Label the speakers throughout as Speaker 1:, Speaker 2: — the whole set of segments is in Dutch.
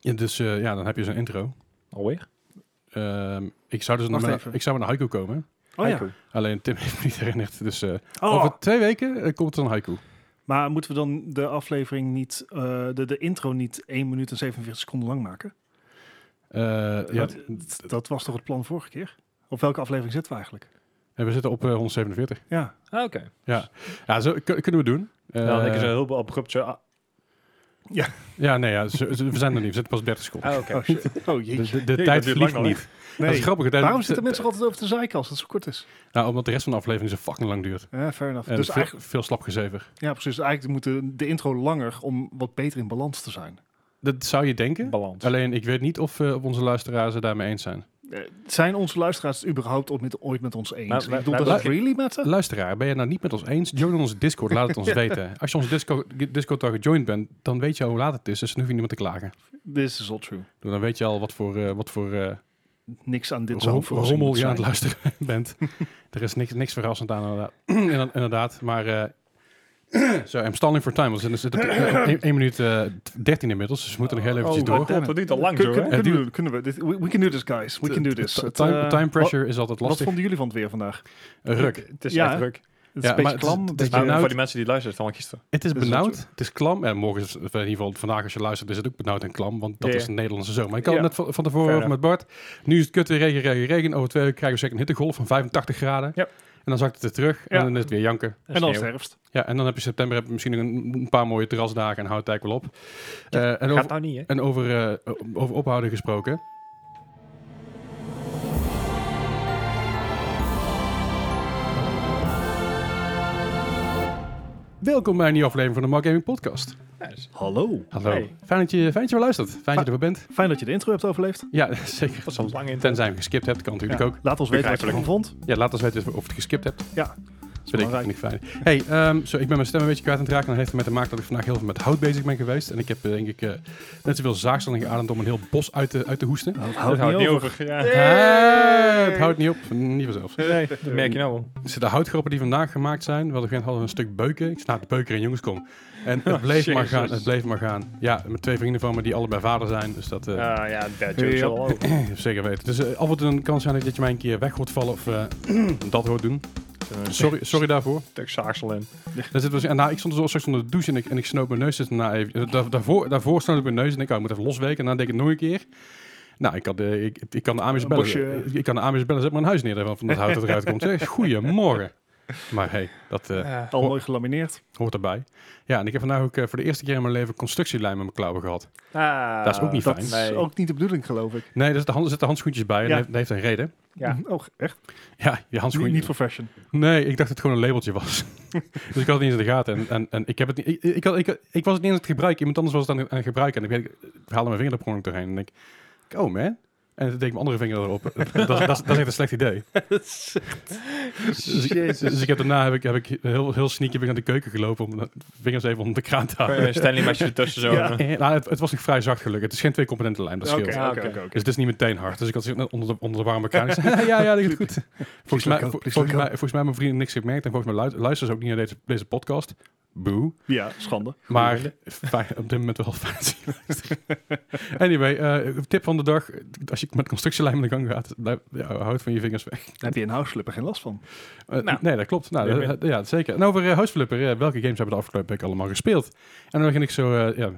Speaker 1: Ja, dus eh, ja, dan heb je zo'n intro.
Speaker 2: Alweer?
Speaker 1: Ehm, ik, zou dus
Speaker 3: Wacht
Speaker 1: naar,
Speaker 3: even.
Speaker 1: ik zou naar haiku komen.
Speaker 3: Oh ja.
Speaker 2: Haiku.
Speaker 1: Alleen Tim heeft me niet herinnerd. Dus eh,
Speaker 3: Oh,
Speaker 1: over twee weken eh, komt er een haiku.
Speaker 3: maar moeten we dan de aflevering niet, eh, de, de intro niet 1 minuut en 47 seconden lang maken?
Speaker 1: Eh, ja,
Speaker 3: dat, dat- dat was toch het plan vorige keer? Op welke aflevering zitten we eigenlijk?
Speaker 1: en we zitten op eh, 147.
Speaker 3: Ja,
Speaker 2: Ah, Oké.
Speaker 1: Ja, zo kun- kunnen we doen. Eh,
Speaker 2: Dan denk ik zo heel abrupt zo... ah,
Speaker 1: ja, nee, ja, zo- zo- we zijn er niet. We zitten pas 30 seconden.
Speaker 2: Ah, oké.
Speaker 3: Oh, Oh jee.
Speaker 1: De, de, de
Speaker 2: dat
Speaker 1: tijd
Speaker 2: duurt
Speaker 1: vliegt
Speaker 2: lang
Speaker 1: niet.
Speaker 2: al.
Speaker 1: Dat is
Speaker 3: Nee.
Speaker 1: grappig. De-
Speaker 3: Waarom
Speaker 1: de-
Speaker 3: zitten mensen altijd over te zeiken als het zo kort is?
Speaker 1: Nou, omdat de rest van de aflevering zo fucking lang duurt.
Speaker 3: Ja, fair enough.
Speaker 1: En
Speaker 3: dus
Speaker 1: veel,
Speaker 3: eigenlijk,
Speaker 1: veel slapgezever.
Speaker 3: ja, precies. Dus Eigenlijk moet de, de intro langer om wat beter in balans te zijn.
Speaker 1: Dat zou je denken.
Speaker 2: Balans.
Speaker 1: Alleen, ik weet niet of eh, of onze luisteraars het daarmee eens zijn.
Speaker 3: Eh, Zijn onze luisteraars het überhaupt op met, ooit met ons eens?
Speaker 2: Maar-
Speaker 3: ik
Speaker 2: maar-
Speaker 3: bedoel,
Speaker 2: maar-
Speaker 3: does it really matter?
Speaker 1: Luisteraar, ben je het nou niet met ons eens? Join onze Discord, laat het ons weten. Als je onze Discord, Discord al gejoind bent, dan weet je al hoe laat het is. Dus dan hoef je niemand te klagen.
Speaker 3: This is all true.
Speaker 1: Dan weet je al wat voor, eh, wat voor eh,
Speaker 3: Niks aan dit
Speaker 1: rom-
Speaker 3: zou verrassing
Speaker 1: rommel je
Speaker 3: moeten
Speaker 1: aan het
Speaker 3: zijn.
Speaker 1: luisteren bent. er is niks, niks verrassend aan, inderdaad. Inderdaad- inderdaad maar... eh, Zo, I'm stalling for time. We dus, zitten- zitten op 1 minuut eh, 13 inmiddels, dus we moeten nog heel eventjes
Speaker 2: oh,
Speaker 1: door.
Speaker 2: God, dat duurt al lang
Speaker 3: Kun-
Speaker 2: zo,
Speaker 3: kun-
Speaker 2: hè?
Speaker 1: Het
Speaker 3: Kunnen
Speaker 1: duurt-
Speaker 3: we, kunnen we, dit- we, we can do this, guys. We can do this.
Speaker 1: T-
Speaker 3: Het,
Speaker 1: Time,
Speaker 3: eh,
Speaker 1: time pressure is altijd
Speaker 3: Wat, wat
Speaker 1: lastig.
Speaker 3: vonden jullie van het weer vandaag?
Speaker 1: Een ruk.
Speaker 2: Het is
Speaker 3: Ja,
Speaker 2: echt
Speaker 3: hè?
Speaker 2: druk.
Speaker 3: Het is
Speaker 1: Ja,
Speaker 3: een beetje
Speaker 1: maar het is-
Speaker 3: klam. dus
Speaker 1: het
Speaker 3: een
Speaker 1: is
Speaker 3: beetje-
Speaker 2: Maar
Speaker 1: benauwd.
Speaker 2: voor die mensen die luisteren, het is allemaal gisteren.
Speaker 1: Het is
Speaker 3: Dus dat
Speaker 1: benauwd,
Speaker 3: is-
Speaker 1: het is klam. En morgen is, of in ieder geval vandaag als je luistert, is het ook benauwd en klam. Want dat
Speaker 2: Ja, ja.
Speaker 1: is de Nederlandse zomer. Ik had
Speaker 2: Ja.
Speaker 1: het net van, van tevoren
Speaker 2: Fair
Speaker 1: over met Bart. Nu is het kut weer regen, regen, regen. Over twee weken krijgen we zeker een hittegolf van 85 graden.
Speaker 2: Ja.
Speaker 1: En dan zakt het weer terug
Speaker 2: Ja.
Speaker 1: en dan is het weer janken.
Speaker 3: En dan is het
Speaker 2: Sneeuw.
Speaker 3: herfst.
Speaker 1: Ja, en dan heb je september heb je misschien nog een, een paar mooie terrasdagen en houdt het eigenlijk wel op. Eh, en
Speaker 2: Gaat
Speaker 1: over,
Speaker 2: nou niet, hè?
Speaker 1: en over, eh, over ophouden gesproken. Welkom bij een nieuwe aflevering van de Mark Gaming Podcast.
Speaker 2: Ja, dus-
Speaker 3: Hallo.
Speaker 1: Hallo.
Speaker 2: Hey.
Speaker 1: Fijn, dat je, fijn dat je wel luistert. Fijn dat je er weer bent.
Speaker 3: Fijn dat je de intro hebt overleefd.
Speaker 1: Ja, zeker.
Speaker 2: Dat is een lange intro.
Speaker 1: Tenzij je hem geskipt hebt, kan natuurlijk
Speaker 3: Ja,
Speaker 1: ook.
Speaker 3: Laat ons weten wat je ervan
Speaker 2: Begrijpelijk.
Speaker 3: vond.
Speaker 1: Ja, laat ons weten of je het geskipt hebt.
Speaker 3: Ja,
Speaker 1: Dat vind ik, vind ik fijn. Hey, ehm, zo, ik ben mijn stem een beetje kwijt aan het raken. En dat heeft ermee te maken dat ik vandaag heel veel met hout bezig ben geweest. En ik heb eh, denk ik eh, net zoveel zaagsel ingeademd om een heel bos uit te, uit te hoesten.
Speaker 3: Houd,
Speaker 2: Dat
Speaker 3: houd
Speaker 2: houdt
Speaker 3: niet
Speaker 2: niet
Speaker 3: over.
Speaker 2: over. Ja.
Speaker 1: Ah, het houdt niet op. Niet vanzelf.
Speaker 2: Nee, dat merk je nou wel.
Speaker 1: Er zitten houtgrappen die vandaag gemaakt zijn. We hadden, hadden we een stuk beuken. Ik sta de beuken in, jongens, kom. En het bleef maar
Speaker 2: Jezus.
Speaker 1: gaan. Het bleef maar gaan. Ja, met twee vrienden van me die allebei vader zijn. Dus dat... eh,
Speaker 2: Ah, ja, Oh, dat
Speaker 3: Ja.
Speaker 2: is wel ook.
Speaker 1: Zeker weten. Dus eh, af en toe een kans zijn dat je mij een keer weg hoort vallen of eh, dat hoort doen. Sorry, sorry daarvoor.
Speaker 2: stuk zaagsel in.
Speaker 1: Dan zitten we, en nou, ik stond dus al straks onder de douche en ik, en ik snoot mijn neus dus daarna even. eh, daar- daarvoor, daarvoor snoot ik mijn neus en ik, oh, ik moet even losweken. En dan denk ik het nog een keer. Nou, ik, had, eh, ik, ik kan de Amish
Speaker 3: Een
Speaker 1: bellen.
Speaker 3: bosje.
Speaker 1: Ik kan de Amish bellen. Zet maar een huis neer daarvan, van dat hout dat eruit komt. Zeg, goedemorgen. Maar hey, dat eh,
Speaker 2: Ja.
Speaker 3: Al mooi gelamineerd.
Speaker 1: hoort erbij. Ja, en ik heb vandaag ook eh, voor de eerste keer in mijn leven constructielijm in mijn klauwen gehad.
Speaker 2: Ah,
Speaker 1: Dat is ook niet
Speaker 3: Dat
Speaker 1: fijn.
Speaker 3: is
Speaker 2: nee.
Speaker 3: ook niet de bedoeling, geloof ik.
Speaker 1: Nee, er zitten hand- er zitten handschoentjes bij en dat
Speaker 3: Ja.
Speaker 1: heeft, dat heeft een reden.
Speaker 2: Ja.
Speaker 3: Oh, echt?
Speaker 1: Ja, je
Speaker 3: Niet,
Speaker 1: handschoentjes.
Speaker 3: niet voor fashion.
Speaker 1: Nee, ik dacht dat het gewoon een labeltje was. dus ik had het niet eens in de gaten. En, en, en ik, heb het niet, ik, ik, had- ik, ik was het niet aan het gebruiken. Iemand anders was het aan, het- aan het gebruiken. En ik, weet- ik haalde mijn vinger er per ongeluk doorheen. En denk ik, oh man. En toen deed ik mijn andere vinger erop. dat, dat, dat is echt een slecht idee. Dus ik, dus ik heb daarna heb ik, heb ik heel, heel sneaky ben ik naar de keuken gelopen om de vingers even onder de kraan te houden.
Speaker 2: Eh, Stanley mesje ertussen zo.
Speaker 3: Ja.
Speaker 2: Ja.
Speaker 1: Eh, nou, het, het was nog vrij zacht gelukkig. Het is geen twee componenten lijm, dat scheelt.
Speaker 3: Oké,
Speaker 2: Ah,
Speaker 3: oké,
Speaker 2: oké.
Speaker 3: oké, oké.
Speaker 1: Dus het is niet meteen hard. Dus ik had zit net onder de, onder de warme kraan. Ik zei, ja, ja, dat is goed. Volgens mij,
Speaker 3: look out,
Speaker 1: vol-
Speaker 3: please
Speaker 1: volgens,
Speaker 3: look
Speaker 1: mij,
Speaker 3: out.
Speaker 1: volgens mij hebben mijn vrienden niks gemerkt. En volgens mij lu- luisteren ze ook niet naar deze, deze podcast. Boe.
Speaker 3: Ja, schande.
Speaker 1: Maar fijn- op dit moment wel fijn. dat je luistert. anyway, eh, tip van de dag. Als je met constructielijm in de gang gaat, blijf, ja, houd van je vingers weg.
Speaker 3: Daar heb je een houseflipper geen last van.
Speaker 1: Eh,
Speaker 2: Nou.
Speaker 1: nee, dat klopt. Nou,
Speaker 2: Leuk
Speaker 1: eh, ja, zeker. En over eh, House Flipper, eh, welke games hebben we de afgelopen week allemaal gespeeld? En dan begin ik zo, eh, ja,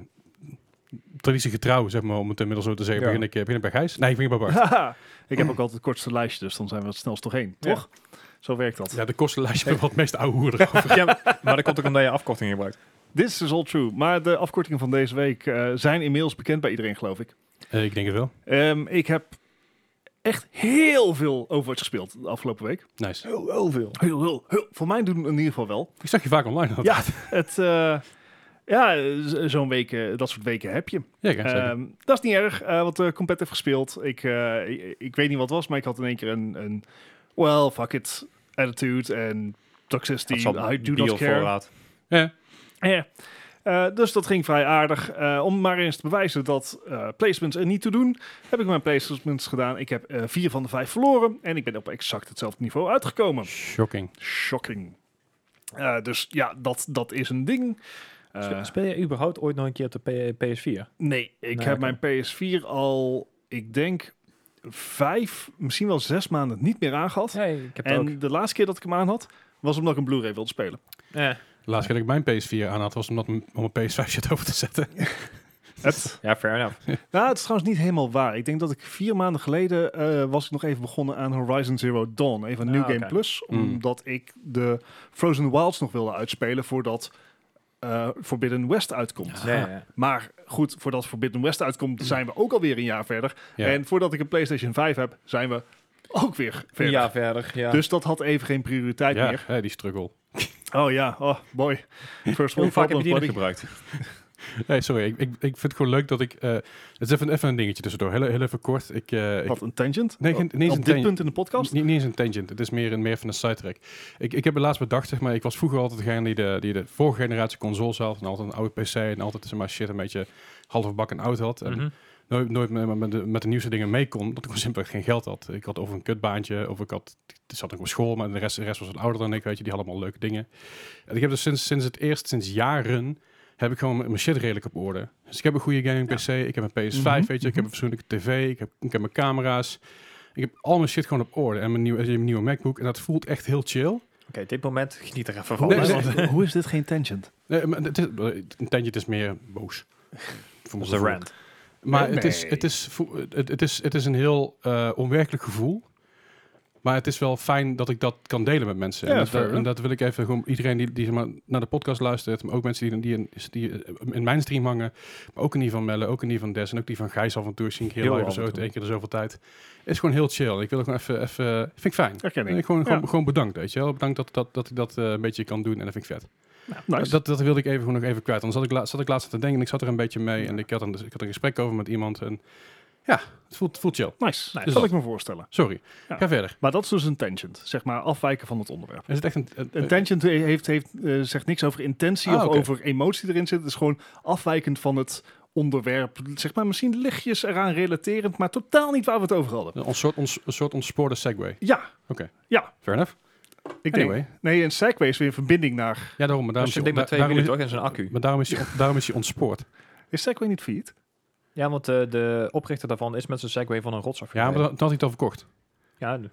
Speaker 1: traditiegetrouw, zeg maar, om het inmiddels zo te zeggen,
Speaker 2: Ja.
Speaker 1: begin, ik, eh, begin ik bij Gijs. Nee, ik begin bij Bart.
Speaker 3: Haha. ik heb ook altijd het kortste lijstje, dus dan zijn we het snelst doorheen.
Speaker 2: Ja.
Speaker 3: Toch? Zo werkt dat.
Speaker 1: Ja, de kostenlijstje met wat het meest oude hoer erover.
Speaker 2: maar dat komt ook omdat je afkorting gebruikt.
Speaker 3: This is all true. Maar de afkortingen van deze week eh, zijn inmiddels bekend bij iedereen, geloof ik.
Speaker 1: Eh, ik denk het wel.
Speaker 3: Ehm, ik heb echt heel veel Overwatch gespeeld de afgelopen week.
Speaker 1: Nice.
Speaker 2: Heel, Oh, heel veel.
Speaker 3: Heel, heel, heel. Voor mij doen in ieder geval wel.
Speaker 1: Ik zag je vaak online. had.
Speaker 3: Ja, het, eh, ja z- zo'n week, eh, dat soort weken heb je.
Speaker 1: ja, Gijs, zeker.
Speaker 3: Ehm, dat is niet erg, eh want eh Compet heeft gespeeld. Ik, eh, ik, ik weet niet wat het was, maar ik had in één keer een, een well, fuck it attitude en toxicity, I do not
Speaker 1: eh,
Speaker 3: care.
Speaker 1: ja.
Speaker 3: Ja. Eh, dus dat ging vrij aardig. Eh, om maar eens te bewijzen dat eh, placements er niet toe doen, heb ik mijn placements gedaan. Ik heb eh, vier van de vijf verloren en ik ben op exact hetzelfde niveau uitgekomen.
Speaker 1: Shocking.
Speaker 3: Shocking. Eh, dus ja, dat, dat is een ding. Eh,
Speaker 2: Spe- Speel je überhaupt ooit nog een keer op de P- PS4?
Speaker 3: nee, ik
Speaker 2: Nee,
Speaker 3: heb
Speaker 2: oké.
Speaker 3: mijn PS4 al, ik denk, vijf, misschien wel zes maanden niet meer aangehad.
Speaker 2: Nee, ik heb
Speaker 3: en
Speaker 2: het ook.
Speaker 3: de laatste keer dat ik hem aan had, was omdat ik een Blu-ray wilde spelen.
Speaker 2: Eh.
Speaker 1: De laatste keer dat ik mijn PS4 aan had, was omdat m- om een PS5 shit over te zetten.
Speaker 3: Het,
Speaker 2: Ja, fair enough.
Speaker 3: nou, het is trouwens niet helemaal waar. Ik denk dat ik vier maanden geleden eh, was ik nog even begonnen aan Horizon Zero Dawn. Even een
Speaker 2: Ah,
Speaker 3: New Game
Speaker 2: oké.
Speaker 3: Plus.
Speaker 1: Mm.
Speaker 3: Omdat ik de Frozen Wilds nog wilde uitspelen voordat eh, Forbidden West uitkomt.
Speaker 2: Ja, ja, ja.
Speaker 3: Maar goed, voordat Forbidden West uitkomt, zijn we ook alweer een jaar verder.
Speaker 1: Mm. Ja.
Speaker 3: En voordat ik een PlayStation 5 heb, zijn we ook weer
Speaker 2: Een
Speaker 3: verder.
Speaker 2: jaar verder, ja.
Speaker 3: Dus dat had even geen prioriteit
Speaker 1: ja,
Speaker 3: meer.
Speaker 1: hè, die struggle.
Speaker 3: Oh ja, oh boy. First
Speaker 2: Hoe
Speaker 3: world
Speaker 2: vaak heb je
Speaker 3: problems,
Speaker 2: die nog
Speaker 3: buddy.
Speaker 2: gebruikt?
Speaker 1: Nee, sorry. Ik, ik, ik vind het gewoon leuk dat ik... eh, het is even, even een dingetje tussendoor. Heel, heel even kort. Ik, eh, ik-
Speaker 3: Wat, een tangent?
Speaker 1: Nee, geen- niet eens
Speaker 3: Op
Speaker 1: een
Speaker 3: dit
Speaker 1: tangent.
Speaker 3: punt in de podcast?
Speaker 1: Niet, niet eens een tangent. Het is meer, een, meer van een sidetrack. Ik, ik heb het laatst bedacht, zeg maar. Ik was vroeger altijd degene die de, die de vorige generatie consoles had. En altijd een oude PC. En altijd zeg maar, shit een beetje halve bak en oud had. En
Speaker 2: Mhm.
Speaker 1: nooit, nooit met, met, de, met de nieuwste dingen mee kon. Dat ik gewoon simpelweg geen geld had. Ik had of een kutbaantje. Of ik had... Ik zat nog op school. Maar de rest, de rest was wat ouder dan ik. Weet je, die hadden allemaal leuke dingen. En ik heb dus sinds, sinds het eerst, sinds jaren... Heb ik gewoon mijn- mijn shit redelijk op orde. Dus ik heb een goede gaming PC. Ik heb een PS5,
Speaker 3: Mhm,
Speaker 1: weet je. Ik heb een fatsoenlijke tv. Ik heb, ik heb mijn camera's. Ik heb al mijn shit gewoon op orde. En mijn nieuwe, mijn nieuwe MacBook. En dat voelt echt heel chill.
Speaker 2: Oké, dit moment geniet er even van.
Speaker 3: Hoe,
Speaker 1: Nee,
Speaker 3: is
Speaker 1: nee.
Speaker 3: dit- hoe is dit geen tangent?
Speaker 1: Nee, maar het is, een tandje is meer boos. Voor
Speaker 2: Dat
Speaker 1: mijn
Speaker 2: is de
Speaker 1: gevoel.
Speaker 2: rant.
Speaker 1: Maar
Speaker 3: Nee.
Speaker 1: het, is, het, is, vo- het, het is, het is een heel eh, onwerkelijk gevoel. Maar het is wel fijn dat ik dat kan delen met mensen.
Speaker 3: Ja,
Speaker 1: en, dat,
Speaker 3: fair enough.
Speaker 1: en dat wil ik even gewoon iedereen die, die zeg maar, naar de podcast luistert, maar ook mensen die, die, in, die eh, in mijn stream hangen, maar ook in die van Melle, ook in die van Des en ook die van Gijs af en toe, zie ik heel,
Speaker 2: Heel
Speaker 1: even
Speaker 2: af en
Speaker 1: zo,
Speaker 2: toe.
Speaker 1: één keer de zoveel tijd. is gewoon heel chill. Ik wil gewoon even, even vind ik fijn.
Speaker 3: Herkenning.
Speaker 1: Ik gewoon,
Speaker 3: Ja.
Speaker 1: gewoon, gewoon bedankt, weet je wel. Bedankt dat, dat, dat ik dat eh, een beetje kan doen en dat vind ik vet.
Speaker 3: Nou, Nice.
Speaker 1: Dat, dat wilde ik even gewoon nog even kwijt. Anders zat ik, la- zat ik laatst aan te denken en ik zat er een beetje mee. En ik had, een, dus ik had een gesprek over met iemand. En ja, het voelt, voelt chill.
Speaker 3: nice.
Speaker 2: Dus
Speaker 3: Dat kan
Speaker 1: dat.
Speaker 3: ik me voorstellen.
Speaker 1: Sorry,
Speaker 3: Ja.
Speaker 1: ga verder.
Speaker 3: Maar dat is dus een tangent. Zeg maar afwijken van het onderwerp.
Speaker 1: Is het echt een... een-
Speaker 3: Een tangent he- heeft, heeft, eh, zegt niks over intentie
Speaker 1: Eh, Ah,
Speaker 3: of
Speaker 1: oké.
Speaker 3: over emotie erin zit. Het is gewoon afwijkend van het onderwerp. Zeg maar misschien lichtjes eraan relaterend, maar totaal niet waar we het over hadden.
Speaker 1: een, soort, ons, een soort ontspoorde segue.
Speaker 3: Ja,
Speaker 1: Fair enough.
Speaker 3: ik
Speaker 1: Anyway.
Speaker 3: denk. Nee, een segue is weer een verbinding naar...
Speaker 1: Ja, daarom. Maar
Speaker 2: Dat
Speaker 1: daarom,
Speaker 2: is
Speaker 1: is hij
Speaker 2: een ding met
Speaker 1: on-
Speaker 2: twee
Speaker 1: daarom is-
Speaker 2: minuten, toch? En zo'n accu.
Speaker 1: maar daarom is hij on- daarom is hij ontspoord.
Speaker 3: Is segue niet failliet?
Speaker 2: Ja, want eh, de oprichter daarvan is met zijn Segway van een rots
Speaker 1: Ja, maar dan,
Speaker 2: afgereden.
Speaker 1: dan had hij het al verkocht.
Speaker 2: Ja, nu-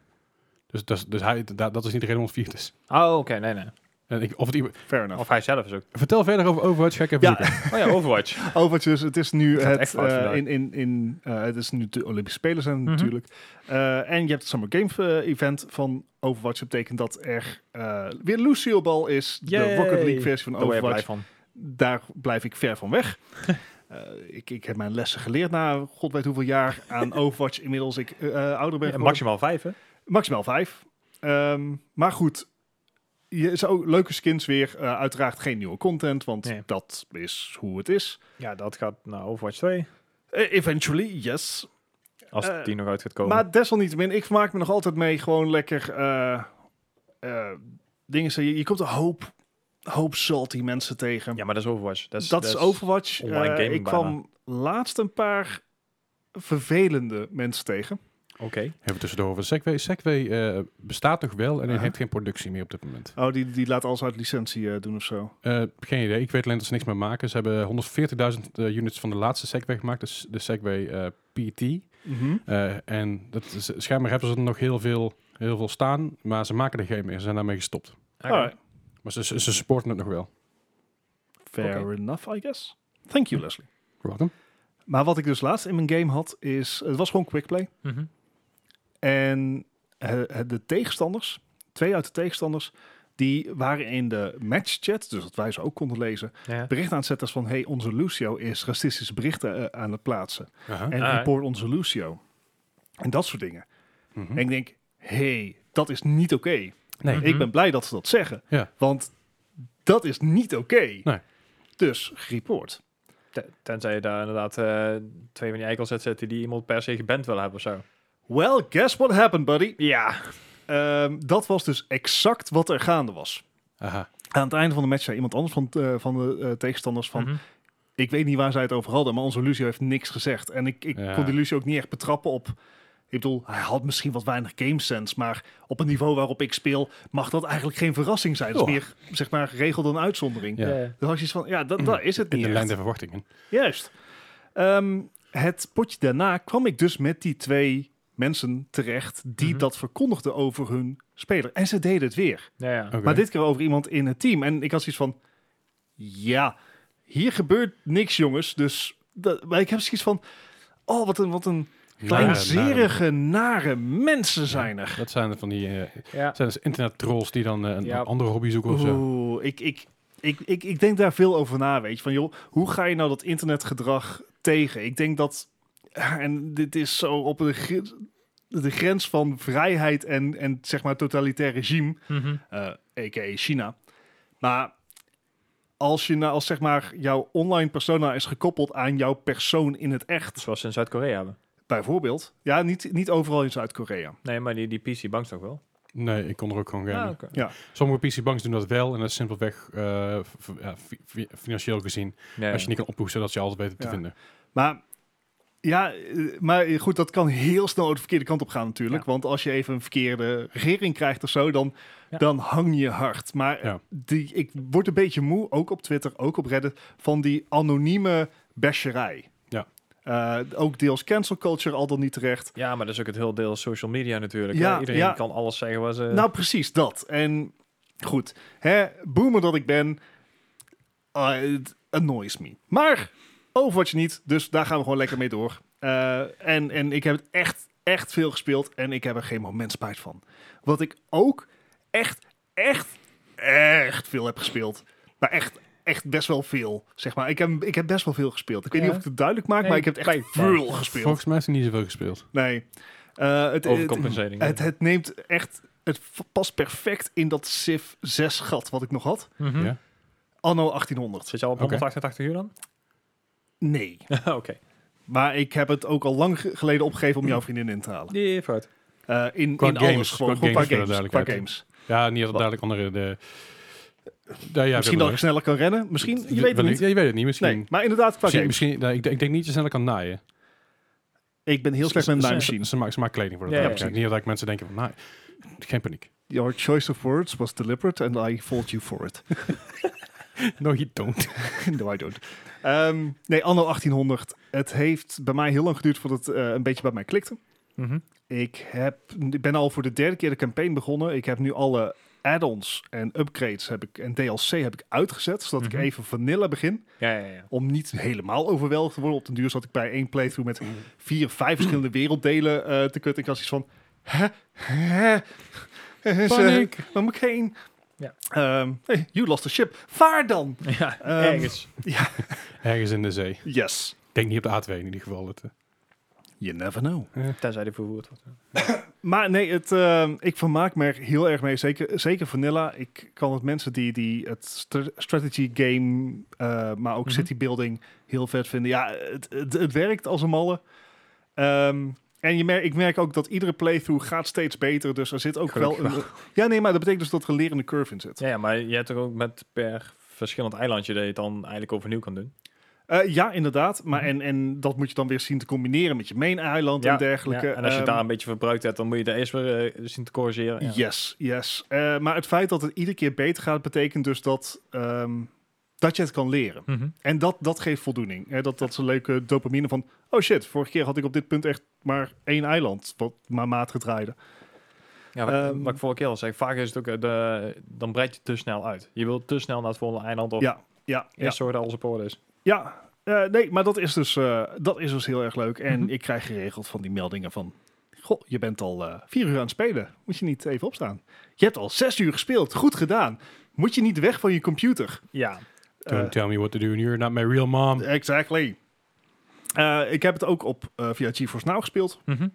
Speaker 1: Dus, dus, dus hij, da- dat is niet de reden waarom het viert is.
Speaker 2: Oh, oké, nee, nee.
Speaker 1: En ik, of het, iemand-
Speaker 3: Fair enough.
Speaker 2: Of hij zelf is ook.
Speaker 1: vertel verder over Overwatch. Ga ik even
Speaker 3: Ja.
Speaker 1: zoeken.
Speaker 2: Oh ja, Overwatch.
Speaker 3: Overigens, het is nu
Speaker 2: Het gaat
Speaker 3: het,
Speaker 2: echt fout
Speaker 3: eh,
Speaker 2: vandaag.
Speaker 3: in, in, in, eh, het is nu de Olympische Spelen zijn
Speaker 2: Mhm.
Speaker 3: natuurlijk. Eh, en je hebt het Summer Game eh, Event van Overwatch. Dat betekent dat er eh, weer Lucio Ball is. De
Speaker 2: Yay.
Speaker 3: Rocket League versie van
Speaker 2: Daar word je blij
Speaker 3: Overwatch.
Speaker 2: van.
Speaker 3: Daar blijf ik ver van weg. Eh, ik, ik heb mijn lessen geleerd na god weet hoeveel jaar aan Overwatch. Inmiddels ik eh, ouder ben
Speaker 2: Ja,
Speaker 3: geworden.
Speaker 2: maximaal vijf, hè?
Speaker 3: Maximaal vijf. Ehm, maar goed, je, zo, leuke skins weer. Eh, uiteraard geen nieuwe content, want
Speaker 2: Nee.
Speaker 3: dat is hoe het is.
Speaker 2: Ja, dat gaat naar Overwatch 2.
Speaker 3: Eh, eventually, yes.
Speaker 2: Als
Speaker 3: Eh,
Speaker 2: die nog uit gaat komen.
Speaker 3: Maar desalniettemin, ik vermaak me nog altijd mee. Gewoon lekker eh, eh, dingen. zeggen. Je, je komt een hoop, hoop salty mensen tegen.
Speaker 2: ja, maar dat is Overwatch. Dat is,
Speaker 3: dat is Overwatch.
Speaker 2: online
Speaker 3: Eh,
Speaker 2: gaming
Speaker 3: ik kwam laatst een paar vervelende mensen tegen.
Speaker 2: Oké.
Speaker 1: Even tussendoor over Segway. Segway eh, bestaat nog wel en hij
Speaker 3: Aha.
Speaker 1: heeft geen productie meer op dit moment.
Speaker 3: Oh, die, die laat alles uit licentie eh, doen of zo.
Speaker 1: Eh, geen idee. Ik weet alleen dat ze niks meer maken. Ze hebben 140.000 eh, units van de laatste Segway gemaakt. Dus de Segway eh, PT. Eh, en dat is, schijnbaar hebben ze er nog heel veel, heel veel staan. Maar ze maken er geen meer. Ze zijn daarmee gestopt.
Speaker 2: Oké.
Speaker 3: Alright.
Speaker 1: Maar ze, ze, ze supporten het nog wel.
Speaker 3: Fair
Speaker 2: Oké.
Speaker 3: enough, I guess. Thank you, Leslie.
Speaker 1: Welkom.
Speaker 3: Maar wat ik dus laatst in mijn game had, is... Het was gewoon quickplay.
Speaker 2: Mhm.
Speaker 3: En eh, eh, de tegenstanders, twee uit de tegenstanders, die waren in de matchchat, dus dat wij ze ook konden lezen,
Speaker 2: Ja.
Speaker 3: bericht aan het zetten als van, hey, onze Lucio is racistische berichten eh, aan het plaatsen. En
Speaker 2: Ah.
Speaker 3: report onze Lucio. En dat soort dingen.
Speaker 1: Mhm.
Speaker 3: En ik denk, hey, dat is niet oké.
Speaker 1: Nee.
Speaker 2: Hm. Mhm.
Speaker 3: Ik ben blij dat ze dat zeggen,
Speaker 1: Ja.
Speaker 3: want dat is niet oké.
Speaker 1: Nee.
Speaker 3: Dus, report.
Speaker 2: Ten- Tenzij je daar inderdaad eh, twee van die eikels uit zetten die iemand per se geband willen hebben of zo.
Speaker 3: Well, guess what happened, buddy?
Speaker 2: Ja.
Speaker 3: Ehm, dat was dus exact wat er gaande was.
Speaker 1: Aha.
Speaker 3: Aan het einde van de match zei iemand anders van, eh, van de eh, tegenstanders van...
Speaker 2: Van,
Speaker 3: ik weet niet waar zij het over hadden, maar onze Lucio heeft niks gezegd. En ik, ik
Speaker 1: Ja.
Speaker 3: kon die Lucio ook niet echt betrappen op Ik bedoel, hij had misschien wat weinig game sense, maar op het niveau waarop ik speel mag dat eigenlijk geen verrassing zijn. Dat is
Speaker 1: Oh.
Speaker 3: meer, zeg maar, regel dan uitzondering.
Speaker 1: Ja. Mhm.
Speaker 3: Dan had je iets van, ja, dat, dat is het
Speaker 1: In
Speaker 3: niet
Speaker 1: de lijn
Speaker 3: echt.
Speaker 1: der verwachtingen.
Speaker 3: Juist. Ehm, het potje daarna kwam ik dus met die twee mensen terecht die
Speaker 2: Mhm.
Speaker 3: dat verkondigden over hun speler. En ze deden het weer.
Speaker 2: Ja, ja.
Speaker 1: Oké.
Speaker 3: Maar dit keer over iemand in het team. En ik had zoiets van, ja, hier gebeurt niks jongens. Dus dat, maar ik heb zoiets van, oh, wat een, wat een kleinzerige, nare mensen zijn er.
Speaker 1: Dat zijn van die eh,
Speaker 2: ja.
Speaker 1: zijn dus internet trolls die dan eh, een
Speaker 2: Ja.
Speaker 1: andere hobby zoeken of zo.
Speaker 3: Oeh, ik, ik, ik, ik, ik denk daar veel over na, weet je. Van joh, hoe ga je nou dat internetgedrag tegen? Ik denk dat, ah, en dit is zo op de, gr- de grens van vrijheid en, en zeg maar totalitair regime,
Speaker 2: Mhm.
Speaker 3: eh a.k.a. China. Maar als, je nou, als zeg maar jouw online persona is gekoppeld aan jouw persoon in het echt,
Speaker 2: Zoals ze in Zuid-Korea hebben.
Speaker 3: bijvoorbeeld. Ja, niet, niet overal in Zuid-Korea.
Speaker 2: Nee, maar die, die PC-bank toch wel?
Speaker 1: Nee, ik kon er ook gewoon gamen.
Speaker 2: Ah, oké.
Speaker 1: Sommige PC-banks doen dat wel en dat is simpelweg eh, v- ja, fi- fi- financieel gezien.
Speaker 2: Ja,
Speaker 1: Als je niet kan ophoesten, dat ze je altijd weten te
Speaker 3: Ja.
Speaker 1: vinden.
Speaker 3: Maar ja, eh, maar goed, dat kan heel snel de verkeerde kant op gaan natuurlijk. Want als je even een verkeerde regering krijgt of zo, dan,
Speaker 2: Ja.
Speaker 3: dan hang je hard. Maar
Speaker 1: Ja.
Speaker 3: die, ik word een beetje moe, ook op Twitter, ook op Reddit, van die anonieme bescherij.
Speaker 1: Ja.
Speaker 3: Eh, ook deels cancel culture, al dan niet terecht.
Speaker 2: ja, maar dat is ook het heel deel social media natuurlijk.
Speaker 3: Ja,
Speaker 2: hè. Iedereen
Speaker 3: ja.
Speaker 2: kan alles zeggen waar ze...
Speaker 3: Nou, precies dat. En goed, hè, boomer dat ik ben, ah, it annoys me. Maar Overwatch niet, dus daar gaan we gewoon lekker mee door. Eh, en, en ik heb het echt, echt veel gespeeld en ik heb er geen moment spijt van. Wat ik ook echt, echt, echt veel heb gespeeld. Maar echt, echt best wel veel, zeg maar. Ik heb, ik heb best wel veel gespeeld. Ik weet
Speaker 2: Ja.
Speaker 3: niet of ik het duidelijk maak,
Speaker 2: Nee,
Speaker 3: maar ik heb het echt
Speaker 2: spijt van.
Speaker 3: veel gespeeld.
Speaker 1: Volgens mij is er niet zoveel gespeeld.
Speaker 3: Nee. Eh, het, het,
Speaker 2: Overcompensering.
Speaker 3: het, het neemt echt. Het v- past perfect in dat Civ 6 gat wat ik nog had.
Speaker 2: Mhm.
Speaker 1: Ja.
Speaker 3: Anno 1800.
Speaker 2: Zit je al op
Speaker 1: Oké.
Speaker 2: 188 uur dan?
Speaker 3: Nee.
Speaker 2: Oké.
Speaker 3: Maar ik heb het ook al lang ge- geleden opgegeven om jouw vriendin in te halen.
Speaker 2: Die fout.
Speaker 3: Eh, in
Speaker 1: Qua
Speaker 3: in
Speaker 1: games,
Speaker 3: alles. Gewoon,
Speaker 1: qua
Speaker 3: gewoon qua
Speaker 1: games, voor de
Speaker 3: games. Qua
Speaker 1: duidelijkheid.
Speaker 3: games.
Speaker 1: Ja, niet dat
Speaker 3: Wat?
Speaker 1: duidelijk andere... De, Ja, ja,
Speaker 3: misschien dat ik sneller kan rennen. Misschien. Je weet het niet.
Speaker 1: Ja, je weet het niet. Misschien,
Speaker 3: Nee. Maar inderdaad, qua
Speaker 1: misschien,
Speaker 3: games.
Speaker 1: misschien- nou, ik, denk- ik denk niet dat je sneller kan naaien.
Speaker 3: Ik ben heel slecht
Speaker 1: Ze-
Speaker 3: met
Speaker 1: ze-
Speaker 3: mijn
Speaker 1: ze,
Speaker 3: machine.
Speaker 1: ze, maakt- ze maakt kleding voor dat.
Speaker 2: Ja,
Speaker 1: Ja,
Speaker 2: ja,
Speaker 1: precies.
Speaker 2: precies.
Speaker 1: Niet dat mensen denken van, nou, geen paniek.
Speaker 3: Your choice of words was deliberate and I fault you for it.
Speaker 1: No, you don't.
Speaker 3: no, I don't. Ehm, nee, anno 1800. Het heeft bij mij heel lang geduurd voordat het eh, een beetje bij mij klikte.
Speaker 2: Mhm.
Speaker 3: Ik, heb, ik ben al voor de derde keer de campaign begonnen. Ik heb nu alle add-ons en upgrades heb ik, en DLC heb ik uitgezet. Zodat
Speaker 2: Mhm.
Speaker 3: ik even vanilla begin.
Speaker 2: Ja, ja, ja.
Speaker 3: Om niet helemaal overweldigd te worden. Op den duur zat ik bij één playthrough met vier, vijf verschillende werelddelen eh, te kutten. Ik was iets van... Hè? Hè? Is, eh,
Speaker 1: Paniek!
Speaker 3: Waar moet ik heen?
Speaker 2: Ja.
Speaker 3: Ehm, hey, you lost the ship. Vaar dan!
Speaker 2: Ja,
Speaker 3: Ehm,
Speaker 2: ergens.
Speaker 1: Ergens in de zee. Ik
Speaker 3: Yes.
Speaker 1: denk niet op de A2 in ieder geval. Dat, eh,
Speaker 3: You never know.
Speaker 2: Tenzij die vervoerd wordt.
Speaker 3: Maar nee, het, ehm, ik vermaak me er heel erg mee. Zeker, zeker Vanilla. Ik kan het mensen die, die het stra- strategy game, eh, maar ook
Speaker 2: Mhm.
Speaker 3: city building heel vet vinden. Ja, het, het, het werkt als een malle. Ehm, en je mer ik merk ook dat iedere playthrough gaat steeds beter. Dus er zit ook wel,
Speaker 2: Gelukkig
Speaker 3: een... Ja, nee, maar dat betekent dus dat er een lerende curve in zit.
Speaker 2: Ja, ja, maar je hebt er ook met per verschillend eilandje dat je het dan eigenlijk overnieuw kan doen.
Speaker 3: Eh, ja, inderdaad. Maar en, en dat moet je dan weer zien te combineren met je main eiland en dergelijke.
Speaker 2: Mhm. ja, En als je
Speaker 3: Ehm,
Speaker 2: daar een beetje verbruikt hebt, dan moet je daar eerst weer eh, zien te corrigeren. Ja.
Speaker 3: Yes, yes. Eh, maar het feit dat het iedere keer beter gaat, betekent dus dat, ehm, dat je het kan leren.
Speaker 2: Mhm.
Speaker 3: En dat, dat geeft voldoening. Hè? Dat, dat is een leuke dopamine van, oh shit, vorige keer had ik op dit punt echt maar één eiland, wat maar maat gedraaide.
Speaker 2: Ja, wat,
Speaker 3: Ehm,
Speaker 2: wat ik vorige keer al zei, vaak is het ook, eh, de, dan breid je te snel uit. Je wilt te snel naar het volgende eiland of
Speaker 3: Ja, ja, ja.
Speaker 2: eerst zorgen dat alles op orde is.
Speaker 3: ja. Eh, nee, maar dat is, dus, eh, dat is dus heel erg leuk. En
Speaker 2: Mhm.
Speaker 3: ik krijg geregeld van die meldingen van, goh, je bent al eh, vier uur aan het spelen. Moet je niet even opstaan? Je hebt al zes uur gespeeld, goed gedaan. Moet je niet weg van je computer?
Speaker 2: Ja.
Speaker 1: Don't
Speaker 3: Eh,
Speaker 1: tell me what to do and you're not my real mom.
Speaker 3: Exactly. Eh, ik heb het ook op eh, via GeForce Now gespeeld.
Speaker 2: Mhm.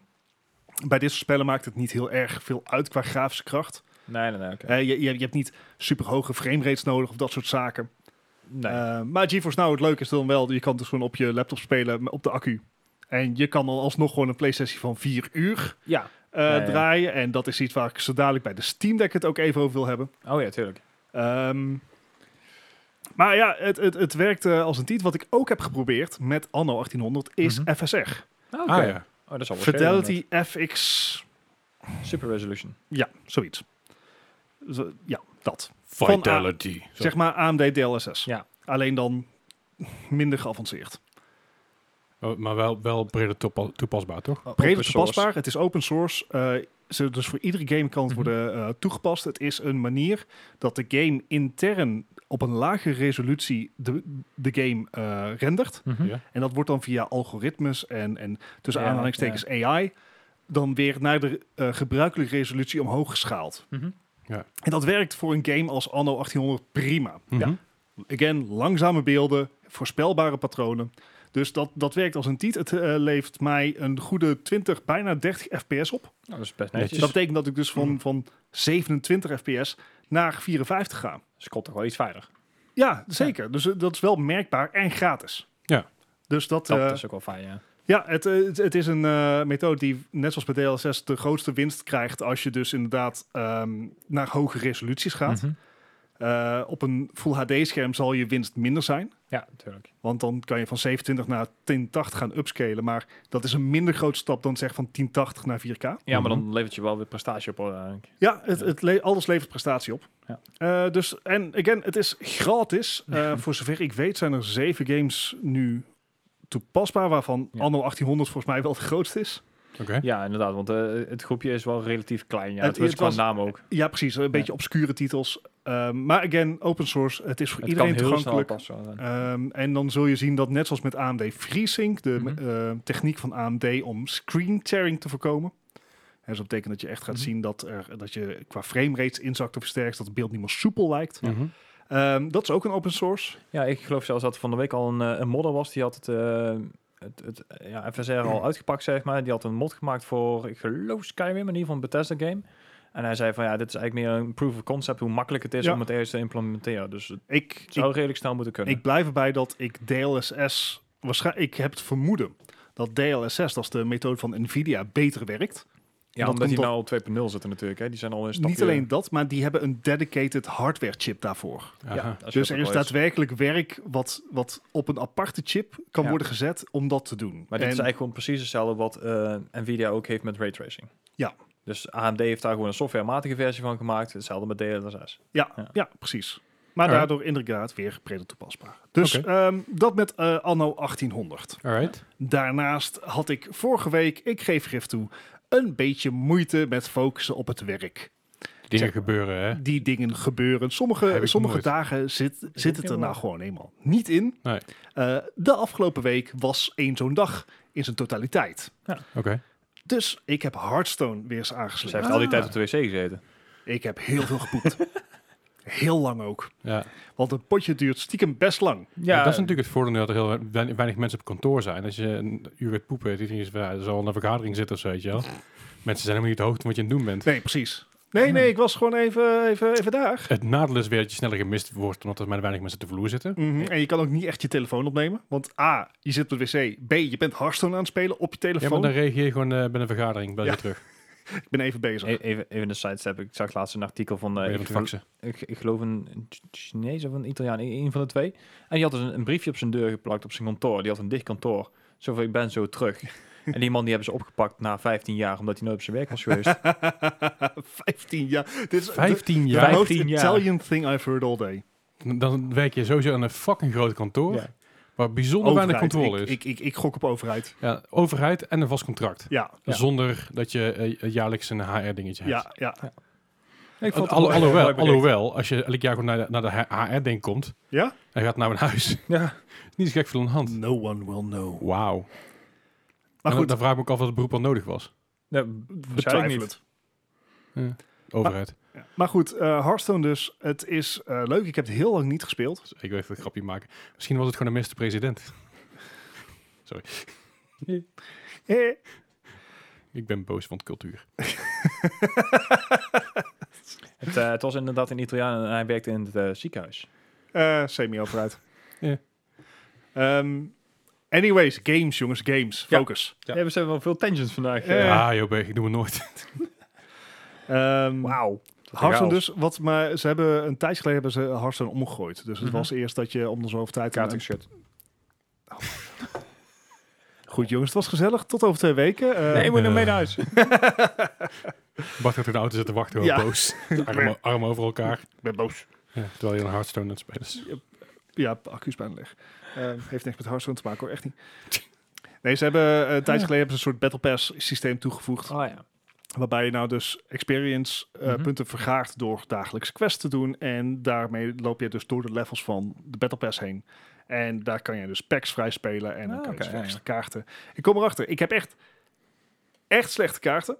Speaker 3: Bij dit soort spellen maakt het niet heel erg veel uit qua grafische kracht.
Speaker 2: Nee, nee, nee. oké.
Speaker 3: Eh, je, je, je hebt niet super hoge framerates nodig of dat soort zaken.
Speaker 2: nee.
Speaker 3: Eh, maar GeForce Now, het leuke is dan wel, je kan dus gewoon op je laptop spelen m- op de accu. En je kan dan alsnog gewoon een playsessie van vier uur
Speaker 2: ja.
Speaker 3: eh,
Speaker 2: Ja, ja.
Speaker 3: draaien. En dat is iets waar ik zo dadelijk bij de Steam Deck het ook even over wil hebben.
Speaker 2: Oh ja, tuurlijk.
Speaker 3: Ehm, maar ja, het, het, het werkt eh, als een tiet. Wat ik ook heb geprobeerd met Anno 1800 is
Speaker 2: Mhm.
Speaker 3: FSR.
Speaker 2: Oké.
Speaker 1: Ah ja.
Speaker 2: Oké. Oh, dat zal wel schelen,
Speaker 3: Fidelity FX.
Speaker 2: inderdaad. Super resolution.
Speaker 3: Ja, zoiets. Zo- ja, dat. Van A-
Speaker 1: Vitality. Zo.
Speaker 3: Zeg maar AMD DLSS.
Speaker 2: Ja.
Speaker 3: Alleen dan minder geavanceerd.
Speaker 1: Oh, maar wel, wel breder toepa- toepasbaar, toch?
Speaker 3: Breder
Speaker 2: Open source.
Speaker 3: toepasbaar. Het is open source. eh, ze, dus voor iedere game kan
Speaker 2: Mhm.
Speaker 3: het worden eh, toegepast. Het is een manier dat de game intern op een lage resolutie de, de game eh, rendert.
Speaker 2: Mhm.
Speaker 1: Ja.
Speaker 3: En dat wordt dan via algoritmes en, en tussen
Speaker 2: Ja,
Speaker 3: aanhalingstekens AI dan weer naar de eh, gebruikelijke resolutie omhoog geschaald.
Speaker 2: Mhm.
Speaker 3: En dat werkt voor een game als anno 1800 prima.
Speaker 1: Mhm.
Speaker 3: Again, langzame beelden, voorspelbare patronen. Dus dat, dat werkt als een tiet. Het eh, levert mij een goede 20, bijna 30 fps op.
Speaker 2: Nou, dat is
Speaker 1: Netjes.
Speaker 2: best netjes.
Speaker 3: Dat
Speaker 2: Dat
Speaker 3: betekent dat ik dus van, van 27 fps naar 54 ga.
Speaker 2: komt toch Dus wel iets verder.
Speaker 3: Eh, Ja, zeker. Dus eh, dat is wel merkbaar en gratis.
Speaker 1: Ja.
Speaker 3: Dus dat,
Speaker 2: Dat
Speaker 3: eh,
Speaker 2: is ook wel fijn, ja.
Speaker 3: Ja, het, eh, het, het is een eh, methode die net zoals bij DLSS de grootste winst krijgt als je dus inderdaad ehm, naar hoge resoluties gaat.
Speaker 2: Mhm.
Speaker 3: Eh, op een Full HD-scherm zal je winst minder zijn,
Speaker 2: Ja, natuurlijk.
Speaker 3: want dan kan je van 27 naar 1080 gaan upscalen, maar dat is een minder grote stap dan zeg van 1080 naar 4K.
Speaker 2: Ja, maar
Speaker 1: Mhm.
Speaker 2: dan levert je wel weer prestatie op. hoor, eigenlijk.
Speaker 3: Ja, het, het le- alles levert prestatie op.
Speaker 2: Ja.
Speaker 3: Eh, dus, en again, het is gratis. Eh, voor zover ik weet zijn er zeven games nu toepasbaar, waarvan
Speaker 2: Ja.
Speaker 3: anno 1800 volgens mij wel het grootste is.
Speaker 1: Oké.
Speaker 2: Ja, inderdaad, want eh, het groepje is wel relatief klein. Ja,
Speaker 3: Het-
Speaker 2: het, is
Speaker 3: het
Speaker 2: qua
Speaker 3: was-
Speaker 2: naam ook.
Speaker 3: Ja, precies. Een beetje obscure titels. Ehm, maar again, open source. Het is voor
Speaker 2: Het
Speaker 3: iedereen
Speaker 2: kan heel snel
Speaker 3: toegankelijk.
Speaker 2: passen. hoor.
Speaker 3: Ehm, en dan zul je zien dat net zoals met AMD FreeSync, de
Speaker 2: Mhm.
Speaker 3: eh, techniek van AMD om screen tearing te voorkomen. En dat betekent dat je echt gaat
Speaker 2: Mhm.
Speaker 3: zien dat, er, dat je qua framerates inzakt of versterkt, dat het beeld niet meer soepel lijkt.
Speaker 1: Mhm.
Speaker 3: Ehm, dat is ook een open source.
Speaker 2: Ja, ik geloof zelfs dat er van de week al een, eh, een modder was. Die had het, eh, het, het, eh, ja, FSR al uitgepakt, zeg maar. Die had een mod gemaakt voor, ik geloof Skyrim, in ieder geval een Bethesda game. En hij zei van, ja, dit is eigenlijk meer een proof of concept, hoe makkelijk het is
Speaker 3: Ja.
Speaker 2: om het eerst te implementeren. Dus het
Speaker 3: Ik,
Speaker 2: zou redelijk snel moeten
Speaker 3: ik,
Speaker 2: kunnen.
Speaker 3: ik blijf erbij dat ik DLSS, waarschijnlijk, ik heb het vermoeden dat DLSS, dat is de methode van Nvidia, beter werkt.
Speaker 2: ja,
Speaker 3: dat
Speaker 2: omdat die
Speaker 3: komt
Speaker 2: nou op 2.0 zitten natuurlijk, hè. Die zijn al een stapje...
Speaker 3: Niet alleen dat, maar die hebben een dedicated hardware chip daarvoor.
Speaker 1: Aha.
Speaker 2: Ja, dat
Speaker 3: Dus
Speaker 2: ook
Speaker 3: er is
Speaker 2: wel eens.
Speaker 3: daadwerkelijk werk wat, wat op een aparte chip kan
Speaker 2: Ja.
Speaker 3: worden gezet om dat te doen.
Speaker 2: Maar dit
Speaker 3: En-
Speaker 2: is eigenlijk gewoon precies hetzelfde wat eh, Nvidia ook heeft met raytracing.
Speaker 3: Ja.
Speaker 2: Dus AMD heeft daar gewoon een softwarematige versie van gemaakt. Hetzelfde met DLSS.
Speaker 3: ja, ja.
Speaker 2: ja.
Speaker 3: precies. Maar
Speaker 1: Alright.
Speaker 3: daardoor inderdaad weer breder toepasbaar. Dus
Speaker 1: Oké.
Speaker 3: ehm, dat met eh, anno 1800.
Speaker 1: Alright.
Speaker 3: Daarnaast had ik vorige week, ik geef gif toe, een beetje moeite met focussen op het werk.
Speaker 1: Dingen
Speaker 3: Zeg maar.
Speaker 1: gebeuren, hè?
Speaker 3: Die dingen gebeuren.
Speaker 1: Heb
Speaker 3: Sommige,
Speaker 1: ik
Speaker 3: sommige
Speaker 1: nooit.
Speaker 3: dagen zit, zit het er nou
Speaker 2: helemaal.
Speaker 3: gewoon eenmaal niet in.
Speaker 1: Nee.
Speaker 3: Eh, de afgelopen week was één zo'n dag in zijn totaliteit.
Speaker 1: Oké.
Speaker 3: Dus ik heb Hearthstone weer eens
Speaker 2: Dus
Speaker 3: aangesloten.
Speaker 2: hij heeft al die tijd op de wc gezeten.
Speaker 3: Ik heb heel veel gepoept. heel lang ook.
Speaker 1: Ja.
Speaker 3: Want een potje duurt stiekem best lang.
Speaker 1: Ja, dat is natuurlijk het voordeel dat er heel weinig, weinig mensen op kantoor zijn. Als je een uur gaat poepen, het is niet eens van, ja, er zal een vergadering zitten of zo, weet je wel. Mensen zijn helemaal niet op de hoogte van wat je aan het doen bent.
Speaker 3: Nee, precies. Nee, nee, ik was gewoon even, even, even daar.
Speaker 1: Het nadeel is weer dat je sneller gemist wordt, omdat er maar weinig mensen te vloer zitten.
Speaker 3: Mhm, En je kan ook niet echt je telefoon opnemen. Want A, je zit op de wc. B, je bent Hearthstone aan het spelen op je
Speaker 1: Ja, maar
Speaker 3: telefoon.
Speaker 1: dan reageer je gewoon eh, bij een vergadering, bel je
Speaker 3: Ja.
Speaker 1: terug.
Speaker 3: Ik ben even bezig.
Speaker 2: E- Even, even een sidestep. Ik zag laatst een artikel van... eh,
Speaker 1: Ben je aan
Speaker 2: ik,
Speaker 1: het
Speaker 2: gel-
Speaker 1: faxen.
Speaker 2: ik, ik geloof een een Ch- Chinees of een Italiaan. e- Een een van de twee. En die had dus een, een briefje op zijn deur geplakt op zijn kantoor. Die had een dicht kantoor. Zo van, ik ben zo terug. en die man die hebben ze opgepakt na 15 jaar, omdat hij nooit op zijn werk was geweest.
Speaker 3: 15 jaar. Dit is de-
Speaker 1: 15
Speaker 3: the
Speaker 1: jaar?
Speaker 3: most
Speaker 2: 15 jaar.
Speaker 3: Italian thing I've heard all day.
Speaker 1: Dan werk je sowieso aan een fucking groot kantoor,
Speaker 2: Ja.
Speaker 1: waar bijzonder weinig
Speaker 3: Overheid.
Speaker 1: controle
Speaker 3: ik,
Speaker 1: is.
Speaker 3: Ik, ik, ik gok op overheid.
Speaker 1: Ja, overheid en een vast contract.
Speaker 3: Ja,
Speaker 2: Ja.
Speaker 1: Zonder dat je eh, jaarlijks een HR-dingetje hebt.
Speaker 3: ja, ja.
Speaker 2: ik
Speaker 1: Al,
Speaker 2: vond het
Speaker 1: al-
Speaker 2: wel- wel
Speaker 1: alhoewel,
Speaker 2: leuk
Speaker 1: alhoewel, als je elk jaar gewoon naar de, naar de HR-ding komt
Speaker 3: Ja?
Speaker 1: en je gaat naar een huis,
Speaker 2: bericht. Ja.
Speaker 1: niet zo gek veel aan de hand.
Speaker 3: No one will know.
Speaker 1: Wauw.
Speaker 3: Maar
Speaker 1: En dan-
Speaker 3: goed,
Speaker 1: Dan vraag ik me ook af wat het beroep al nodig was.
Speaker 2: Nee, waarschijnlijk
Speaker 3: betwijfel
Speaker 2: niet.
Speaker 3: het.
Speaker 1: Overheid.
Speaker 3: Maar goed, eh Hearthstone dus. Het is eh, leuk. Ik heb het heel lang niet gespeeld.
Speaker 1: Dus ik wil even een grapje maken. Misschien was het gewoon een minister-president.
Speaker 3: Eh,
Speaker 1: Ik ben boos van cultuur.
Speaker 2: Het, eh, het was inderdaad een Italiaan en hij werkte in het eh, ziekenhuis.
Speaker 3: eh, Semi-overheid.
Speaker 1: Ja.
Speaker 3: Ehm, anyways, games jongens, games.
Speaker 2: Ja.
Speaker 3: Focus.
Speaker 1: Ja.
Speaker 2: we zijn wel veel tangents vandaag.
Speaker 3: Eh.
Speaker 1: Ja, ah, joh, Beeg, ik doe het nooit.
Speaker 3: Ehm
Speaker 2: Wauw.
Speaker 3: Hearthstone
Speaker 2: Chaos.
Speaker 3: dus, wat maar ze hebben een tijd geleden hebben ze Hearthstone omgegooid. Dus het
Speaker 2: Mhm.
Speaker 3: was eerst dat je om de zoveel tijd...
Speaker 2: Kaartenshirt.
Speaker 3: Goed jongens, het was gezellig. Tot over twee weken. Eh,
Speaker 2: nee, ik moet nog
Speaker 1: eh,
Speaker 2: mee naar huis.
Speaker 1: Bart gaat in de auto zitten wachten, heel
Speaker 3: Ja.
Speaker 1: boos. Armen, armen over elkaar.
Speaker 3: ik ben boos.
Speaker 1: Ja, terwijl je een Hearthstone aan het spelen is.
Speaker 3: Ja, accu is bijna leeg. Eh, heeft niks met Hearthstone te maken hoor, echt niet. Nee, ze hebben eh, een tijdje geleden hebben ze een soort Battle Pass systeem toegevoegd.
Speaker 2: Oh ja.
Speaker 3: Waarbij je nou dus experience eh,
Speaker 2: Mhm.
Speaker 3: punten vergaart door dagelijks quests te doen. En daarmee loop je dus door de levels van de Battle Pass heen. En daar kan je dus packs vrij spelen en dan
Speaker 2: Ah,
Speaker 3: kan je
Speaker 2: oké,
Speaker 3: dus
Speaker 2: ja,
Speaker 3: extra kaarten. Ik kom erachter, ik heb echt, echt slechte kaarten.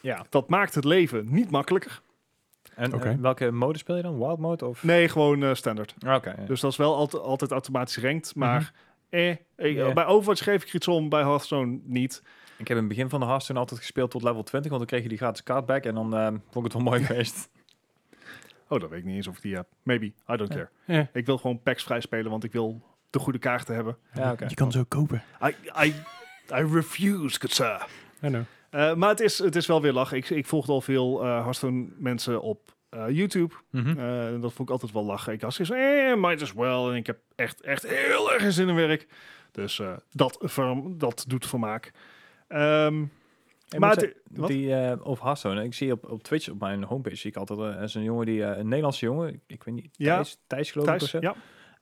Speaker 2: ja.
Speaker 3: Dat maakt het leven niet makkelijker.
Speaker 2: En eh,
Speaker 1: Oké.
Speaker 2: welke mode speel je dan? Wild mode of?
Speaker 3: Nee, gewoon eh, standaard.
Speaker 2: Ah, Oké. ja. Mhm.
Speaker 3: Dus dat is wel alt- altijd automatisch ranked, maar... Eh, ik-
Speaker 2: Ja.
Speaker 3: Bij Overwatch geef ik iets om, bij Hearthstone niet.
Speaker 2: Ik heb in het begin van de Hearthstone altijd gespeeld tot level 20, want dan kreeg je die gratis kaartback en dan eh, vond ik het wel mooi geweest.
Speaker 3: Oh, dat weet ik niet eens of ik die heb. Maybe, I don't
Speaker 2: Ja.
Speaker 3: care.
Speaker 1: Ja.
Speaker 3: Ik wil gewoon packs vrij spelen, want ik wil de goede kaarten hebben.
Speaker 2: Ja, oké.
Speaker 1: Je kan zo kopen.
Speaker 3: I, I, I refuse, good sir.
Speaker 1: I know.
Speaker 3: Eh, maar het is, het is wel weer lachen. Ik, ik volgde al veel eh Hearthstone mensen op eh, YouTube.
Speaker 2: Mhm.
Speaker 3: Eh, en dat vond ik altijd wel lachen. Ik had zoiets van, eh, might as well. En ik heb echt, echt heel erg zin in werk. Dus eh, dat, ver- dat doet vermaak. Ehm,
Speaker 2: Ik moet
Speaker 3: maar het-
Speaker 2: zeggen,
Speaker 3: wat?
Speaker 2: die, eh, over Hearthstone, ik zie op, op Twitch, op mijn homepage, zie ik altijd eh, er is een jongen, die, eh, een Nederlandse jongen, ik- ik weet niet,
Speaker 3: Ja.
Speaker 2: Thijs, Thijs geloof ik
Speaker 3: Thijs,
Speaker 2: of zo.
Speaker 3: ja,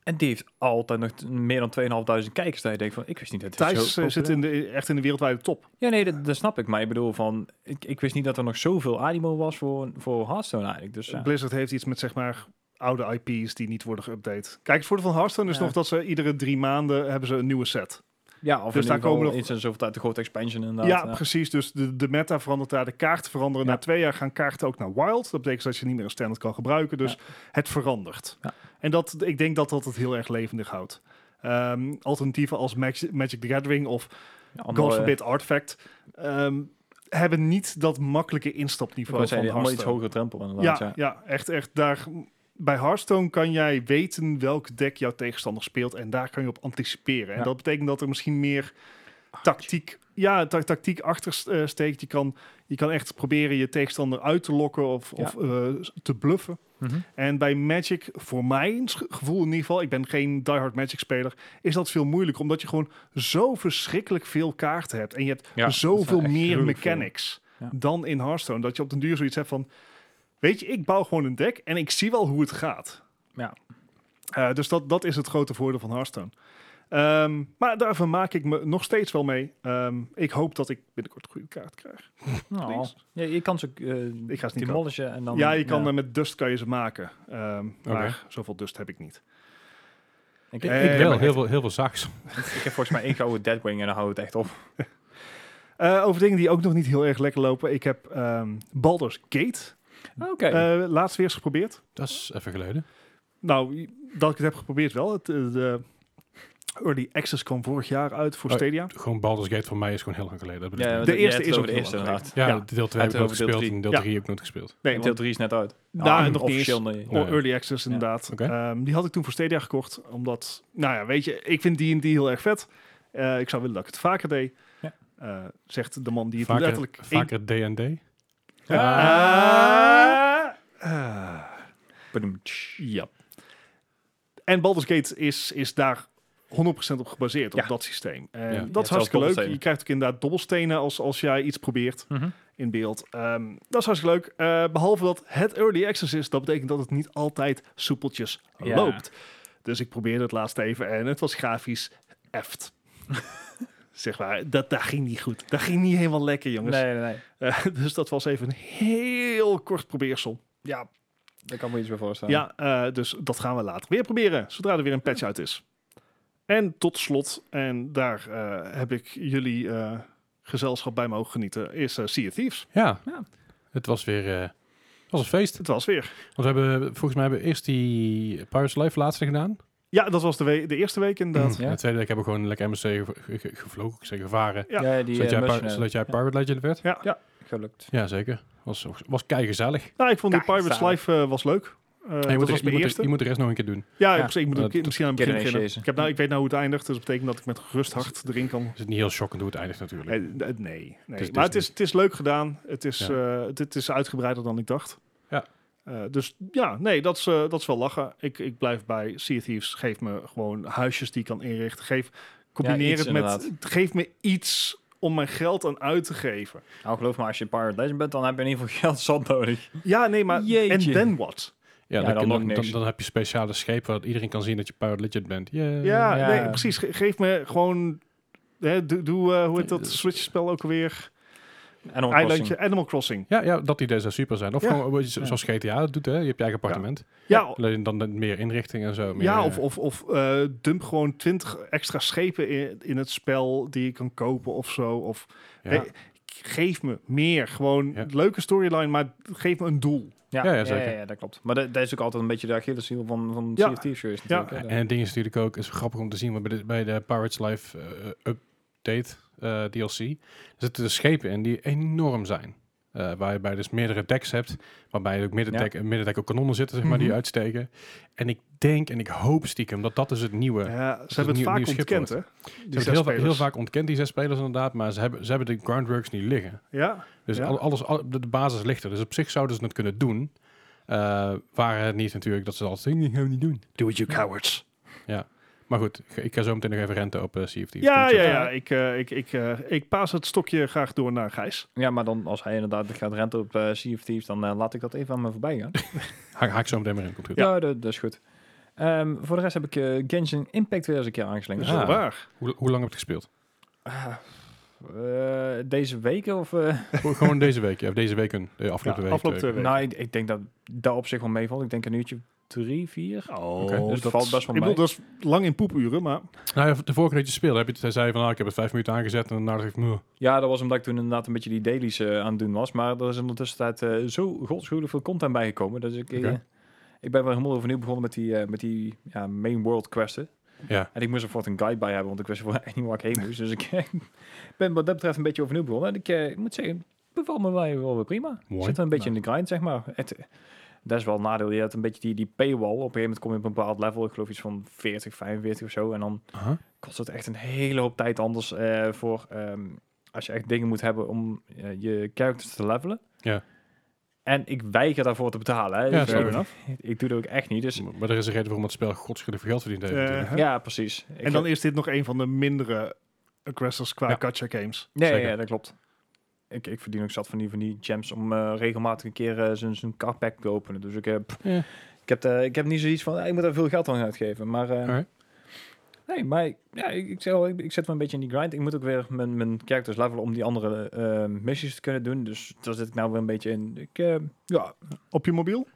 Speaker 2: En die heeft altijd nog t- meer dan 2500 kijkers. Dat je denkt van, ik wist niet dat hij zo
Speaker 3: Thijs eh,
Speaker 2: populair-
Speaker 3: zit in de, echt in de wereldwijde top.
Speaker 2: Ja, nee, dat, dat snap ik. Maar ik bedoel van, ik, ik wist niet dat er nog zoveel animo was voor, voor Hearthstone eigenlijk. Dus ja.
Speaker 3: Blizzard heeft iets met zeg maar oude IP's die niet worden geüpdate. Kijk, het voordeel van Hearthstone is
Speaker 2: Ja.
Speaker 3: nog dat ze iedere drie maanden hebben ze een nieuwe set.
Speaker 2: ja, of
Speaker 3: Dus
Speaker 2: in
Speaker 3: daar
Speaker 2: ieder geval
Speaker 3: komen nog-
Speaker 2: iets en zoveel tijd de grote expansion inderdaad. eh,
Speaker 3: Ja, precies. Dus de, de meta verandert daar, de kaarten veranderen.
Speaker 2: Ja.
Speaker 3: Na twee jaar gaan kaarten ook naar wild. Dat betekent dat je niet meer een standard kan gebruiken. Dus het verandert.
Speaker 2: Ja.
Speaker 3: En dat, ik denk dat dat het heel erg levendig houdt. Ehm, alternatieven als Mag- Magic the Gathering of
Speaker 2: Ja,
Speaker 3: God
Speaker 2: allemaal, eh,
Speaker 3: forbid Artifact ehm, hebben niet dat makkelijke
Speaker 2: Ik wou
Speaker 3: instapniveau van
Speaker 2: zeggen, allemaal iets
Speaker 3: Hearthstone.
Speaker 2: hogere drempel inderdaad.
Speaker 3: Ja,
Speaker 2: Ja,
Speaker 3: ja. echt, echt. Daar, bij Hearthstone kan jij weten welk deck jouw tegenstander speelt en daar kan je op anticiperen. En
Speaker 2: Ja.
Speaker 3: dat betekent dat er misschien meer tactiek, ja, ta- tactiek achter eh, steekt. Je kan, je kan echt proberen je tegenstander uit te lokken of,
Speaker 2: Ja.
Speaker 3: of eh, te bluffen.
Speaker 2: Mhm.
Speaker 3: En bij Magic, voor mijn sch- gevoel in ieder geval, ik ben geen diehard Magic speler, is dat veel moeilijker. Omdat je gewoon zo verschrikkelijk veel kaarten hebt. En je hebt
Speaker 2: Ja, dat
Speaker 1: Dus
Speaker 2: is wel
Speaker 3: zoveel
Speaker 2: echt
Speaker 3: meer
Speaker 2: gruwelijk veel.
Speaker 3: mechanics
Speaker 2: Ja.
Speaker 3: dan in Hearthstone. Dat je op den duur zoiets hebt van, weet je, ik bouw gewoon een deck en ik zie wel hoe het gaat.
Speaker 2: Ja.
Speaker 3: Eh, dus dat, dat is het grote voordeel van Hearthstone. Ehm, maar daarvan maak ik me nog steeds wel mee. Ehm, ik hoop dat ik binnenkort een goede kaart krijg.
Speaker 2: Nou,
Speaker 3: Links.
Speaker 2: ja, je kan ze ook eh
Speaker 3: Ik ga ze niet
Speaker 2: demolishen en dan...
Speaker 3: ja, je kan, eh, met dust kan je ze maken. Ehm,
Speaker 1: Oké.
Speaker 3: Maar zoveel dust heb ik niet.
Speaker 2: Ik,
Speaker 3: Eh,
Speaker 2: ik,
Speaker 1: Ik
Speaker 3: ja,
Speaker 1: wel,
Speaker 3: maar
Speaker 1: heel
Speaker 3: echt-
Speaker 1: veel, heel veel zaaks.
Speaker 2: ik heb volgens mij één gouden Deadwing en dan houdt het echt op.
Speaker 3: Eh, over dingen die ook nog niet heel erg lekker lopen. Ik heb ehm, Baldur's Gate
Speaker 2: Oké.
Speaker 3: eh, laatst weer eens geprobeerd.
Speaker 1: Dat is even geleden.
Speaker 3: Nou, dat ik het heb geprobeerd wel. Het, eh, de Early Access kwam vorig jaar uit voor
Speaker 1: Oh,
Speaker 3: Stadia.
Speaker 1: Gewoon Baldur's Gate voor mij is gewoon heel lang geleden. Dat bedoel ik.
Speaker 2: ja,
Speaker 1: ja,
Speaker 3: de
Speaker 2: de
Speaker 3: eerste
Speaker 2: eerste is
Speaker 3: is
Speaker 2: over de
Speaker 3: ook
Speaker 2: eerste
Speaker 3: heel erg
Speaker 2: inderdaad.
Speaker 3: ja.
Speaker 1: deel 2 heb ik
Speaker 2: Uit
Speaker 1: nooit
Speaker 2: over deel
Speaker 1: gespeeld
Speaker 2: drie.
Speaker 1: en deel
Speaker 3: Ja.
Speaker 1: 3 heb ik nooit gespeeld.
Speaker 3: Nee,
Speaker 2: deel
Speaker 3: want
Speaker 2: 3 is net uit.
Speaker 3: daar nog niet
Speaker 2: ah, officieel
Speaker 3: eens.
Speaker 2: nee.
Speaker 1: Nee.
Speaker 3: Early Access inderdaad.
Speaker 1: Oké.
Speaker 3: Ehm, die had ik toen voor Stadia gekocht. Omdat, nou ja, weet je, ik vind D&D heel erg vet. Eh, ik zou willen dat ik het vaker deed.
Speaker 2: Ja.
Speaker 3: Eh, zegt de man die het
Speaker 1: Vaker,
Speaker 3: letterlijk... één-
Speaker 1: vaker D&D.
Speaker 3: Ah. Ah.
Speaker 2: Badoem.
Speaker 3: Ja. En Baldur's Gate is, is daar 100% op gebaseerd,
Speaker 2: Ja.
Speaker 3: op dat systeem. En
Speaker 1: Ja. Je
Speaker 3: Dat
Speaker 2: hebt
Speaker 3: is
Speaker 2: zelfs
Speaker 3: hartstikke leuk.
Speaker 2: dobbelstenen.
Speaker 3: Je krijgt ook inderdaad dobbelstenen als, als jij iets probeert
Speaker 2: Mhm.
Speaker 3: in beeld. Ehm, dat is hartstikke leuk. Eh, behalve dat het early access is, dat betekent dat het niet altijd soepeltjes
Speaker 2: Ja.
Speaker 3: loopt. Dus ik probeerde het laatst even en het was grafisch eft. zeg maar, dat, dat ging niet goed. Dat ging niet helemaal lekker, jongens.
Speaker 2: Nee, nee, nee.
Speaker 3: Eh, dus dat was even een heel kort probeersel. Ja,
Speaker 2: Daar kan me iets bij voorstellen.
Speaker 3: ja, eh, dus dat gaan we later weer proberen, zodra er weer een patch uit is. En tot slot, en daar eh, heb ik jullie eh, gezelschap bij mogen genieten, is eh Sea of Thieves.
Speaker 1: Ja.
Speaker 2: Ja.
Speaker 1: Het was weer... eh, het was een feest.
Speaker 3: Het was weer.
Speaker 1: Want we hebben, volgens mij hebben we eerst die Pirates Life laatste gedaan.
Speaker 3: Ja, dat was de, we- de eerste week inderdaad.
Speaker 1: En de tweede week hebben we gewoon lekker MSC ge- ge- ge- gevlogen, ik zeg gevaren.
Speaker 3: Ja.
Speaker 2: Ja, die
Speaker 1: zodat,
Speaker 2: eh,
Speaker 1: jij, Pir-
Speaker 2: mercenary.
Speaker 1: zodat jij
Speaker 2: Ja.
Speaker 1: Pirate Legend werd.
Speaker 2: Gelukt.
Speaker 1: Ja, zeker. Was, was kei gezellig.
Speaker 3: Nou, ik vond die
Speaker 2: Kijk,
Speaker 3: Pirates
Speaker 2: samen.
Speaker 3: Live eh, was leuk. Eh,
Speaker 1: je, moet
Speaker 3: dat
Speaker 1: er,
Speaker 3: was
Speaker 1: je,
Speaker 3: mijn
Speaker 1: moet
Speaker 3: eerste.
Speaker 1: er, je moet de rest nog een keer doen.
Speaker 3: ja,
Speaker 2: Ja.
Speaker 3: precies. Ik moet
Speaker 1: Eh,
Speaker 3: ook
Speaker 1: tot-
Speaker 3: misschien aan het
Speaker 2: Kinderen
Speaker 3: begin beginnen.
Speaker 2: initiëren.
Speaker 3: Ik, heb nou, ik weet nou hoe het eindigt, dus dat betekent dat ik met gerust hart erin kan.
Speaker 1: Is het niet heel shockend hoe het eindigt natuurlijk.
Speaker 3: Eh, eh, Nee, nee.
Speaker 1: is
Speaker 3: maar het
Speaker 1: Disney.
Speaker 3: is, het is leuk gedaan. Het is,
Speaker 1: Dus- Ja.
Speaker 3: eh, het, het is uitgebreider dan ik dacht.
Speaker 1: Ja.
Speaker 3: Eh, dus ja, nee, dat is, eh, dat is wel lachen. Ik, ik blijf bij Sea of Thieves. Geef me gewoon huisjes die ik kan inrichten. Geef Combineer
Speaker 2: iets
Speaker 3: het met,
Speaker 2: inderdaad.
Speaker 3: geef me iets om mijn geld aan uit te geven.
Speaker 2: Nou, geloof me, als je Pirate Legend bent, dan heb je in ieder geval geld zat nodig.
Speaker 3: Ja, nee, maar
Speaker 2: Jeetje.
Speaker 3: en then what?
Speaker 1: Ja,
Speaker 2: Ja,
Speaker 1: dan,
Speaker 2: dan
Speaker 1: dan,
Speaker 2: nog
Speaker 1: dan,
Speaker 2: niks.
Speaker 1: dan heb je speciale schepen waar iedereen kan zien dat je Pirate Legend bent. Yeah.
Speaker 3: Ja,
Speaker 2: Ja.
Speaker 3: nee, precies. Ge- geef me gewoon, hè, doe, doe eh, hoe heet dat Switch-spel ook alweer?
Speaker 2: En een
Speaker 3: Eilandje Animal Crossing.
Speaker 1: Ja, ja, dat idee zou super zijn. Of
Speaker 3: Ja.
Speaker 1: gewoon eh, zo- zoals GTA dat doet, hè? Je hebt je eigen appartement.
Speaker 3: Ja,
Speaker 1: Alleen dan met meer inrichting en zo. Meer,
Speaker 3: ja
Speaker 1: eh,
Speaker 3: of, of, of eh, dump gewoon twintig extra schepen in, in het spel die je kan kopen of zo. Of,
Speaker 1: ja.
Speaker 3: hè, geef me meer. Gewoon
Speaker 1: Ja.
Speaker 3: leuke storyline, maar geef me een doel.
Speaker 1: Ja,
Speaker 2: Ja, ja,
Speaker 1: ja,
Speaker 2: ja,
Speaker 1: zeker.
Speaker 2: ja, dat klopt. Maar dat, dat is ook altijd een beetje de Achilleshiel van, van
Speaker 3: Ja.
Speaker 2: CFT-shows
Speaker 3: Ja.
Speaker 2: natuurlijk. hè.
Speaker 1: Eh, En het ding is natuurlijk ook, is grappig om te zien, want bij de, bij de Pirates Life eh, update eh, DLC zitten er schepen in die enorm zijn. Eh waarbij je dus meerdere decks hebt, waarbij ook middendeck, en middendek ook kanonnen zitten, zeg maar, die
Speaker 3: Mhm.
Speaker 1: uitsteken. En ik denk en ik hoop stiekem dat dat dus het nieuwe... Ze
Speaker 3: Ja,
Speaker 1: is
Speaker 3: ze hebben
Speaker 1: een
Speaker 3: het
Speaker 1: nieuw-
Speaker 3: vaak
Speaker 1: nieuw schip
Speaker 3: ontkend, hè? Die
Speaker 1: hebben het
Speaker 3: zes
Speaker 1: heel, va- heel
Speaker 3: spelers.
Speaker 1: vaak ontkend, die zes spelers inderdaad, maar ze hebben, ze hebben de groundworks niet liggen.
Speaker 3: Ja,
Speaker 1: Dus
Speaker 3: Ja.
Speaker 1: al- alles, al- de de basis ligt er. Dus op zich zouden ze het kunnen doen. Eh waren het niet natuurlijk dat ze altijd zeggen, "Nee, gaan we niet doen.
Speaker 3: do it you cowards.
Speaker 1: Maar goed, ik ga- ik ga zo meteen nog even renten op eh CFT.
Speaker 3: Ja, ja,
Speaker 2: Ja.
Speaker 3: ja. Ik, eh, ik, ik, eh, ik paas het stokje graag door naar Gijs.
Speaker 2: Ja, maar dan als hij inderdaad gaat renten op eh Sea of Thieves, dan eh, laat ik dat even aan me voorbij gaan.
Speaker 1: Haak, haak zo meteen maar in, komt goed.
Speaker 2: ja, dat, dat is goed. Ehm, voor de rest heb ik eh, Genshin Impact weer eens een keer aangeslingerd.
Speaker 1: Ja.
Speaker 3: Zo waar.
Speaker 1: Hoe, hoe lang heb je het gespeeld?
Speaker 2: Ah, eh, deze week of... eh,
Speaker 1: Gewoon- Gewoon deze week, ja, of deze week, een, eh, afgelopen
Speaker 3: Ja,
Speaker 1: week.
Speaker 3: afgelopen
Speaker 1: eh,
Speaker 3: week.
Speaker 2: nou, ik, ik denk dat dat op zich wel meevalt. Ik denk een uurtje drie, vier.
Speaker 3: Oh,
Speaker 1: Oké. Dus
Speaker 2: het valt best wel
Speaker 3: Ik bedoel,
Speaker 2: mee.
Speaker 3: dat is lang in poepuren, maar
Speaker 1: Nou, ja, de vorige keer dat je speelde, heb je, het- zei je van, ah, ik heb het vijf minuten aangezet en daarna dacht ik, "Mwah."
Speaker 2: Ja, dat was omdat ik toen inderdaad een beetje die dailies eh, aan het doen was. Maar er is in de tussentijd eh, zo godschuwelijk veel content bijgekomen. Dus ik, eh,
Speaker 1: Oké.
Speaker 2: ik ben wel helemaal overnieuw begonnen met die, eh, met die ja, main world questen.
Speaker 1: ja.
Speaker 2: En ik moest er voort een guide bij hebben, want ik wist voor echt niet waar ik heen moest. Dus ik eh, ben wat dat betreft een beetje overnieuw begonnen. En ik eh, moet zeggen, het bevalt me wel, wel weer prima.
Speaker 1: Mooi. Nou.
Speaker 2: Zit er een beetje in de grind, zeg maar. Het, eh, dat is wel een nadeel. Je hebt een beetje die, die paywall. Op een gegeven moment kom je op een bepaald level. Ik geloof iets van 40, 45 of zo. En dan
Speaker 1: Aha.
Speaker 2: kost het echt een hele hoop tijd anders eh, voor ehm, als je echt dingen moet hebben om eh, je characters te levelen.
Speaker 1: Ja.
Speaker 2: En ik weiger daarvoor te betalen. Hè.
Speaker 1: Ja,
Speaker 2: ik,
Speaker 1: fair
Speaker 2: eh, ik doe dat ook echt niet. Dus
Speaker 1: Maar- Maar er is een reden waarom het spel godschuwelijk veel geld verdient heeft.
Speaker 3: Eh,
Speaker 1: natuurlijk.
Speaker 3: hè?
Speaker 2: ja, precies. Ik
Speaker 3: En dan
Speaker 2: heb-
Speaker 3: is dit nog een van de mindere aggressors qua
Speaker 1: Ja.
Speaker 3: gacha games.
Speaker 2: nee,
Speaker 1: zeker.
Speaker 2: ja, dat klopt. Ik, ik verdien ook zat van die, van die gems om eh, regelmatig een keer eh, zijn zijn kartpack te openen. Dus ik heb,
Speaker 1: Ja.
Speaker 2: ik heb, eh, ik heb niet zoiets van, eh, ik moet daar veel geld aan uitgeven. Maar eh,
Speaker 1: Alright.
Speaker 2: Nee, maar ik- ja, ik, ik, zeg wel, ik, ik zet me een beetje in die grind. Ik moet ook weer mijn, mijn characters levelen om die andere eh, missies te kunnen doen. Dus daar zit ik nou weer een beetje in. Ik, eh, ja,
Speaker 3: Op je mobiel?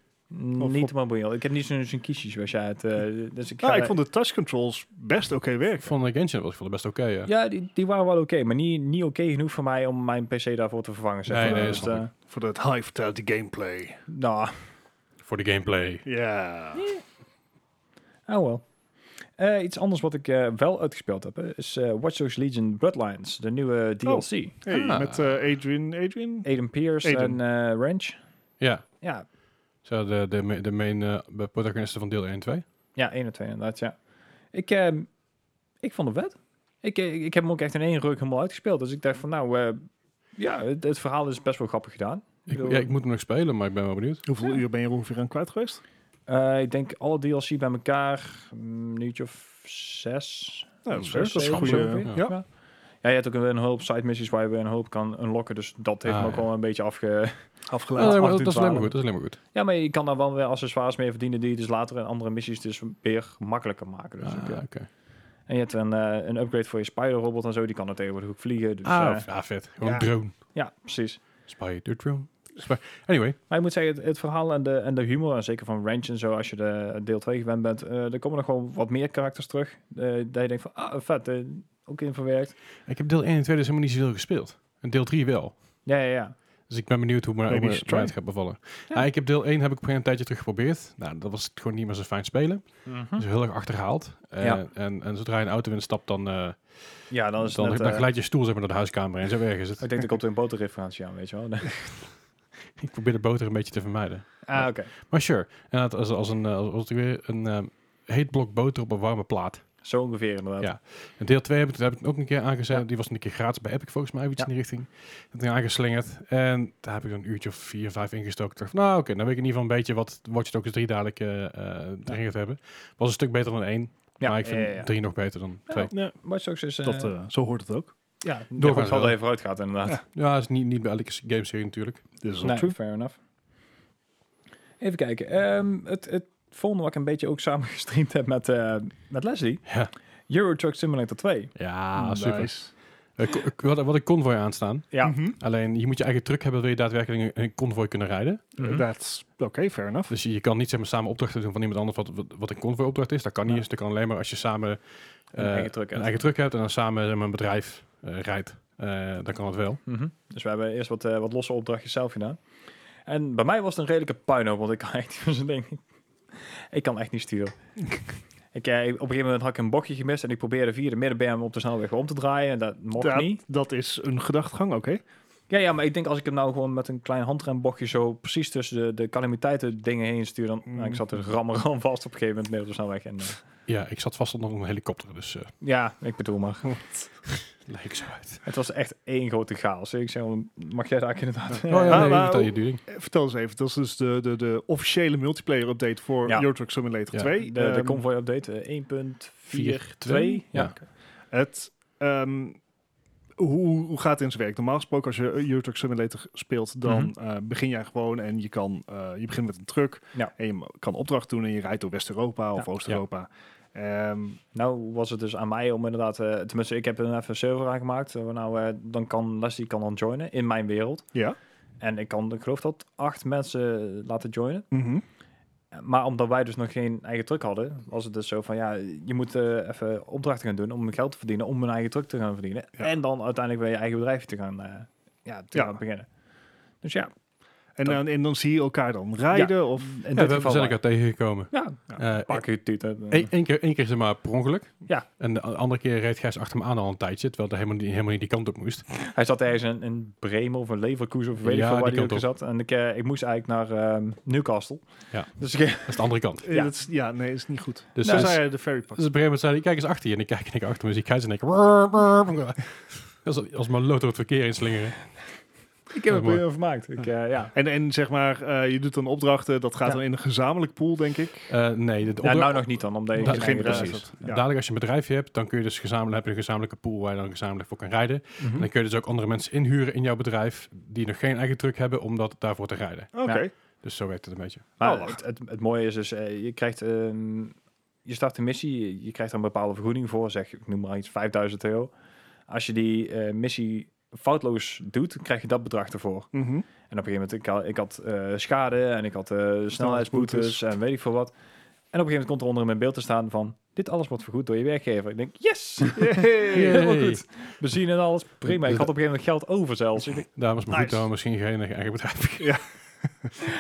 Speaker 3: Of
Speaker 2: niet
Speaker 3: op-
Speaker 2: te mobiel. Ik heb niet zo'n zo'n kiesjes zoals jij het. eh, dus ik,
Speaker 1: Nou,
Speaker 3: Ja,
Speaker 2: ga-
Speaker 3: Ah, ik vond de touch controls best oké
Speaker 1: Ik
Speaker 3: werken.
Speaker 1: vond de Genshin wel, ik vond het best oké, ja.
Speaker 2: ja, die, die waren wel oké, maar niet, niet oké genoeg voor mij om mijn PC daarvoor te vervangen. Zeg
Speaker 1: Nee,
Speaker 2: maar.
Speaker 1: nee,
Speaker 2: Dus,
Speaker 1: dat snap
Speaker 2: eh,
Speaker 3: Voor dat high fidelity gameplay.
Speaker 2: nou,
Speaker 1: Voor de gameplay.
Speaker 3: Ja.
Speaker 2: Oh wel. Eh, iets anders wat ik eh, wel uitgespeeld heb, hè, is eh, Watch Dogs Legion Bloodlines, de
Speaker 3: Oh,
Speaker 2: nieuwe DLC.
Speaker 3: Hey,
Speaker 1: Ah.
Speaker 3: Met eh, Adrian. Adrian?
Speaker 2: Aiden Pierce
Speaker 3: Aiden.
Speaker 2: en eh Ranch.
Speaker 1: Ja,
Speaker 2: Ja,
Speaker 1: zo de, de, ma- de main eh, protagonisten van deel 1 en 2.
Speaker 2: ja, 1 en 2 inderdaad, ja. Ik, ehm, ik vond het vet. Ik, eh, ik heb hem ook echt in één ruk helemaal uitgespeeld. Dus ik dacht van, nou, eh, ja, het, het verhaal is best wel grappig gedaan.
Speaker 1: Ik,
Speaker 2: bedoel-
Speaker 1: ja, ik moet hem nog spelen, maar ik ben wel benieuwd.
Speaker 3: Hoeveel uur ben je er ongeveer aan kwijt geweest?
Speaker 2: Eh, ik denk alle DLC bij elkaar, mm, een uurtje of zes,
Speaker 3: Nou, dat is best. Dat is een
Speaker 2: Zeven
Speaker 3: goede...
Speaker 2: ongeveer.
Speaker 1: ja.
Speaker 2: Ja. Ja, je hebt ook weer een hoop side missies waar je weer een hoop kan unlocken. Dus dat heeft
Speaker 1: Ah,
Speaker 2: me ook
Speaker 1: ja.
Speaker 2: wel een beetje afge...
Speaker 1: Ah,
Speaker 3: Afgeleid.
Speaker 1: nee, maar
Speaker 2: acht
Speaker 1: dat,
Speaker 2: uur
Speaker 1: is alleen maar
Speaker 2: twaalf.
Speaker 1: goed, dat is alleen maar goed.
Speaker 2: Ja, maar je kan daar wel weer accessoires mee verdienen die je dus later in andere missies dus weer makkelijker maken. Dus
Speaker 1: Ah,
Speaker 2: ook, ja.
Speaker 1: oké.
Speaker 2: En je hebt een, eh, een upgrade voor je Spider-robot en zo. Die kan er tegenwoordig ook vliegen. Dus,
Speaker 1: Ah,
Speaker 2: eh,
Speaker 1: ah, vet. Gewoon
Speaker 3: Ja.
Speaker 1: drone.
Speaker 2: ja, precies.
Speaker 1: Spider drone. Spi- anyway,
Speaker 2: Maar ik moet zeggen, het, het verhaal en de, en de humor, en zeker van Ranch en zo, als je de deel 2 gewend bent, eh er komen nog wel wat meer karakters terug. eh dat je denkt van, ah, vet, eh, ook in verwerkt.
Speaker 1: ik heb deel 1 en 2 dus helemaal niet zoveel gespeeld. En deel 3 wel.
Speaker 2: Ja, ja, ja.
Speaker 1: Dus ik ben benieuwd hoe mijn
Speaker 3: Maybe
Speaker 1: hoe
Speaker 3: you
Speaker 1: mijn
Speaker 3: should
Speaker 1: mij het
Speaker 3: try.
Speaker 1: gaat bevallen.
Speaker 2: Ja.
Speaker 1: Nou, ik heb deel 1 heb ik op een gegeven moment een tijdje terug geprobeerd. Nou, dat was gewoon niet meer zo fijn spelen.
Speaker 2: Hm.
Speaker 1: Dus heel erg achterhaald. Eh,
Speaker 2: Ja.
Speaker 1: en, en zodra je een auto instapt, dan, eh
Speaker 2: Ja, dan
Speaker 1: dan,
Speaker 2: is het net,
Speaker 1: dan
Speaker 2: eh,
Speaker 1: glijd je stoel zeg maar, naar de huiskamer en zo erg is het.
Speaker 2: ik denk dat ik op een boterreferentie aan, weet je wel.
Speaker 1: Ik probeer de boter een beetje te vermijden.
Speaker 2: ah, oké.
Speaker 1: Maar sure, en dat als, als een, eh, als, als ik weer een eh, heet blok boter op een warme plaat.
Speaker 2: Zo ongeveer inderdaad.
Speaker 1: Ja. En deel 2 heb ik, heb ik ook een keer aangezet.
Speaker 2: Ja.
Speaker 1: Die was een keer gratis bij Epic volgens mij, of iets
Speaker 2: Ja.
Speaker 1: in die richting. Dat heb ik aangeslingerd. En daar heb ik een uurtje of vier, vijf ingestoken. Ik dacht, van, nou oké, dan weet ik in ieder geval een beetje wat Watch Dogs 3 dadelijk eh eh, erin gaat hebben. Was een stuk beter dan één.
Speaker 2: Ja,
Speaker 1: maar ik vind
Speaker 2: ja, ja, ja.
Speaker 1: drie nog beter dan twee.
Speaker 2: Ja, Watch Dogs is... eh,
Speaker 3: Dat, eh, zo hoort het ook.
Speaker 2: ja,
Speaker 1: doorgaans
Speaker 2: doorgaans wel
Speaker 1: wel.
Speaker 2: even vooruit gaat inderdaad.
Speaker 1: Ja, dat is niet, niet bij elke s- gameserie natuurlijk.
Speaker 3: Dit is
Speaker 2: Nee,
Speaker 3: wel true.
Speaker 2: fair enough. Even kijken. ehm, het, het volgende wat ik een beetje ook samen gestreamd heb met, eh, met Leslie.
Speaker 1: Ja,
Speaker 2: Euro Truck Simulator 2.
Speaker 1: ja super.
Speaker 3: Nice.
Speaker 1: Eh, ko- ik- wat, wat een convoy aanstaan.
Speaker 2: Ah, Ja.
Speaker 3: Mhm.
Speaker 1: Alleen, je moet je eigen truck hebben, wil je daadwerkelijk een, een convoy kunnen rijden.
Speaker 2: Mhm.
Speaker 3: That's oké, fair enough.
Speaker 1: Dus je, je kan niet zeg maar, samen opdrachten doen van iemand anders wat, wat, wat een convoy opdracht is. Dat kan niet
Speaker 2: Ja.
Speaker 1: eens. Dat kan alleen maar als je samen
Speaker 2: Een
Speaker 1: eh,
Speaker 2: eigen truck
Speaker 1: een
Speaker 2: hebt.
Speaker 1: eigen truck hebt en dan samen zeg maar, een bedrijf eh, rijdt. Eh, dan kan het wel.
Speaker 2: Mhm. Dus we hebben eerst wat, eh, wat losse opdrachtjes zelf gedaan. En bij mij was het een redelijke puinhoop, want ik kan echt van zo'n ding. Ik kan echt niet sturen. ik, eh, op een gegeven moment had ik een bochtje gemist en ik probeerde via de middenberm op de snelweg om te draaien. En dat mocht
Speaker 3: Dat,
Speaker 2: niet.
Speaker 3: dat is een gedachtegang, oké.
Speaker 2: Ja, ja, maar ik denk als ik hem nou gewoon met een klein handrembochtje zo precies tussen de, de calamiteiten dingen heen stuur, dan nou,
Speaker 1: Mm.
Speaker 2: ik zat er rammer aan vast op een gegeven moment midden op de snelweg. En, eh,
Speaker 1: Ja, ik zat vast onder een helikopter, dus eh
Speaker 2: ja, ik bedoel maar.
Speaker 1: leek zo uit.
Speaker 2: Het was echt één grote chaos. Ik zei, mag jij daar inderdaad?
Speaker 1: Oh ja,
Speaker 3: maar-
Speaker 1: nee,
Speaker 3: maar-
Speaker 1: vertel je duiding.
Speaker 3: Eh, Vertel eens even, dat is dus de, de, de officiële multiplayer update voor
Speaker 2: Ja.
Speaker 3: Euro Truck Simulator
Speaker 1: Ja.
Speaker 3: 2.
Speaker 2: eh, De, de
Speaker 3: Ehm,
Speaker 2: convoy update eh, 1.4.
Speaker 1: 2?
Speaker 2: Ja.
Speaker 1: Ja.
Speaker 3: Het, ehm, hoe, hoe gaat het in zijn werk? Normaal gesproken, als je Euro Truck Simulator speelt, dan
Speaker 2: Mhm.
Speaker 3: eh, begin jij gewoon en je, kan, eh, je begint met een truck.
Speaker 2: Ja.
Speaker 3: En je m- kan opdracht doen en je rijdt door West-Europa of
Speaker 2: Ja.
Speaker 3: Oost-Europa. Ehm,
Speaker 2: Nou was het dus aan mij om inderdaad, eh, tenminste ik heb er even een server aangemaakt. eh, waar nou, eh, dan kan Leslie kan dan joinen in mijn wereld.
Speaker 3: ja.
Speaker 2: En ik kan, ik geloof dat, acht mensen laten joinen.
Speaker 3: Mhm.
Speaker 2: Maar omdat wij dus nog geen eigen truck hadden, was het dus zo van ja, je moet eh, even opdrachten gaan doen om geld te verdienen, om een eigen truck te gaan verdienen.
Speaker 3: Ja.
Speaker 2: En dan uiteindelijk weer je eigen bedrijfje te gaan, eh, ja, te
Speaker 3: Ja.
Speaker 2: gaan beginnen. Dus ja,
Speaker 3: En,
Speaker 2: Dat-
Speaker 3: dan, en dan zie je elkaar dan rijden of...
Speaker 2: in
Speaker 1: Ja,
Speaker 2: dit
Speaker 1: we
Speaker 2: geval.
Speaker 1: zijn elkaar tegengekomen.
Speaker 2: ja,
Speaker 1: Eh,
Speaker 2: pak je tieten.
Speaker 1: Eén één keer, één keer zeg maar per ongeluk.
Speaker 2: Ja.
Speaker 1: En de a- andere keer reed Gijs achter me aan al een tijdje, terwijl hij helemaal niet, helemaal niet die kant op moest.
Speaker 2: Hij zat ergens in, in Bremen of in Leverkusen of
Speaker 1: Ja,
Speaker 2: weet ik veel waar
Speaker 1: die
Speaker 2: hij ook
Speaker 1: kant
Speaker 2: zat. En ik, eh, ik moest eigenlijk naar ehm, Newcastle.
Speaker 1: Ja.
Speaker 2: Dus ik,
Speaker 1: Dat is de andere kant.
Speaker 3: eh,
Speaker 2: Ja.
Speaker 3: dat is- ja, nee, is niet goed.
Speaker 1: Dus,
Speaker 3: Zo
Speaker 1: dus, dus
Speaker 3: zei hij de ferry
Speaker 1: op
Speaker 3: pak.
Speaker 1: een gegeven moment zei hij, kijk eens achter je. En ik kijk en ik achter me, zie ik Gijs en ik... Als, als mijn lood door het verkeer inslingeren.
Speaker 2: ik
Speaker 1: heb
Speaker 2: heb
Speaker 1: het
Speaker 2: het
Speaker 1: mooi.
Speaker 2: prima vermaakt. Ik, eh, ja.
Speaker 3: En, en zeg maar, eh, je doet dan opdrachten, dat gaat
Speaker 2: Ja.
Speaker 3: dan in een gezamenlijk pool, denk ik.
Speaker 1: Eh, nee, de
Speaker 2: ja,
Speaker 1: opdracht-
Speaker 2: nou nog niet dan, omdat je
Speaker 1: Dat
Speaker 2: geen
Speaker 1: ging
Speaker 2: eigen
Speaker 1: precies.
Speaker 2: bedrijf had.
Speaker 3: Ja.
Speaker 1: Dadelijk als je een bedrijfje hebt, dan kun je dus gezamenlijk, heb je een gezamenlijke pool waar je dan gezamenlijk voor kan rijden.
Speaker 2: Mhm.
Speaker 1: En dan kun je dus ook andere mensen inhuren in jouw bedrijf die nog geen eigen truck hebben om dat daarvoor te rijden.
Speaker 3: Oké.
Speaker 2: Ja.
Speaker 1: Dus zo werkt het een beetje.
Speaker 2: Maar
Speaker 3: Oh,
Speaker 2: het, het, het mooie is dus, eh, je krijgt, ehm, je start een missie, je- je krijgt er een bepaalde vergoeding voor, zeg ik noem maar iets, 5000 euro. Als je die eh, missie foutloos doet, krijg je dat bedrag ervoor.
Speaker 3: Mhm.
Speaker 2: En op een gegeven moment, ik had, ik had eh, schade en ik had eh, snelheidsboetes en weet ik veel wat. En op een gegeven moment komt er onder in mijn beeld te staan van, dit alles wordt vergoed door je werkgever. Ik denk, yes,
Speaker 3: Yay.
Speaker 2: helemaal goed. Benzine en alles, prima. Ik had op een gegeven moment geld over zelfs. Ik denk,
Speaker 1: Daarom is mijn
Speaker 3: Nice.
Speaker 1: goed dan misschien geen eigen bedrijf.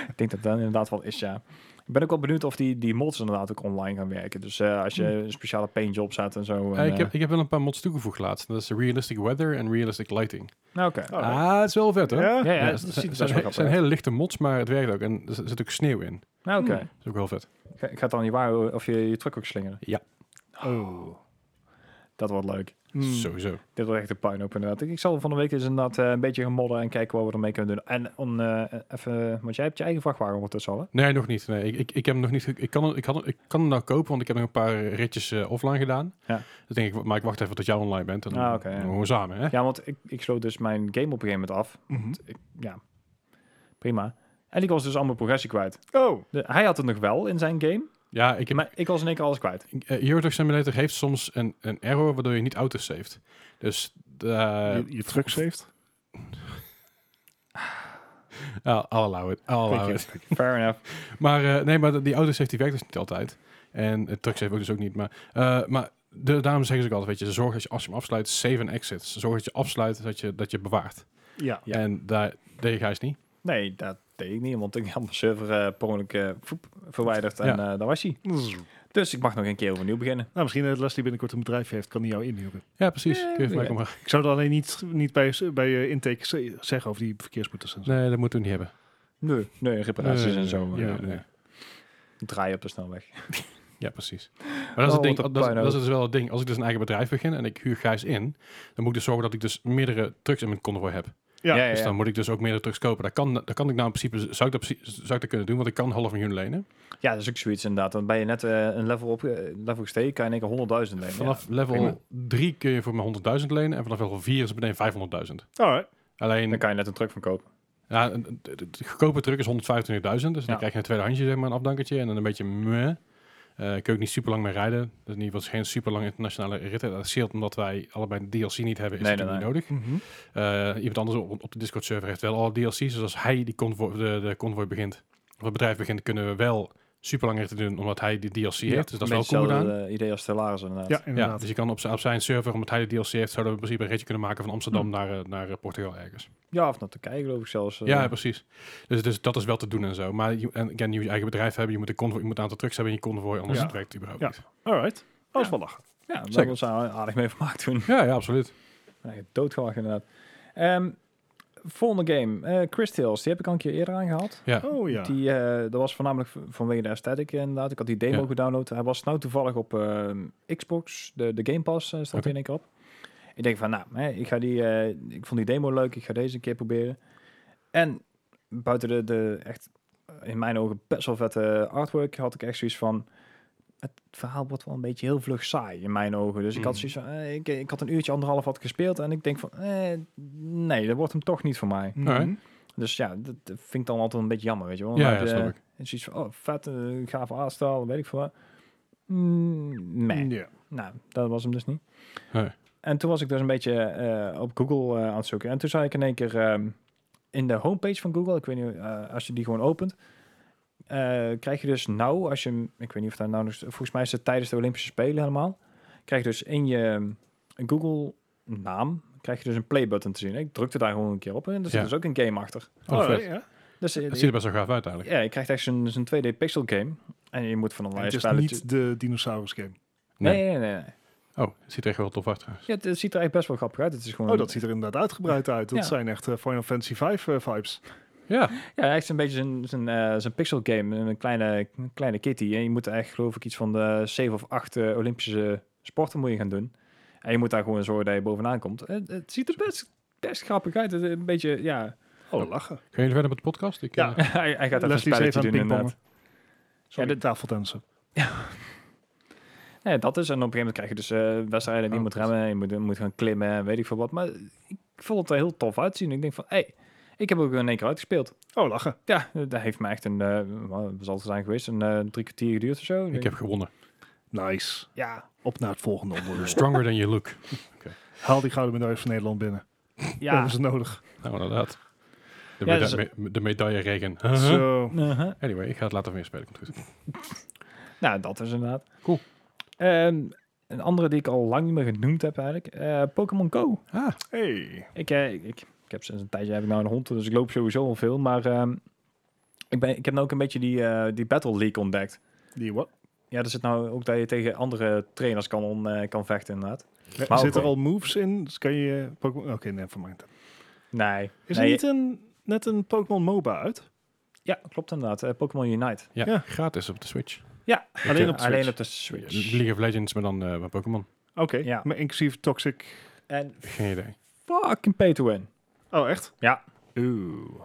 Speaker 2: Ik denk dat dat inderdaad wel is, ja. Ik ben ook wel benieuwd of die, die mods inderdaad ook online gaan werken. Dus eh, als je een speciale paintjob zet en zo. En,
Speaker 1: Eh, ik,
Speaker 2: eh,
Speaker 1: heb, ik heb wel een paar mods toegevoegd laatst. Dat is realistic weather en realistic lighting.
Speaker 2: nou, oké.
Speaker 3: Oh,
Speaker 1: Ah, het is wel vet hoor.
Speaker 3: Ja?
Speaker 2: Ja, ja,
Speaker 1: Ja, het
Speaker 2: dat ziet
Speaker 1: zijn,
Speaker 2: er best
Speaker 1: zijn,
Speaker 2: wel grappig
Speaker 1: zijn
Speaker 2: uit.
Speaker 1: hele lichte mods, maar het werkt ook. En er zit ook sneeuw in. Dat
Speaker 2: Nou, oké.
Speaker 3: Hmm.
Speaker 1: is ook wel vet.
Speaker 2: Ga- Gaat dan je waar of je je truck ook slingeren.
Speaker 3: Oh.
Speaker 2: Dat wordt leuk.
Speaker 1: Mhm.
Speaker 3: Mm.
Speaker 1: Sowieso.
Speaker 2: Dit wordt echt een puinhoop inderdaad. Ik, ik zal van de week eens inderdaad eh, een beetje gaan modden en kijken wat we ermee kunnen doen. En om, eh, even, want jij hebt je eigen vrachtwagen ondertussen al, hè?
Speaker 1: Nee, nog niet. Nee, ik, ik, ik heb hem nog niet. ge- Ik kan, hem- ik, had, hem- ik kan hem nou kopen, want ik heb nog een paar ritjes eh, offline gedaan.
Speaker 2: Ja.
Speaker 1: Dus denk ik, maar ik wacht even tot jij online bent. En dan
Speaker 2: Ah, oké, ja.
Speaker 1: doen we gewoon samen. Hè?
Speaker 2: Ja, want ik, ik sloot dus mijn game op een gegeven moment af.
Speaker 3: Mhm.
Speaker 2: Ik, ja, prima. En ik was dus allemaal progressie kwijt.
Speaker 3: Oh.
Speaker 2: De- hij had het nog wel in zijn game,
Speaker 1: Ja, ik heb,
Speaker 2: maar ik was in één keer alles kwijt.
Speaker 1: eh, Euro Truck Simulator heeft soms een, een error waardoor je niet autosaved. Dus eh
Speaker 3: je, je truck saved?
Speaker 1: I'll, I'll allow it. I'll allow
Speaker 3: Thank you.
Speaker 1: it.
Speaker 2: Fair enough.
Speaker 1: Maar eh, nee, maar die autosave die werkt dus niet altijd. En het truck ook dus ook niet. Maar, eh, maar de, daarom zeggen ze ook altijd, weet je, zorg dat je als je hem afsluit, save en exit. Zorg dat je afsluit, dat je, dat je bewaart.
Speaker 3: Ja.
Speaker 2: Ja.
Speaker 1: En daar deed Gijs niet.
Speaker 2: Nee, dat deed ik niet, want ik had mijn server eh per ongeluk eh, voep, verwijderd en
Speaker 1: Ja.
Speaker 2: eh, daar was hij. Dus ik mag nog een keer overnieuw beginnen.
Speaker 3: Nou, misschien dat Leslie binnenkort een bedrijfje heeft, kan die jou inhuren.
Speaker 1: Ja, precies.
Speaker 2: Nee,
Speaker 1: Kun je even
Speaker 2: nee.
Speaker 1: maken, maar-
Speaker 3: Ik zou dat alleen niet, niet bij, je- bij je intake ze- zeggen over die verkeersboetes en zo.
Speaker 1: Nee, dat moeten we niet hebben.
Speaker 2: Nee, nee reparaties
Speaker 1: Nee,
Speaker 2: en zo.
Speaker 1: nee,
Speaker 2: eh,
Speaker 1: nee,
Speaker 2: nee.
Speaker 1: nee.
Speaker 2: Draai op de snelweg.
Speaker 1: Ja, precies. Maar dat is, het
Speaker 2: Oh,
Speaker 1: ding, dat,
Speaker 2: wat een
Speaker 1: is-
Speaker 2: puinhoop.
Speaker 1: dat is dus wel het ding. Als ik dus een eigen bedrijf begin en ik huur Gijs in, dan moet ik dus zorgen dat ik dus meerdere trucks in mijn convoy heb.
Speaker 3: Ja.
Speaker 2: ja, ja.
Speaker 1: Dus dan moet ik dus ook meerdere drugs kopen. Dat kan, dat kan ik nou in principe, zou ik, dat, precies- zou ik dat kunnen doen, want ik kan half miljoen lenen.
Speaker 2: Ja, dat is ook zoiets inderdaad. Dan ben je net eh, een level op eh, level gestegen, kan je in één keer 100.000 lenen.
Speaker 1: Vanaf
Speaker 2: prima.
Speaker 1: level 3 kun je voor maar 100.000 lenen en vanaf level 4 is het meteen 500.000.
Speaker 3: Alright.
Speaker 2: Ja,
Speaker 1: Alleen,
Speaker 2: Dan kan je net een truck van kopen.
Speaker 1: ja, een- een- de, de goedkope truck is 125.000, dus
Speaker 2: Ja.
Speaker 1: dan krijg je een tweedehandje, zeg maar, een afdankertje en dan een beetje meh. Eh, kun je ook niet super lang mee rijden. Dat is in ieder geval geen super lange internationale ritten. Dat scheelt omdat wij allebei de DLC niet hebben, is
Speaker 2: Nee,
Speaker 1: het
Speaker 2: nee,
Speaker 1: natuurlijk
Speaker 2: nee.
Speaker 1: niet nodig.
Speaker 3: Mhm.
Speaker 1: Eh, iemand anders op, op de Discord server heeft wel alle DLC's. Dus als hij die convoy, de, de convoy begint, of het bedrijf begint, kunnen we wel super lang te doen, omdat hij die DLC heeft. Dus dat is wel cool gedaan.
Speaker 2: hetzelfde eh, idee als Stellaris inderdaad.
Speaker 3: Ja,
Speaker 1: Ja,
Speaker 3: inderdaad.
Speaker 1: dus je kan op, z- op zijn server, omdat hij de DLC heeft, zouden we in principe een ritje kunnen maken van Amsterdam
Speaker 2: Hm.
Speaker 1: naar, eh, naar eh, Portugal ergens.
Speaker 2: Ja, of naar Turkije geloof ik zelfs. eh.
Speaker 1: Ja, precies. Dus, dus dat is wel te doen en zo. Maar je, en, again, je moet je eigen bedrijf hebben, je moet een, convoy, je moet een aantal trucks hebben in je convoy, anders
Speaker 3: Ja.
Speaker 1: het werkt het überhaupt
Speaker 3: Ja.
Speaker 1: niet.
Speaker 3: Alright. Dat is
Speaker 2: Ja.
Speaker 3: wel lachen.
Speaker 2: ja daar
Speaker 1: Zeker.
Speaker 2: was aardig mee vermaakt toen.
Speaker 1: Ja, ja, absoluut.
Speaker 2: Nee, doodgelachen inderdaad. Ehm, volgende game, eh Chris Tales. Die heb ik al een keer eerder aangehaald.
Speaker 1: Ja.
Speaker 3: Oh ja.
Speaker 2: Die, eh, dat was voornamelijk v- vanwege de aesthetic inderdaad. Ik had die demo
Speaker 1: Ja.
Speaker 2: gedownload. Hij was nou toevallig op ehm, Xbox, de, de Game Pass eh, stond
Speaker 1: Oké.
Speaker 2: hij in één keer op. Ik denk van, nou, hè, ik, ga die, eh, ik vond die demo leuk. Ik ga deze een keer proberen. En buiten de, de echt, eh, in mijn ogen, best wel vette artwork had ik echt zoiets van... Het verhaal wordt wel een beetje heel vlug saai in mijn ogen. Dus ik had
Speaker 1: Mm.
Speaker 2: zoiets van, eh, ik, ik had een uurtje, anderhalf had gespeeld. En ik denk van, eh, nee, dat wordt hem toch niet voor mij.
Speaker 3: Mhm.
Speaker 1: Alright.
Speaker 2: Dus ja, dat dat vind ik dan altijd een beetje jammer, weet je wel.
Speaker 1: Ja,
Speaker 2: Dan
Speaker 1: ja,
Speaker 2: heb je,
Speaker 1: snap ik.
Speaker 2: en zoiets van, oh, vet, eh, gave aanstel, weet ik veel wat. Mm, nee.
Speaker 3: Ja.
Speaker 2: Nou, dat was hem dus niet.
Speaker 1: Nee.
Speaker 2: En toen was ik dus een beetje eh, op Google eh, aan het zoeken. En toen zag ik in één keer ehm, in de homepage van Google, ik weet niet, eh, als je die gewoon opent, eh, krijg je dus nou, als je, hem- ik weet niet of dat nou, nog- volgens mij is het tijdens de Olympische Spelen helemaal, krijg je dus in je eh, Google naam, krijg je dus een playbutton te zien. Ik drukte daar gewoon een keer op en er zit
Speaker 1: Ja.
Speaker 2: dus ook een game achter.
Speaker 1: Oh,
Speaker 3: Alright,
Speaker 1: vet.
Speaker 3: ja.
Speaker 2: Dus eh,
Speaker 1: Dat ziet er best wel gaaf uit eigenlijk.
Speaker 2: ja, je krijgt echt zo'n zo'n 2D pixel game. En je moet van een
Speaker 3: Het
Speaker 2: lijst
Speaker 3: is
Speaker 2: spelletje...
Speaker 3: dus niet de dinosaurus game.
Speaker 2: Nee, nee, nee. nee.
Speaker 1: Oh, het ziet er echt wel tof uit trouwens.
Speaker 2: Ja, het, het ziet er echt best wel grappig uit. Het is gewoon...
Speaker 3: Oh, dat ziet er inderdaad uitgebreid uit. Dat
Speaker 2: Ja.
Speaker 3: zijn echt eh, Final Fantasy V eh, vibes.
Speaker 1: Ja,
Speaker 2: Ja, echt een beetje zo'n zo'n eh, zo'n pixel game. Een kleine, een kleine kitty. En je moet echt geloof ik iets van de 7 of 8 eh, Olympische sporten moet je gaan doen. En je moet daar gewoon zorgen dat je bovenaan komt. Het, het ziet er best, best grappig uit. Het, is een beetje, ja...
Speaker 3: Oh, lachen.
Speaker 1: gaan jullie verder met de podcast? Ik,
Speaker 3: Ja.
Speaker 1: eh,
Speaker 2: hij, hij gaat even een
Speaker 3: Leslie is
Speaker 2: spelletje
Speaker 3: even aan
Speaker 2: doen
Speaker 3: het pingpongen.
Speaker 2: inderdaad.
Speaker 3: Sorry,
Speaker 2: Ja,
Speaker 3: de tafeltensen.
Speaker 2: Nee, dat is. En op een gegeven moment krijg je dus eh, wedstrijden die je
Speaker 3: Oh,
Speaker 2: moet
Speaker 3: dat is-
Speaker 2: remmen, je moet, je moet gaan klimmen en weet ik veel wat. Maar ik vond het er heel tof uitzien. Ik denk van, hé, hey, ik heb ook in één keer uitgespeeld.
Speaker 3: Oh, lachen.
Speaker 2: Ja, dat heeft me echt een, eh wat zal het zijn geweest, een eh, drie kwartier geduurd of zo.
Speaker 1: ik heb gewonnen.
Speaker 3: Nice.
Speaker 2: Ja,
Speaker 3: Op naar het volgende onderwerp.
Speaker 1: Stronger than you look.
Speaker 3: Haal die gouden medaille van Nederland binnen. Ja.
Speaker 2: ja.
Speaker 3: Hebben ze nodig.
Speaker 1: Nou, inderdaad. De,
Speaker 2: Ja,
Speaker 1: meda-
Speaker 2: dus-
Speaker 1: me- de medaille regen.
Speaker 3: Zo.
Speaker 2: Uh-huh.
Speaker 1: Anyway, ik ga het later weer spelen. Komt goed.
Speaker 2: Nou, dat is inderdaad.
Speaker 1: Cool.
Speaker 2: Ehm, een andere die ik al lang niet meer genoemd heb eigenlijk, eh, Pokémon Go.
Speaker 1: Ah,
Speaker 3: Hey.
Speaker 2: Ik, eh, ik, ik, ik heb sinds een tijdje heb ik nou een hond, dus ik loop sowieso al veel. Maar ehm, ik, ben, ik heb nou ook een beetje die, eh, die Battle League ontdekt.
Speaker 3: Die wat?
Speaker 2: Ja, er zit nou ook dat je tegen andere trainers kan, on- eh, kan vechten inderdaad.
Speaker 3: Zitten
Speaker 2: Maar
Speaker 3: Zit er
Speaker 2: oké.
Speaker 3: al moves in? Dus kan je eh, Pokémon... Oké, nevermind.
Speaker 2: Nee.
Speaker 3: Is
Speaker 2: nee,
Speaker 3: er niet een, net een Pokémon MOBA uit?
Speaker 2: Ja, klopt inderdaad. Eh, Pokémon Unite.
Speaker 1: ja,
Speaker 3: Ja.
Speaker 1: gratis op de Switch.
Speaker 2: Ja,
Speaker 3: Alleen op de
Speaker 2: alleen
Speaker 3: Switch.
Speaker 2: op de Switch.
Speaker 1: League of Legends, maar dan eh, bij Pokémon.
Speaker 3: Oké,
Speaker 2: Ja.
Speaker 3: maar inclusief Toxic.
Speaker 2: En
Speaker 1: Geen idee.
Speaker 2: fucking pay to win.
Speaker 3: Oh, echt?
Speaker 2: Ja.
Speaker 3: Oeh.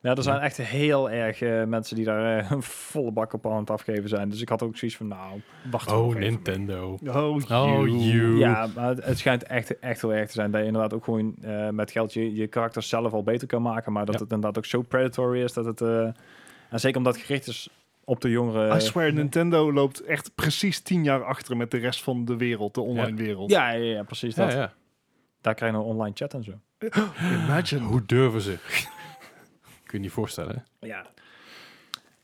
Speaker 2: Ja, er zijn echt heel erg eh, mensen die daar eh, een volle bak op aan het afgeven zijn. Dus ik had ook zoiets van, nou...
Speaker 3: Wacht nog
Speaker 1: Oh,
Speaker 3: even.
Speaker 1: Nintendo.
Speaker 3: Oh,
Speaker 1: Oh,
Speaker 3: you.
Speaker 1: you. Oeh.
Speaker 2: Ja, maar het, het schijnt echt, echt heel erg te zijn dat je inderdaad ook gewoon eh, met geld je, je karakter zelf al beter kan maken. Maar dat
Speaker 1: Ja.
Speaker 2: het inderdaad ook zo predatory is dat het... eh, en zeker omdat het gericht is op de jongeren...
Speaker 3: I swear, Nintendo loopt echt precies tien jaar achter met de rest van de wereld, de online wereld.
Speaker 2: Ja, ja, ja, precies dat.
Speaker 1: Ja, ja.
Speaker 2: Daar krijg je een online chat en zo.
Speaker 3: Imagine.
Speaker 1: Hoe durven ze? Kun je niet voorstellen. hè?
Speaker 2: Ja.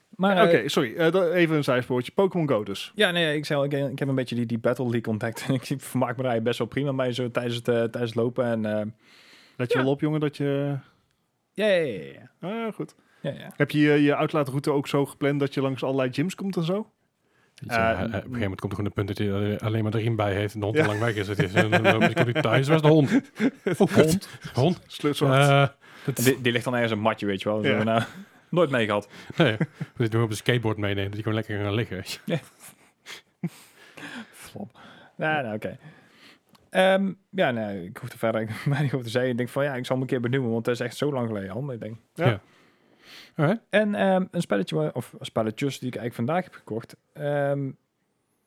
Speaker 2: Maar,
Speaker 3: Oké,
Speaker 2: eh,
Speaker 3: sorry. eh, da- even een zijspoortje. Pokémon Go dus.
Speaker 2: ja, nee, ik, zei, al, ik, ik heb een beetje die, die Battle League ontdekt. En ik vermaak me daar eigenlijk best wel prima mee zo tijdens het, eh, tijdens het lopen. En, eh,
Speaker 3: Let je wel op, jongen, dat je...
Speaker 2: ja, ja, ja, ja,
Speaker 3: Ah, goed.
Speaker 2: ja, ja.
Speaker 3: Heb je je, je uitlaatroute ook zo gepland dat je langs allerlei gyms komt en zo?
Speaker 1: Weet je, eh, eh, op een gegeven moment komt er gewoon een punt dat hij alleen maar de riem bij heeft en de hond al lang weg is. Het is en dan komt hij thuis, waar is de hond? hond? Hond?
Speaker 3: Slutswart.
Speaker 1: Eh,
Speaker 2: En Die, die ligt dan ergens een matje, weet je wel. Dat
Speaker 3: Ja.
Speaker 2: hebben we nou nooit mee gehad.
Speaker 1: nee, moet ik gewoon op een skateboard meenemen, dat hij gewoon lekker kan gaan liggen.
Speaker 2: Flop. Nou, nou, oké. Ehm, ja, nee, ik hoef er verder eigenlijk mij niet over te zeggen. Ik denk van ja, ik zal hem een keer benoemen, want dat is echt zo lang geleden al. Ik denk.
Speaker 3: Ja.
Speaker 1: Ja. Alright.
Speaker 2: En ehm, een spelletje, wa- of spelletjes die ik eigenlijk vandaag heb gekocht. Ehm,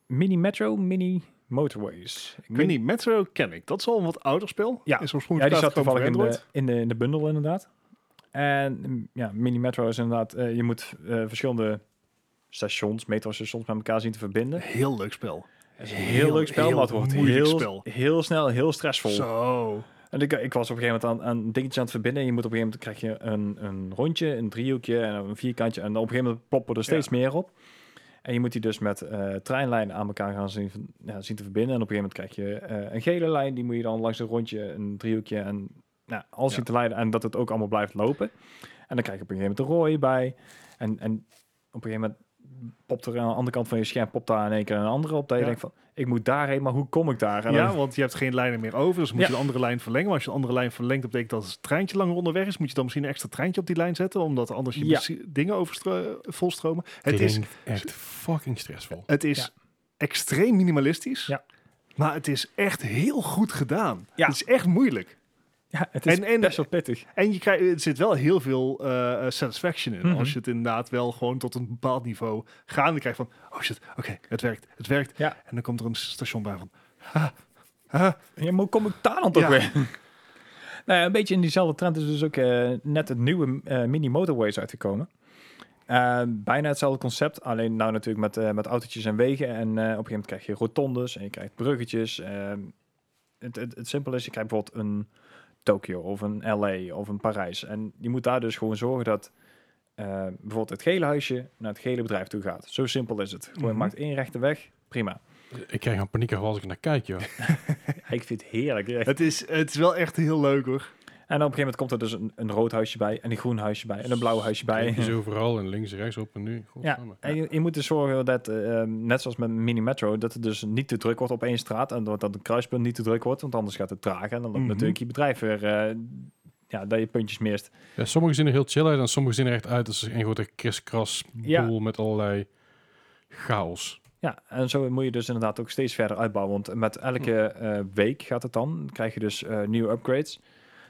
Speaker 2: mini Metro, Mini Motorways. Ik weet-
Speaker 3: Mini Metro ken ik. Dat is al een wat ouder spel.
Speaker 2: Ja.
Speaker 3: Is oorspronkelijk
Speaker 2: Ja, die zat
Speaker 3: uitgekomen
Speaker 2: toevallig in
Speaker 3: voor
Speaker 2: de, in, de, in de bundel inderdaad. En mm, ja, Mini Metro is inderdaad, eh, je moet eh, verschillende stations, metrostations met elkaar zien te verbinden.
Speaker 3: Android. Heel leuk spel.
Speaker 2: Het is een heel, leuk spel, maar het wordt
Speaker 3: moeilijk
Speaker 2: heel,
Speaker 3: spel.
Speaker 2: heel snel heel stressvol.
Speaker 3: Zo.
Speaker 2: En ik, ik was op een gegeven moment aan, aan dingetjes aan het verbinden. En je moet op een gegeven moment krijg je een, een rondje, een driehoekje en een vierkantje. En op een gegeven moment ploppen er steeds meer op. En je moet die dus met eh, treinlijnen aan elkaar gaan zien, van- ja, zien te verbinden. En op een gegeven moment krijg je eh, een gele lijn. Die moet je dan langs een rondje, een driehoekje en nou, alles
Speaker 3: Ja.
Speaker 2: zien te leiden. En dat het ook allemaal blijft lopen. En dan krijg je op een gegeven moment een rode bij. En, en op een gegeven moment popt er aan de andere kant van je scherm popt daar in één keer een andere op. Dat je
Speaker 3: Ja.
Speaker 2: denkt van, ik moet daarheen, maar hoe kom ik daar? En dan-
Speaker 3: Ja, want je hebt geen lijnen meer over, dus moet
Speaker 2: Ja.
Speaker 3: je de andere lijn verlengen. Maar als je de andere lijn verlengt, dat betekent dat het treintje langer onderweg is. Moet je dan misschien een extra treintje op die lijn zetten, omdat anders je
Speaker 2: Ja.
Speaker 3: besi- dingen overstro- volstromen. Het is,
Speaker 1: Klinkt echt fucking stressvol.
Speaker 3: het is
Speaker 2: Ja.
Speaker 3: extreem minimalistisch,
Speaker 2: Ja.
Speaker 3: maar het is echt heel goed gedaan.
Speaker 2: Ja.
Speaker 3: Het is echt moeilijk.
Speaker 2: ja, het is
Speaker 3: En- en-
Speaker 2: best wel pittig.
Speaker 3: En je krijgt, er zit wel heel veel eh, satisfaction in.
Speaker 2: Mhm.
Speaker 3: Als je het inderdaad wel gewoon tot een bepaald niveau gaande krijgt van... Oh shit, oké, het werkt, het werkt.
Speaker 2: Ja.
Speaker 3: En dan komt er een station bij van... ha, ha,
Speaker 2: Ja, maar hoe kom ik daar dan toch
Speaker 3: Ja.
Speaker 2: weer? nou ja, een beetje in diezelfde trend is dus ook eh, net het nieuwe eh, Mini Motorways uitgekomen. Eh, bijna hetzelfde concept, alleen nou natuurlijk met, eh, met autootjes en wegen. En eh, op een gegeven moment krijg je rotondes en je krijgt bruggetjes. eh, het, het, het simpele is, je krijgt bijvoorbeeld een Tokio of een LA of een Parijs. En je moet daar dus gewoon zorgen dat eh, bijvoorbeeld het gele huisje naar het gele bedrijf toe gaat. Zo simpel is het. Gewoon,
Speaker 3: Mhm.
Speaker 2: Je maakt één rechte weg, prima.
Speaker 1: Ik krijg een paniek als ik naar kijk, joh.
Speaker 2: Ik vind het heerlijk. echt.
Speaker 3: Het is, het is wel echt heel leuk hoor.
Speaker 2: En op een gegeven moment komt er dus een, een rood huisje bij, en een groen huisje bij, en een blauw huisje bij.
Speaker 1: Kijk eens overal en links, rechts, op en nu.
Speaker 2: Ja,
Speaker 1: Godsamme.
Speaker 2: en je, je moet dus zorgen dat, eh, ehm, net zoals met Mini Metro, dat het dus niet te druk wordt op één straat. En dat dat het kruispunt niet te druk wordt, want anders gaat het trager. En dan loopt
Speaker 3: Mhm.
Speaker 2: natuurlijk je bedrijf weer, eh, ja, dat je puntjes mist.
Speaker 1: Ja, sommige zien er heel chill uit en sommige zien er echt uit als een grote kriskras
Speaker 2: Ja.
Speaker 1: boel met allerlei chaos.
Speaker 2: Ja, en zo moet je dus inderdaad ook steeds verder uitbouwen. Want met elke eh, week gaat het dan, krijg je dus eh, nieuwe upgrades.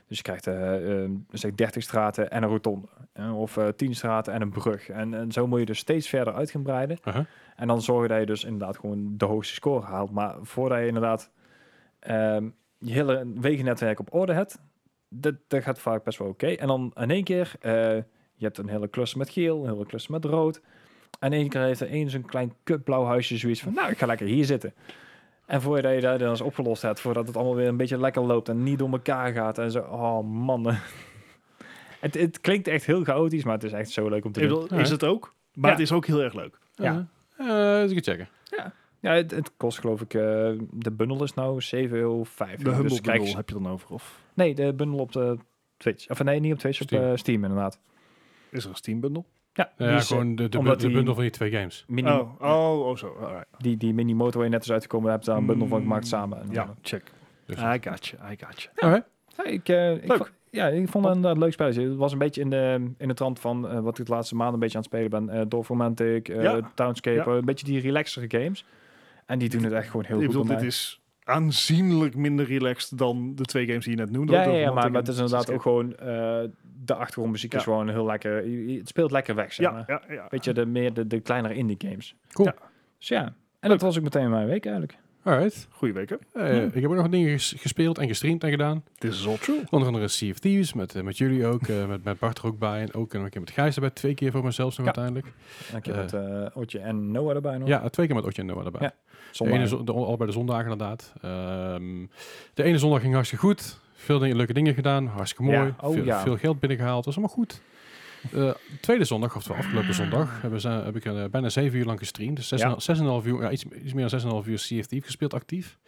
Speaker 2: Dus je krijgt eh, eh, zeg 30 straten en een rotonde. Eh, of eh 10 straten en een brug. En, en zo moet je dus steeds verder uit gaan breiden.
Speaker 1: Aha.
Speaker 2: En dan zorgen dat je dus inderdaad gewoon de hoogste score haalt. Maar voordat je inderdaad ehm, je hele wegennetwerk op orde hebt, dat, dat gaat vaak best wel oké. En dan in één keer, eh, je hebt een hele cluster met geel, een hele cluster met rood. En in één keer heeft er één zo'n klein kutblauw huisje zoiets van, nou, ik ga lekker hier zitten. En voordat je dat dan eens opgelost hebt, voordat het allemaal weer een beetje lekker loopt en niet door elkaar gaat en zo, oh man. Het, het klinkt echt heel chaotisch, maar het is echt zo leuk om te
Speaker 3: Ik
Speaker 2: doen.
Speaker 3: bedoel, is het ook, maar
Speaker 2: Ja.
Speaker 3: het is ook heel erg leuk.
Speaker 2: Ja.
Speaker 1: Eh, eens even checken.
Speaker 2: Ja, het, het kost geloof ik, eh, de bundel is nou 7,50 euro.
Speaker 3: De Humble
Speaker 2: dus krijg je-
Speaker 3: Bundle heb je dan over, of
Speaker 2: Nee, de bundel op de Twitch. Of nee, niet op Twitch,
Speaker 1: Steam.
Speaker 2: op eh, Steam inderdaad.
Speaker 3: is er een Steam Bundle?
Speaker 2: Ja,
Speaker 1: Ja,
Speaker 2: die, is, eh,
Speaker 1: gewoon de, de, bu-
Speaker 2: omdat
Speaker 1: de
Speaker 2: die-
Speaker 1: bundel van die twee games.
Speaker 2: mini,
Speaker 3: Oh, oh, oh zo. alright.
Speaker 2: die, die mini motorway net is uitgekomen. Daar hebben ze daar een bundel van gemaakt
Speaker 3: Mm,
Speaker 2: samen. En,
Speaker 3: Ja, check.
Speaker 1: Dus-
Speaker 3: I got you, I got you.
Speaker 1: Alright.
Speaker 2: eh, ja, ik, eh, ik
Speaker 3: Leuk.
Speaker 2: vond- ja, ik vond het een, een leuk spelletje. Het was een beetje in de, in de trant van eh, wat ik de laatste maanden een beetje aan het spelen ben. eh Dorf Romantic, eh,
Speaker 3: Ja.
Speaker 2: Townscape,
Speaker 3: Ja.
Speaker 2: eh, een beetje die relaxere games. En die doen het echt gewoon heel
Speaker 3: ik
Speaker 2: goed.
Speaker 3: bedoel,
Speaker 2: voor
Speaker 3: dit
Speaker 2: mij.
Speaker 3: is aanzienlijk minder relaxed dan de twee games die je net noemde.
Speaker 2: Ja,
Speaker 3: want
Speaker 2: ja, ja,
Speaker 3: Overwatch
Speaker 2: maar,
Speaker 3: en
Speaker 2: maar het is inderdaad ook gewoon... eh, de achtergrondmuziek is
Speaker 3: Ja.
Speaker 2: gewoon heel lekker... je- je- Het speelt lekker weg, zeg
Speaker 3: Ja,
Speaker 2: maar.
Speaker 3: ja, ja.
Speaker 2: Weet je, de, meer de, de kleinere indie games.
Speaker 1: Cool.
Speaker 3: Ja.
Speaker 2: Dus ja, en dat was ook meteen mijn week eigenlijk.
Speaker 1: Alright.
Speaker 3: Goeie week, hè?
Speaker 1: Eh,
Speaker 2: Ja.
Speaker 1: Ik heb ook nog wat dingen ges- gespeeld en gestreamd en gedaan.
Speaker 3: This is all true.
Speaker 1: Onder andere Sea of Thieves, met, eh, met jullie ook, eh, met, met Bart er ook bij. En ook een keer met Gijs erbij, twee keer voor mezelf nog
Speaker 2: Ja.
Speaker 1: uiteindelijk.
Speaker 2: En ik heb
Speaker 1: Eh.
Speaker 2: het eh, Otje en Noah erbij nog.
Speaker 1: Ja, twee keer met Otje en Noah erbij.
Speaker 2: Ja.
Speaker 1: De
Speaker 2: Zondag.
Speaker 1: ene, zo- de, allebei de zondagen inderdaad. Ehm, de ene zondag ging hartstikke goed. Veel dingen, leuke dingen gedaan. Hartstikke mooi.
Speaker 2: Ja, oh
Speaker 1: veel,
Speaker 2: ja.
Speaker 1: veel geld binnengehaald. Dat is allemaal goed. Eh, tweede zondag, oftewel afgelopen zondag, hebben ze, heb ik eh, bijna zeven uur lang gestreamd. Dus zes en
Speaker 2: Ah. Ja.
Speaker 1: een- zes en een half uur, ja, iets, iets meer dan zes en een half uur CFT gespeeld actief.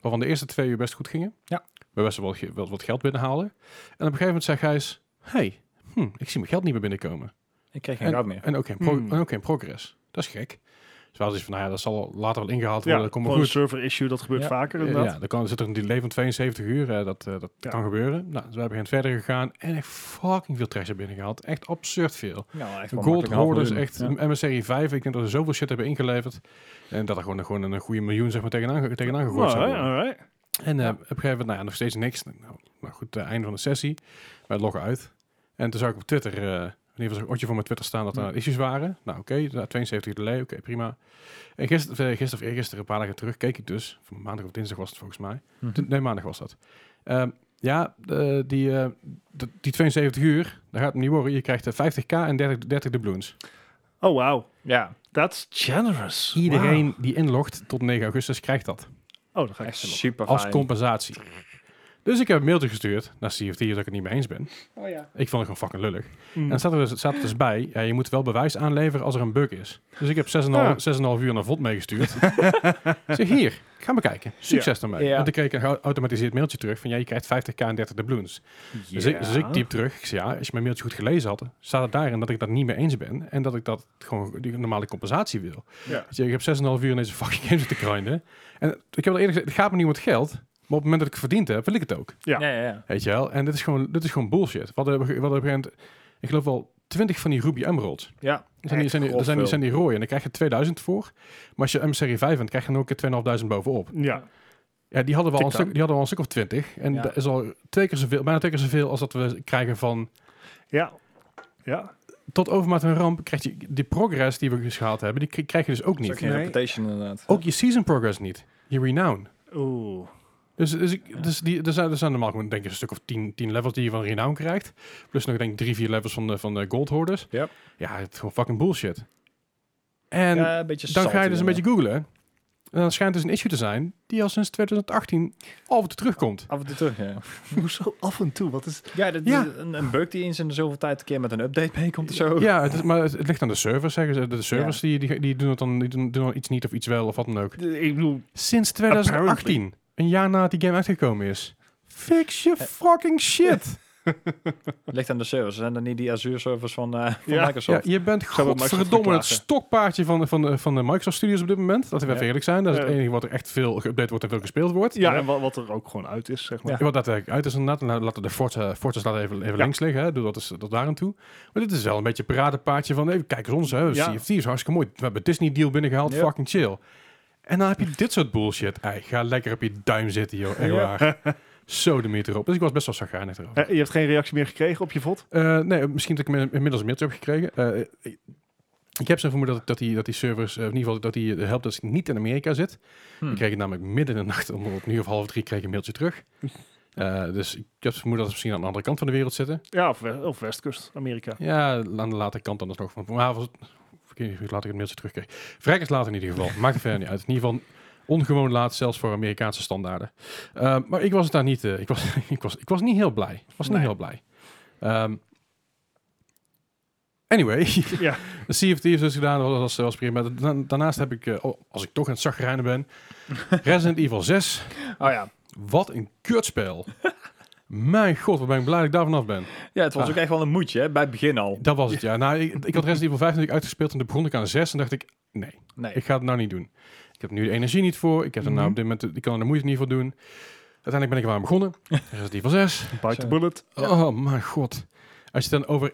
Speaker 1: Waarvan de eerste twee uur best goed gingen.
Speaker 2: Ja.
Speaker 1: We best wel, ge- wel wat geld binnenhalen. En op een gegeven moment zei Gijs, hey, hm, ik zie mijn geld niet meer binnenkomen.
Speaker 2: Ik kreeg geen raad meer.
Speaker 1: En ook geen, pro-
Speaker 3: Hmm.
Speaker 1: en ook geen progress. Dat is gek. Dus we hadden zoiets van, nou ja, dat zal later wel ingehaald worden.
Speaker 3: Ja,
Speaker 1: dat komt
Speaker 3: gewoon
Speaker 1: wel
Speaker 3: een
Speaker 1: goed.
Speaker 3: server issue, dat gebeurt
Speaker 2: Ja.
Speaker 3: vaker
Speaker 1: Eh,
Speaker 3: inderdaad.
Speaker 1: Ja, dan kan, zit er een delay van 72 uur. eh, dat eh, dat
Speaker 3: Ja.
Speaker 1: kan gebeuren. Nou, dus we hebben verder gegaan en echt fucking veel trash hebben binnengehaald. Echt absurd veel.
Speaker 2: Nou, echt wel
Speaker 1: Gold
Speaker 2: makkelijk een half
Speaker 1: Hoarders,
Speaker 2: miljoen.
Speaker 1: echt
Speaker 2: Ja.
Speaker 1: MSRI 5. Ik denk dat we zoveel shit hebben ingeleverd. En dat er gewoon, gewoon een goede miljoen zeg maar, tegenaan, ge- tegenaan gegooid zou
Speaker 3: Oh, Alright,
Speaker 1: worden.
Speaker 3: alright.
Speaker 1: En eh, op een gegeven moment, nou ja, nog steeds niks. Nou, nou goed, eh, einde van de sessie. Wij loggen uit. En toen zag ik op Twitter, eh, in ieder geval zag ik Otje voor mijn Twitter staan dat er
Speaker 2: Ja.
Speaker 1: issues waren. Nou oké, nou, 72 uur delay, oké prima. En gisteren, eh, gisteren of eergisteren, een paar dagen terug, keek ik dus. Van maandag of dinsdag was het volgens mij.
Speaker 2: Mhm.
Speaker 1: Toen- Nee, maandag was dat. Ehm, ja, eh, die, eh, d- die 72 uur, daar gaat het niet worden. Je krijgt eh, 50k en 30, 30 doubloons.
Speaker 3: Oh, wow.
Speaker 2: Ja,
Speaker 3: That's generous.
Speaker 1: Iedereen die inlogt tot 9 augustus krijgt dat.
Speaker 3: Wauw. Oh, dan ga ik
Speaker 2: echt
Speaker 3: snel op.
Speaker 2: super
Speaker 1: als compensatie. Dus ik heb een mailtje gestuurd naar CFT dat ik het niet mee eens ben.
Speaker 3: Oh ja.
Speaker 1: Ik vond het gewoon fucking lullig. En
Speaker 3: Mm.
Speaker 1: dan staat er dus, staat er dus bij, ja, je moet wel bewijs aanleveren als er een bug is. Dus ik heb 6,5
Speaker 3: Ah.
Speaker 1: 6,5 uur naar VOD meegestuurd. Ik zeg, hier, ga maar kijken. Succes daarmee.
Speaker 2: Ja.
Speaker 1: En toen kreeg ik een geautomatiseerd mailtje terug van, ja, je krijgt 50k en 30 doubloons. Dus, ik, dus ik typ terug, ik zeg, ja, als je mijn mailtje goed gelezen had, staat het daarin dat ik dat niet mee eens ben. En dat ik dat gewoon die normale compensatie wil.
Speaker 3: Ja.
Speaker 1: Dus ik heb 6,5 uur in deze fucking game zitten grinden. En ik heb al eerder gezegd, het gaat me niet om het geld. Maar op het moment dat ik het verdiend heb, wil ik het ook.
Speaker 3: Ja.
Speaker 2: Ja, ja, ja.
Speaker 1: Weet je wel? En dit is gewoon, dit is gewoon bullshit. Wat hebben we hadden op een gegeven moment, ik geloof wel, 20 van die Ruby Emeralds.
Speaker 2: ja.
Speaker 1: Er zijn die,
Speaker 2: Echt
Speaker 1: zijn die, er
Speaker 2: grof
Speaker 1: zijn die,
Speaker 2: veel.
Speaker 1: zijn die rooien. En daar krijg je 2000 voor. Maar als je M-serie 5 bent, krijg je nog een keer 2.500 bovenop.
Speaker 3: ja.
Speaker 1: Ja, die hadden, we al een
Speaker 3: Tik dan.
Speaker 1: stuk, die hadden we al een stuk of 20. En
Speaker 2: Ja.
Speaker 1: dat is al twee keer zoveel, bijna twee keer zoveel als dat we krijgen van...
Speaker 3: Ja. Ja.
Speaker 1: Tot overmaat en ramp krijg je die progress die we dus gehaald hebben, die k- krijg je dus ook
Speaker 2: Dat is
Speaker 1: niet.
Speaker 2: ook geen
Speaker 3: Nee.
Speaker 2: reputation inderdaad.
Speaker 1: Ook je season progress niet. Je renown.
Speaker 3: Oeh.
Speaker 1: Dus, dus, ik, dus die, er, zijn, er zijn normaal gewoon denk ik een stuk of 10 10 levels die je van Renown krijgt. Plus nog denk ik drie, vier levels van de, van de Gold Hoarders.
Speaker 2: Yep.
Speaker 1: Ja, het is gewoon fucking bullshit. En
Speaker 2: Ja, een beetje
Speaker 1: dan ga je
Speaker 2: salty,
Speaker 1: dus een beetje googlen. En dan schijnt dus een issue te zijn die al sinds 2018 al weer terugkomt.
Speaker 2: Af en toe terug, ja.
Speaker 3: Hoezo af en toe? Wat is...
Speaker 2: Ja, dat
Speaker 1: Ja.
Speaker 2: Is een, een bug die eens in de zoveel tijd een keer met een update meekomt of zo.
Speaker 1: Ja, het is- maar het, het ligt aan de servers, zeggen ze. De servers die, die, die doen het dan, die doen, doen dan iets niet of iets wel of wat dan ook.
Speaker 3: Ik bedoel...
Speaker 1: Sinds 2018. Een jaar nadat die game uitgekomen is. Fix
Speaker 2: Eh,
Speaker 1: je fucking shit.
Speaker 2: Het ligt aan de servers. Zijn dat niet die Azure servers van, eh, van
Speaker 3: Ja.
Speaker 1: Ja,
Speaker 2: Microsoft?
Speaker 1: je bent
Speaker 2: Zou dat Microsoft
Speaker 1: godverdomme het
Speaker 2: verklagen?
Speaker 1: stokpaardje van, de- van, de- van de Microsoft Studios op dit moment. Dat we even
Speaker 2: Ja.
Speaker 1: eerlijk zijn. Dat is het
Speaker 3: Ja.
Speaker 1: enige wat er echt veel geüpdate wordt en veel gespeeld wordt.
Speaker 3: Ja, en wat, wat er ook gewoon uit is, zeg maar.
Speaker 1: Wat dat eigenlijk uit is inderdaad. Nou, Laten de Forza, Forza's laten even, even
Speaker 3: Ja.
Speaker 1: links liggen. Hè. Doe dat eens tot daar aan toe. Maar dit is wel een beetje een paradepaardje van... Even, kijk eens ons. Hè.
Speaker 3: Ja.
Speaker 1: CFT is hartstikke mooi. We hebben Disney deal binnengehaald.
Speaker 2: Ja.
Speaker 1: Fucking chill. En dan heb je dit soort bullshit. Ei, ga lekker op je duim zitten, joh. Echt
Speaker 2: Ja.
Speaker 1: waar. Zo de meter op. Dus ik was best wel chagrijnig erover.
Speaker 3: Eh, je hebt geen reactie meer gekregen op je VOD?
Speaker 1: Eh, nee, misschien dat ik me inmiddels een mailtje heb gekregen. Eh, ik- ik heb zo'n vermoeden dat, dat, die, dat die servers, eh, in ieder geval dat die eh, helpdesk niet in Amerika zit.
Speaker 2: Hm.
Speaker 1: Ik kreeg het namelijk midden in de nacht, om op nu of half drie, kreeg ik een mailtje terug. Eh, dus ik heb het vermoeden dat ze misschien aan de andere kant van de wereld zitten.
Speaker 3: Ja, of, we- of Westkust, Amerika.
Speaker 1: Ja, aan de latere kant dan dus nog. Van, maar was het, ik weet niet hoe laat ik het mailtje terugkreeg. Vrij is later in ieder geval. Maakt het verder niet uit. In ieder geval ongewoon laat, zelfs voor Amerikaanse standaarden. Ehm, maar ik was het daar niet. eh, ik, was, ik, was, ik was niet heel blij. Ik was niet
Speaker 3: Nee.
Speaker 1: heel blij. Ehm, anyway,
Speaker 3: Ja.
Speaker 1: de CFT is dus gedaan. Dat was, dat was prima. Da- daarnaast heb ik, eh, oh, als ik toch aan het zagrijnen ben, Resident Evil 6.
Speaker 2: Oh ja.
Speaker 1: Wat een kutspel. Mijn god, wat ben ik blij dat ik daar vanaf ben.
Speaker 2: Ja, het was
Speaker 1: Ah.
Speaker 2: ook echt wel een moedje, hè, bij het begin al.
Speaker 1: Dat was het, ja. Nou, ik, ik had Resident Evil 5 natuurlijk uitgespeeld en toen begon ik aan 6 en dacht ik, nee,
Speaker 2: Nee.
Speaker 1: ik ga het nou niet doen. Ik heb nu de energie niet voor, ik, heb er nou op dit moment, de- ik kan er de moeite niet voor doen. Uiteindelijk ben ik er wel aan begonnen. Resident Evil 6.
Speaker 3: Bite
Speaker 2: Zo.
Speaker 3: the bullet.
Speaker 1: Oh mijn god. Als je het dan over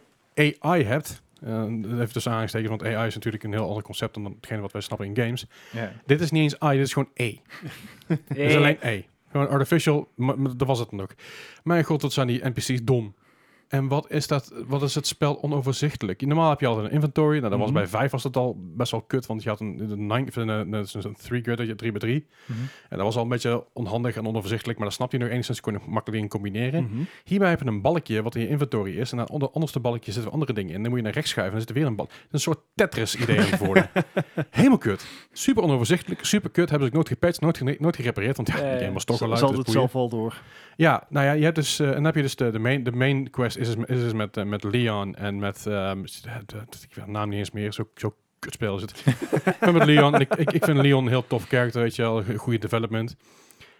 Speaker 1: AI hebt, eh, even tussen aangestekens, want AI is natuurlijk een heel ander concept dan hetgene wat wij snappen in games.
Speaker 2: Ja.
Speaker 1: Dit is niet eens AI, dit is gewoon E. Dit
Speaker 2: Eh.
Speaker 1: is alleen E. Gewoon artificial, maar, maar dat was het dan ook. Mijn god, wat zijn die NPC's dom. En wat is, dat, wat is het spel onoverzichtelijk? Normaal heb je altijd een inventory. Nou, dat was
Speaker 3: Mhm.
Speaker 1: bij 5 was dat al best wel kut, want je had een 3-grid, een, een, een three grid, dat je 3 bij 3.
Speaker 2: Mhm.
Speaker 1: En dat was al een beetje onhandig en onoverzichtelijk, maar dat snap je nog enigszins, kon je nog makkelijk in combineren.
Speaker 3: Mhm.
Speaker 1: Hierbij heb je een balkje wat in je inventory is. En aan het onderste balkje zitten andere dingen in. Dan moet je naar rechts schuiven en dan zit er weer een balk. Een soort Tetris-idee aan het worden. Helemaal kut. Super onoverzichtelijk, super kut. Hebben ze ook nooit gepatcht, nooit, gene- nooit gerepareerd. Want ja,
Speaker 2: Nee.
Speaker 1: die game was toch al
Speaker 3: Ze
Speaker 1: uit.
Speaker 3: hadden
Speaker 1: dus
Speaker 3: het
Speaker 1: boeien.
Speaker 3: zelf al door.
Speaker 1: Ja, nou ja, je hebt dus, eh, en dan heb je dus de, de, main, de main quest is, dus- is dus met, eh, met Leon en met, ehm, s- eh, de- de- ik weet de naam niet eens meer, zo, zo kutspel is het. maar met Leon, en ik, ik, ik vind Leon een heel tof karakter, weet je wel, een goede development.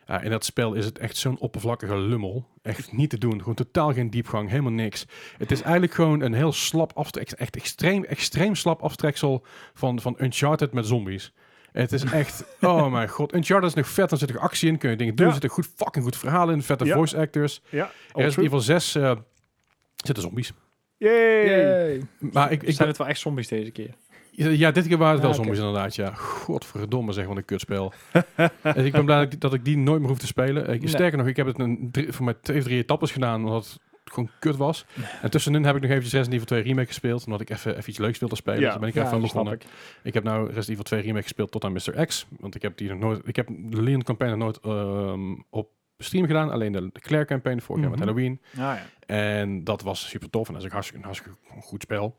Speaker 1: Ja, in dat spel is het echt zo'n oppervlakkige lummel. Echt niet te doen. Gewoon totaal geen diepgang, helemaal niks. Het is eigenlijk gewoon een heel slap aftreksel. Echt extreem, extreem slap aftreksel van, van Uncharted met zombies. Het is echt, oh mijn god. Uncharted is nog vet, dan zit er actie in, kun je dingen doen.
Speaker 3: Ja.
Speaker 1: Er zit een goed fucking goed verhaal in, vette
Speaker 3: Ja.
Speaker 1: voice actors.
Speaker 3: Ja,
Speaker 1: Er is in ieder geval zes eh, zitten zombies.
Speaker 3: Yay!
Speaker 2: Yay.
Speaker 1: Maar ik, ik,
Speaker 2: Zijn het wel echt zombies deze keer?
Speaker 1: Ja, dit keer waren het wel
Speaker 2: Ah, oké.
Speaker 1: zombies inderdaad. Ja, godverdomme zeg, wat een kutspel. en ik ben blij dat ik, dat ik die nooit meer hoef te spelen. Ik,
Speaker 2: Nee.
Speaker 1: Sterker nog, ik heb het een drie, voor mij twee of drie etappes gedaan, omdat het gewoon kut was. En tussenin heb ik nog eventjes Resident Evil 2 Remake gespeeld, omdat ik even, even iets leuks wilde spelen.
Speaker 3: Ja.
Speaker 1: Dus daar ben ik even aan begonnen. Ik. heb nou Resident Evil 2 Remake gespeeld tot aan Mr. X, want ik heb die nog nooit, ik heb de Leon campaign nog nooit ehm, op stream gedaan, alleen de Claire campaign vorig jaar
Speaker 2: Mhm.
Speaker 1: met Halloween.
Speaker 2: Ja, ja.
Speaker 1: En dat was super tof. En dat is een hartstikke, een hartstikke goed spel.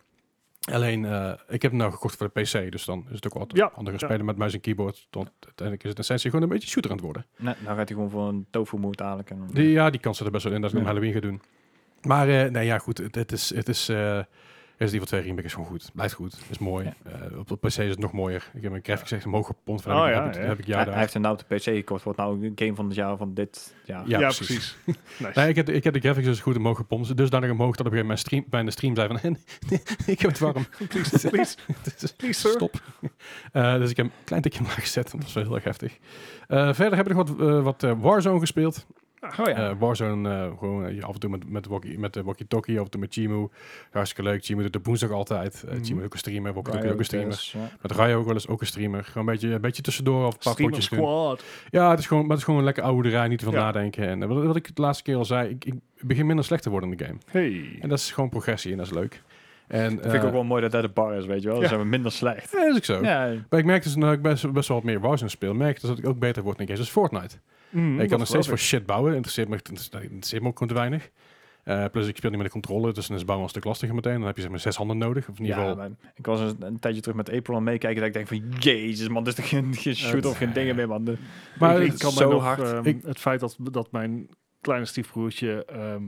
Speaker 1: Alleen, eh, ik heb hem nou gekocht voor de PC. Dus dan is het ook wat
Speaker 3: Ja,
Speaker 1: handiger
Speaker 3: ja.
Speaker 1: spelen met muis en keyboard. Want uiteindelijk is het in essentie gewoon een beetje shooter aan het worden.
Speaker 2: Nee, nou gaat hij gewoon voor een tofu moed dadelijk. En dan-
Speaker 1: Die, ja, die kans zit er best wel in dat ik hem
Speaker 2: Ja.
Speaker 1: Halloween ga doen. Maar eh, nee, ja, goed. Het, het is... Het is eh Resident Evil 2 Remake is gewoon goed. Blijft goed. Is mooi. Eh, op de PC is het nog mooier. Ik heb mijn graphics echt omhoog gepompt. Van,
Speaker 3: Oh,
Speaker 1: heb, ik-
Speaker 3: ja,
Speaker 1: heb ik,
Speaker 3: ja.
Speaker 1: heb ik
Speaker 2: Hij-
Speaker 1: ja,
Speaker 2: hij,
Speaker 1: daar.
Speaker 2: heeft een nou op de PC gekocht. Wordt nou een game van het jaar van dit jaar.
Speaker 1: Ja,
Speaker 3: Ja,
Speaker 1: precies.
Speaker 3: precies. Nice.
Speaker 1: Nee, ik, heb, de- ik heb de graphics dus goed omhoog gepompt. Dus dan omhoog dat op een gegeven moment mijn stream, bij de stream zei van... ik heb het warm. Dus-
Speaker 3: please, please,
Speaker 1: Het is-
Speaker 3: please, sir.
Speaker 1: Stop. Eh, dus ik heb een klein tikje omlaag gezet, want dat was wel heel erg heftig. Eh, verder heb ik nog wat, eh, wat eh, Warzone gespeeld.
Speaker 3: Ah,
Speaker 2: Oh ja.
Speaker 1: Eh, Warzone, eh, gewoon eh, af en toe met, met, walkie, met de Walkie Talkie, af en toe met Chimu. Hartstikke leuk. Chimu doet de woensdag altijd. Eh
Speaker 2: Mhm.
Speaker 1: Chimu is ook een streamer, Walkie
Speaker 2: Riot
Speaker 1: Talkie ook een streamer.
Speaker 2: is, ja.
Speaker 1: Met Ryo ook wel eens ook een streamer. Gewoon een beetje, een beetje tussendoor of een paar
Speaker 3: Streamer
Speaker 1: potjes doen.
Speaker 3: squad.
Speaker 1: Ja, het is gewoon, maar het is gewoon een lekker ouderij, niet te veel
Speaker 3: Ja.
Speaker 1: nadenken. En eh, wat, wat ik de laatste keer al zei, ik, ik begin minder slecht te worden in de game.
Speaker 3: Hey.
Speaker 1: En dat is gewoon progressie en dat is leuk. En,
Speaker 2: Dat vind ik
Speaker 1: eh,
Speaker 2: ook wel mooi dat dat de bar is, weet je wel.
Speaker 3: Ja.
Speaker 2: Dan zijn we minder slecht.
Speaker 1: ja, is ook zo.
Speaker 2: Ja,
Speaker 1: Maar ik merk dus dat ik best, best wel wat meer Warzone speel. Merk ik dus dat ik ook beter word in games als Fortnite.
Speaker 3: Mm,
Speaker 1: ik
Speaker 3: dat
Speaker 1: kan nog
Speaker 3: geloof
Speaker 1: steeds voor shit bouwen. Interesseert me, interesseert me ook gewoon te weinig. Eh, plus ik speel niet met een controller, dus dan is bouwen een stuk lastiger meteen. Dan heb je zeg maar zes handen nodig. Of in ieder
Speaker 2: Ja,
Speaker 1: geval...
Speaker 2: maar ik was een, een tijdje terug met April aan meekijken dat ik denk van, jezus man, dit is toch geen, geen shoot of geen dingen meer man. De-
Speaker 1: Maar
Speaker 3: ik,
Speaker 1: het
Speaker 3: ik
Speaker 1: is
Speaker 3: kan
Speaker 2: zo
Speaker 3: zo
Speaker 2: hard.
Speaker 3: hard.
Speaker 1: Ik-
Speaker 3: Um, Het feit dat, dat mijn kleine stiefbroertje ehm,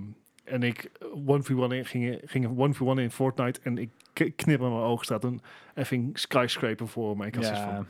Speaker 3: en ik eh, 1v1 in, gingen, gingen 1v1 in Fortnite en ik k- knip in mijn oog staat een effing skyscraper voor mij. Ik had zoiets
Speaker 2: Ja.
Speaker 3: van,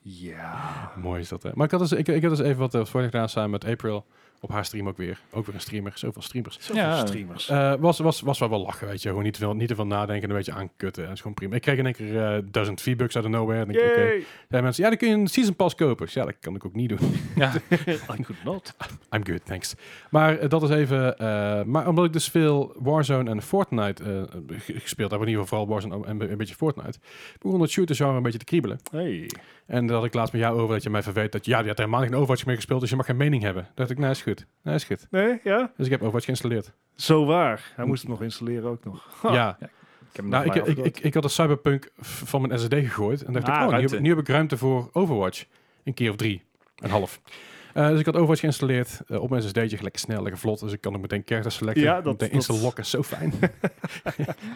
Speaker 3: ja.
Speaker 1: Mooi is dat, hè. Maar ik, had dus, ik, ik heb dus even wat uh, vorig gedaan samen met April. Op haar stream ook weer. Ook weer een streamer. Zoveel streamers.
Speaker 3: Zoveel
Speaker 2: Ja.
Speaker 3: streamers.
Speaker 1: Eh, was, was, was wel wel lachen, weet je. Gewoon niet te veel, niet te veel nadenken en een beetje aankutten. Dat is gewoon prima. Ik kreeg in één keer eh, 1000 V-bucks out of nowhere. En ik, oké.
Speaker 3: Yay!
Speaker 1: Zeiden mensen, ja, dan kun je een season pass kopen. Ik zei, Ja, dat kan ik ook niet doen.
Speaker 2: Ja,
Speaker 3: I could not.
Speaker 1: I'm good, thanks. Maar eh, dat is even... eh, maar omdat ik dus veel Warzone en Fortnite eh, ge- gespeeld heb, in ieder geval vooral Warzone en een beetje Fortnite, begon het shooter genre een beetje te kriebelen.
Speaker 3: Hey.
Speaker 1: En dat had ik laatst met jou over dat je mij verweet dat je- ja, die had helemaal geen Overwatch meer gespeeld, dus je mag geen mening hebben. Toen dacht ik, nou is goed, nou is goed.
Speaker 3: Nee, ja?
Speaker 1: Dus ik heb Overwatch geïnstalleerd.
Speaker 3: Zo waar. Hij moest het nog installeren ook nog. Ha.
Speaker 1: Ja.
Speaker 2: ik heb hem
Speaker 1: Nou,
Speaker 2: nog
Speaker 1: ik,
Speaker 2: maar
Speaker 1: ik,
Speaker 2: afgegooid.
Speaker 1: ik, ik had een Cyberpunk v- van mijn SSD gegooid. En dacht
Speaker 2: Ah,
Speaker 1: ik, oh, nu
Speaker 2: ruimte.
Speaker 1: heb, nu heb ik ruimte voor Overwatch. Een keer of drie. Een half. Eh, dus ik had Overwatch geïnstalleerd eh, op mijn SSD'tje. Lekker snel, lekker vlot. Dus ik kan ook meteen characters selecten.
Speaker 3: Ja, dat-
Speaker 1: meteen
Speaker 3: dat-
Speaker 1: instant locken. Zo fijn.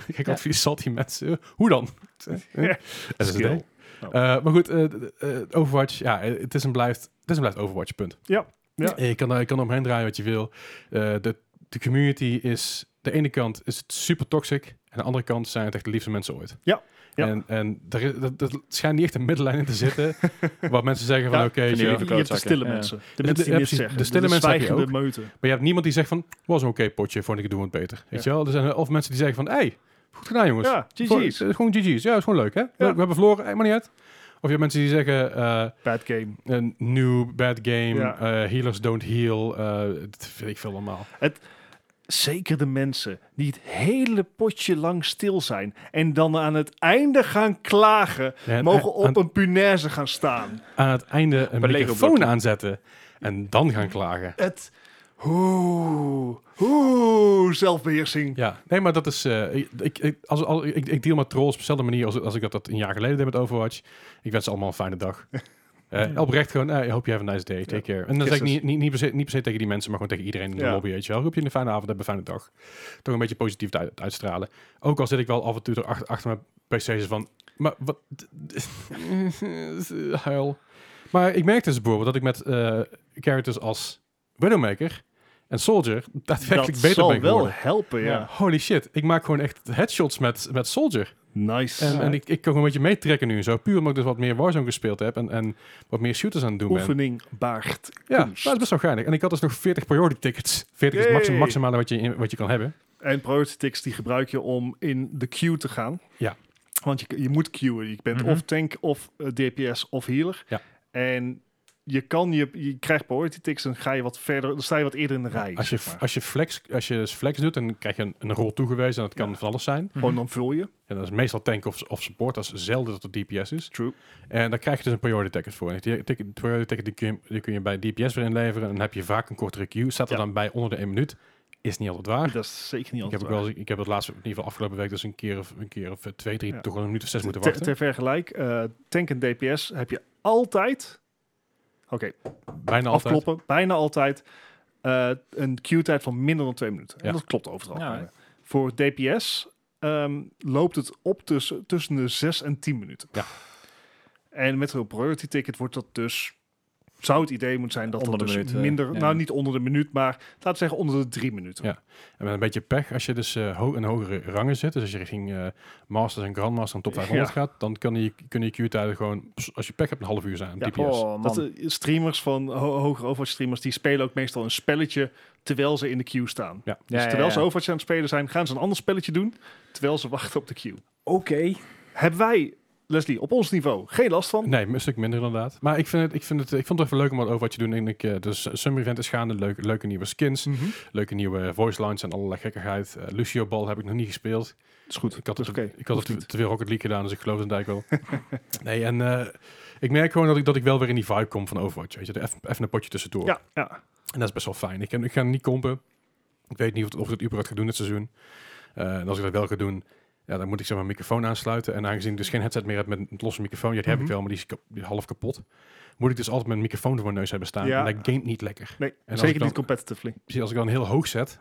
Speaker 1: ik kijk altijd zat die mensen. Hoe dan?
Speaker 3: Ja.
Speaker 1: SSD.
Speaker 3: Skill. Oh.
Speaker 1: Eh, maar goed, eh, d- d- eh, Overwatch. Ja, eh, het is en blijft, het is en blijft Overwatch, punt.
Speaker 3: Ja, ja.
Speaker 1: Eh, Je kan, er- je kan er omheen draaien wat je wil. Eh, de, de community is... De ene kant is het super toxic. En aan de andere kant zijn het echt de liefste mensen ooit.
Speaker 3: Ja, ja.
Speaker 1: En, en daar is- dat, dat schijnt niet echt een middenlijn in te zitten. waar mensen zeggen van
Speaker 3: Ja,
Speaker 1: oké,
Speaker 2: vind ik
Speaker 1: ja.
Speaker 2: ook.
Speaker 1: maar
Speaker 3: Je hebt de stille
Speaker 2: Ja.
Speaker 3: mensen. De
Speaker 1: Ja,
Speaker 3: mensen die
Speaker 1: precies.
Speaker 3: niks zeggen.
Speaker 1: De stille mensen heb je
Speaker 3: zwijgende
Speaker 1: ook.
Speaker 3: meuten.
Speaker 1: je hebt niemand die zegt van... Was een oké potje, vond ik het doen het beter. Weet je wel? Dus, eh, of mensen die zeggen van... hey, goed gedaan jongens.
Speaker 3: Ja,
Speaker 1: Gewoon-
Speaker 3: GG's.
Speaker 1: eh, gewoon GG's. Ja, is gewoon leuk hè. We, we hebben verloren, eh, maar niet uit. Of je hebt mensen die zeggen... eh,
Speaker 3: Bad game.
Speaker 1: een new bad game,
Speaker 3: Ja.
Speaker 1: eh, healers don't heal, eh, dat vind ik veel allemaal.
Speaker 3: Zeker de mensen die het hele potje lang stil zijn en dan aan het einde gaan klagen,
Speaker 1: En
Speaker 3: mogen
Speaker 1: aan,
Speaker 3: op een punaise gaan staan.
Speaker 1: aan het einde een
Speaker 2: een
Speaker 1: microfoon
Speaker 2: Lego-blokje.
Speaker 1: aanzetten en dan gaan klagen.
Speaker 3: Het, oeh, oeh, zelfbeheersing.
Speaker 1: Ja, nee, maar dat is. eh, ik- ik, ik, als, als, ik, ik deal met trolls op dezelfde manier als, als ik dat, dat een jaar geleden deed met Overwatch. Ik wens ze allemaal een fijne dag. Eh, Oprecht gewoon, eh, I hope you have a nice day, take care. En dan zeg ik niet,
Speaker 3: Kisses.
Speaker 1: niet, niet, per se, niet per se tegen die mensen, maar gewoon tegen iedereen in de
Speaker 3: Ja.
Speaker 1: lobby. Weet je wel. Roep je een fijne avond, heb een fijne dag. Toch een beetje positief uit, uitstralen. Ook al zit ik wel af en toe er achter, achter mijn pc's van, maar wat... Huil. Maar ik merkte dus bijvoorbeeld dat ik met eh, characters als Widowmaker en Soldier daadwerkelijk beter
Speaker 3: Dat
Speaker 1: ben
Speaker 3: zal wel
Speaker 1: geworden.
Speaker 3: helpen, ja.
Speaker 2: Ja.
Speaker 1: Holy shit, ik maak gewoon echt headshots met, met Soldier.
Speaker 3: Nice.
Speaker 1: En, en ik, ik kan gewoon een beetje meetrekken nu en zo. Puur omdat ik dus wat meer Warzone gespeeld heb en, en wat meer shooters aan het doen ben.
Speaker 3: Oefening baart.
Speaker 1: Ja, nou, maar
Speaker 3: kunst.
Speaker 1: dat is best wel geinig. En ik had dus nog 40 priority tickets. 40 is het maxi-
Speaker 3: Yay.
Speaker 1: maximale wat je, in- wat je kan hebben.
Speaker 3: En priority ticks die gebruik je om in de queue te gaan.
Speaker 1: Ja.
Speaker 3: Want je, je moet queuen. Je bent
Speaker 2: Mhm.
Speaker 3: of tank of eh, DPS of healer.
Speaker 1: Ja.
Speaker 3: En je kan, je, je krijgt priority ticks en ga je wat verder, dan sta je wat eerder in de rij.
Speaker 1: Als je,
Speaker 3: zeg maar.
Speaker 1: als, je flex, als je flex doet, dan krijg je een, een rol toegewezen en dat kan
Speaker 3: Ja.
Speaker 1: van alles zijn.
Speaker 3: Gewoon dan vul je.
Speaker 1: En dat is meestal tank of, of support, dat is zelden dat het DPS is.
Speaker 3: True.
Speaker 1: En daar krijg je dus een priority ticket voor. En die ticket- priority ticket die kun, je, die kun je bij DPS weer inleveren. En dan heb je vaak een kortere queue. Staat er
Speaker 3: Ja.
Speaker 1: dan bij onder de 1 minuut. Is niet altijd waar.
Speaker 3: Dat is zeker
Speaker 1: Ik
Speaker 3: niet altijd
Speaker 1: heb, ook
Speaker 3: waar.
Speaker 1: wel, eens- ik heb het laatste, in ieder geval afgelopen week, dus een keer of, een keer of eh, twee, drie,
Speaker 3: Ja.
Speaker 1: toch wel een minuut of zes moeten
Speaker 3: Ter-
Speaker 1: wachten.
Speaker 3: Ter vergelijk, eh, tank en DPS heb je altijd, oké,
Speaker 1: Bijna altijd.
Speaker 3: afkloppen, bijna altijd, eh, een queue-tijd van minder dan twee minuten. En
Speaker 1: Ja.
Speaker 3: dat klopt overal.
Speaker 2: Ja, hè.
Speaker 3: Voor DPS ehm, loopt het op tussen, tussen de 6 en 10 minuten.
Speaker 1: Ja.
Speaker 3: En met een priority ticket wordt dat dus, zou het idee moeten zijn dat
Speaker 2: Onder de
Speaker 3: dat dus
Speaker 2: minuut, eh,
Speaker 3: minder,
Speaker 2: ja.
Speaker 3: nou niet onder de minuut, maar laten we zeggen onder de drie minuten.
Speaker 1: Ja. En met een beetje pech, als je dus eh ho in hogere rangen zit, dus als je richting eh, Masters en Grandmasters en Top 500
Speaker 3: Ja.
Speaker 1: gaat, dan kunnen je, kunnen je queue-tijden gewoon, als je pech hebt, een half uur zijn.
Speaker 3: Ja,
Speaker 1: DPS.
Speaker 2: Oh, man.
Speaker 3: Dat eh, streamers van ho hogere Overwatch streamers die spelen ook meestal een spelletje terwijl ze in de queue staan.
Speaker 1: Ja.
Speaker 3: Dus
Speaker 2: Ja,
Speaker 3: terwijl
Speaker 2: ja,
Speaker 3: ze
Speaker 2: ja.
Speaker 3: Overwatch aan het spelen zijn, gaan ze een ander spelletje doen terwijl ze wachten op de queue.
Speaker 2: Oké.
Speaker 3: Hebben wij Leslie op ons niveau geen last van?
Speaker 1: Nee, een stuk minder inderdaad. Maar ik, vind het, ik, vind het, ik vond het even leuk om wat over wat je doet. En ik, eh, dus Summer Event is gaande, leuk, leuke nieuwe skins,
Speaker 3: Mhm.
Speaker 1: leuke nieuwe voice lines en allerlei gekkigheid. Eh, Lucio Ball heb ik nog niet gespeeld.
Speaker 3: Is goed.
Speaker 1: Ik had
Speaker 3: Dat
Speaker 1: het,
Speaker 3: is oké.
Speaker 1: ik had
Speaker 3: Hoeft
Speaker 1: het te-
Speaker 3: niet.
Speaker 1: te veel Rocket League gedaan, dus ik geloof het eigenlijk wel. nee, en eh, ik merk gewoon dat ik, dat ik wel weer in die vibe kom van Overwatch. Weet je, even, even een potje tussendoor.
Speaker 3: Ja, ja.
Speaker 1: En dat is best wel fijn. Ik, kan- ik ga niet kompen. Ik weet niet of, of ik dat überhaupt ga doen dit seizoen. Eh, en als ik dat wel ga doen, ja, dan moet ik zeg maar een microfoon aansluiten. En aangezien ik dus geen headset meer heb met een losse microfoon, ja, die heb
Speaker 3: Mhm.
Speaker 1: ik wel, maar die is kap- die is half kapot. Moet ik dus altijd mijn microfoon voor mijn neus hebben staan.
Speaker 3: Ja.
Speaker 1: En dat gamet niet lekker.
Speaker 3: nee,
Speaker 1: als ik
Speaker 3: zeker
Speaker 1: dan-
Speaker 3: niet competitively.
Speaker 1: Precies, als ik dan heel hoog zet,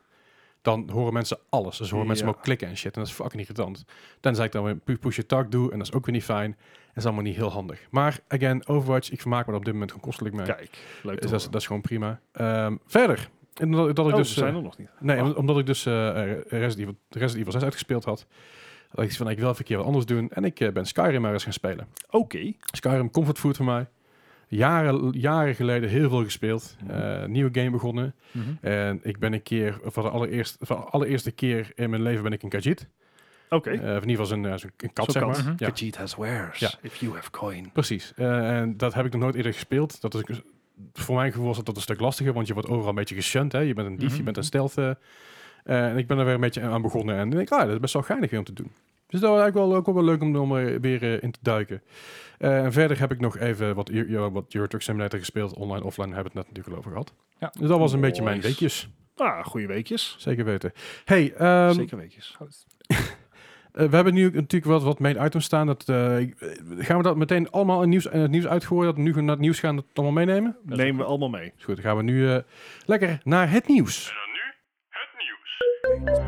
Speaker 1: dan horen mensen alles. Dus horen mensen
Speaker 3: Ja.
Speaker 1: me ook klikken en shit. En dat is fucking irritant. Tenzij ik dan weer pu- push je talk doe. En dat is ook weer niet fijn. Dat is allemaal niet heel handig. Maar again, Overwatch, ik vermaak me er op dit moment gewoon kostelijk mee.
Speaker 3: Kijk, leuk te
Speaker 1: Dus dat, is,
Speaker 3: horen.
Speaker 1: dat is gewoon prima. Ehm, verder. En dat, dat ik
Speaker 3: Oh,
Speaker 1: dus,
Speaker 3: we zijn
Speaker 1: eh,
Speaker 3: er nog niet.
Speaker 1: nee,
Speaker 3: Ah.
Speaker 1: om- omdat ik dus eh, eh, Resident, Evil, Resident Evil 6 uitgespeeld had. Dat ik van nou, ik wil even een keer wat anders doen. En ik eh, ben Skyrim maar eens gaan spelen.
Speaker 3: Oké.
Speaker 1: Skyrim comfort food voor mij. Jaren, jaren geleden heel veel gespeeld.
Speaker 3: Mhm.
Speaker 1: Eh, nieuwe game begonnen.
Speaker 2: Mhm.
Speaker 1: En ik ben een keer, voor de allereerst, voor de allereerste keer in mijn leven ben ik een Khajiit.
Speaker 3: Oké.
Speaker 1: Eh, of in ieder geval zo'n eh, zo'n kat,
Speaker 3: Zo'n
Speaker 1: zeg
Speaker 3: kat.
Speaker 1: maar.
Speaker 2: Mhm.
Speaker 1: Ja.
Speaker 3: Vegeta has wares.
Speaker 1: Ja.
Speaker 3: If you have coin.
Speaker 1: Precies. Eh, en dat heb ik nog nooit eerder gespeeld. Dat is, voor mijn gevoel is dat, dat een stuk lastiger, want je wordt overal een beetje geshunt. Hè? Je bent een dief, je
Speaker 2: Mhm.
Speaker 1: bent een stealth. eh. Eh, en ik ben er weer een beetje aan begonnen. En ik denk, ah, dat is best wel geinig weer om te doen. Dus dat was eigenlijk wel, ook wel leuk om, om er weer eh, in te duiken. Eh, en verder heb ik nog even wat, Euro- Euro- wat Euro Truck Simulator gespeeld. Online, offline hebben we het net natuurlijk al over gehad.
Speaker 2: Ja.
Speaker 1: Dus dat was een beetje
Speaker 3: Nice.
Speaker 1: mijn weekjes.
Speaker 3: Ah, goede weekjes.
Speaker 1: Zeker weten. Hey, ehm,
Speaker 3: zeker weekjes.
Speaker 1: eh, we hebben nu natuurlijk wat, wat main items staan. Dat, eh, ik- eh, gaan we dat meteen allemaal in nieuws, in het nieuws uitgooien? Dat we nu gewoon naar het nieuws gaan, dat allemaal meenemen?
Speaker 3: Nemen we allemaal mee.
Speaker 1: Is goed, dan gaan we nu eh, lekker naar het nieuws.
Speaker 4: En dan nu het nieuws.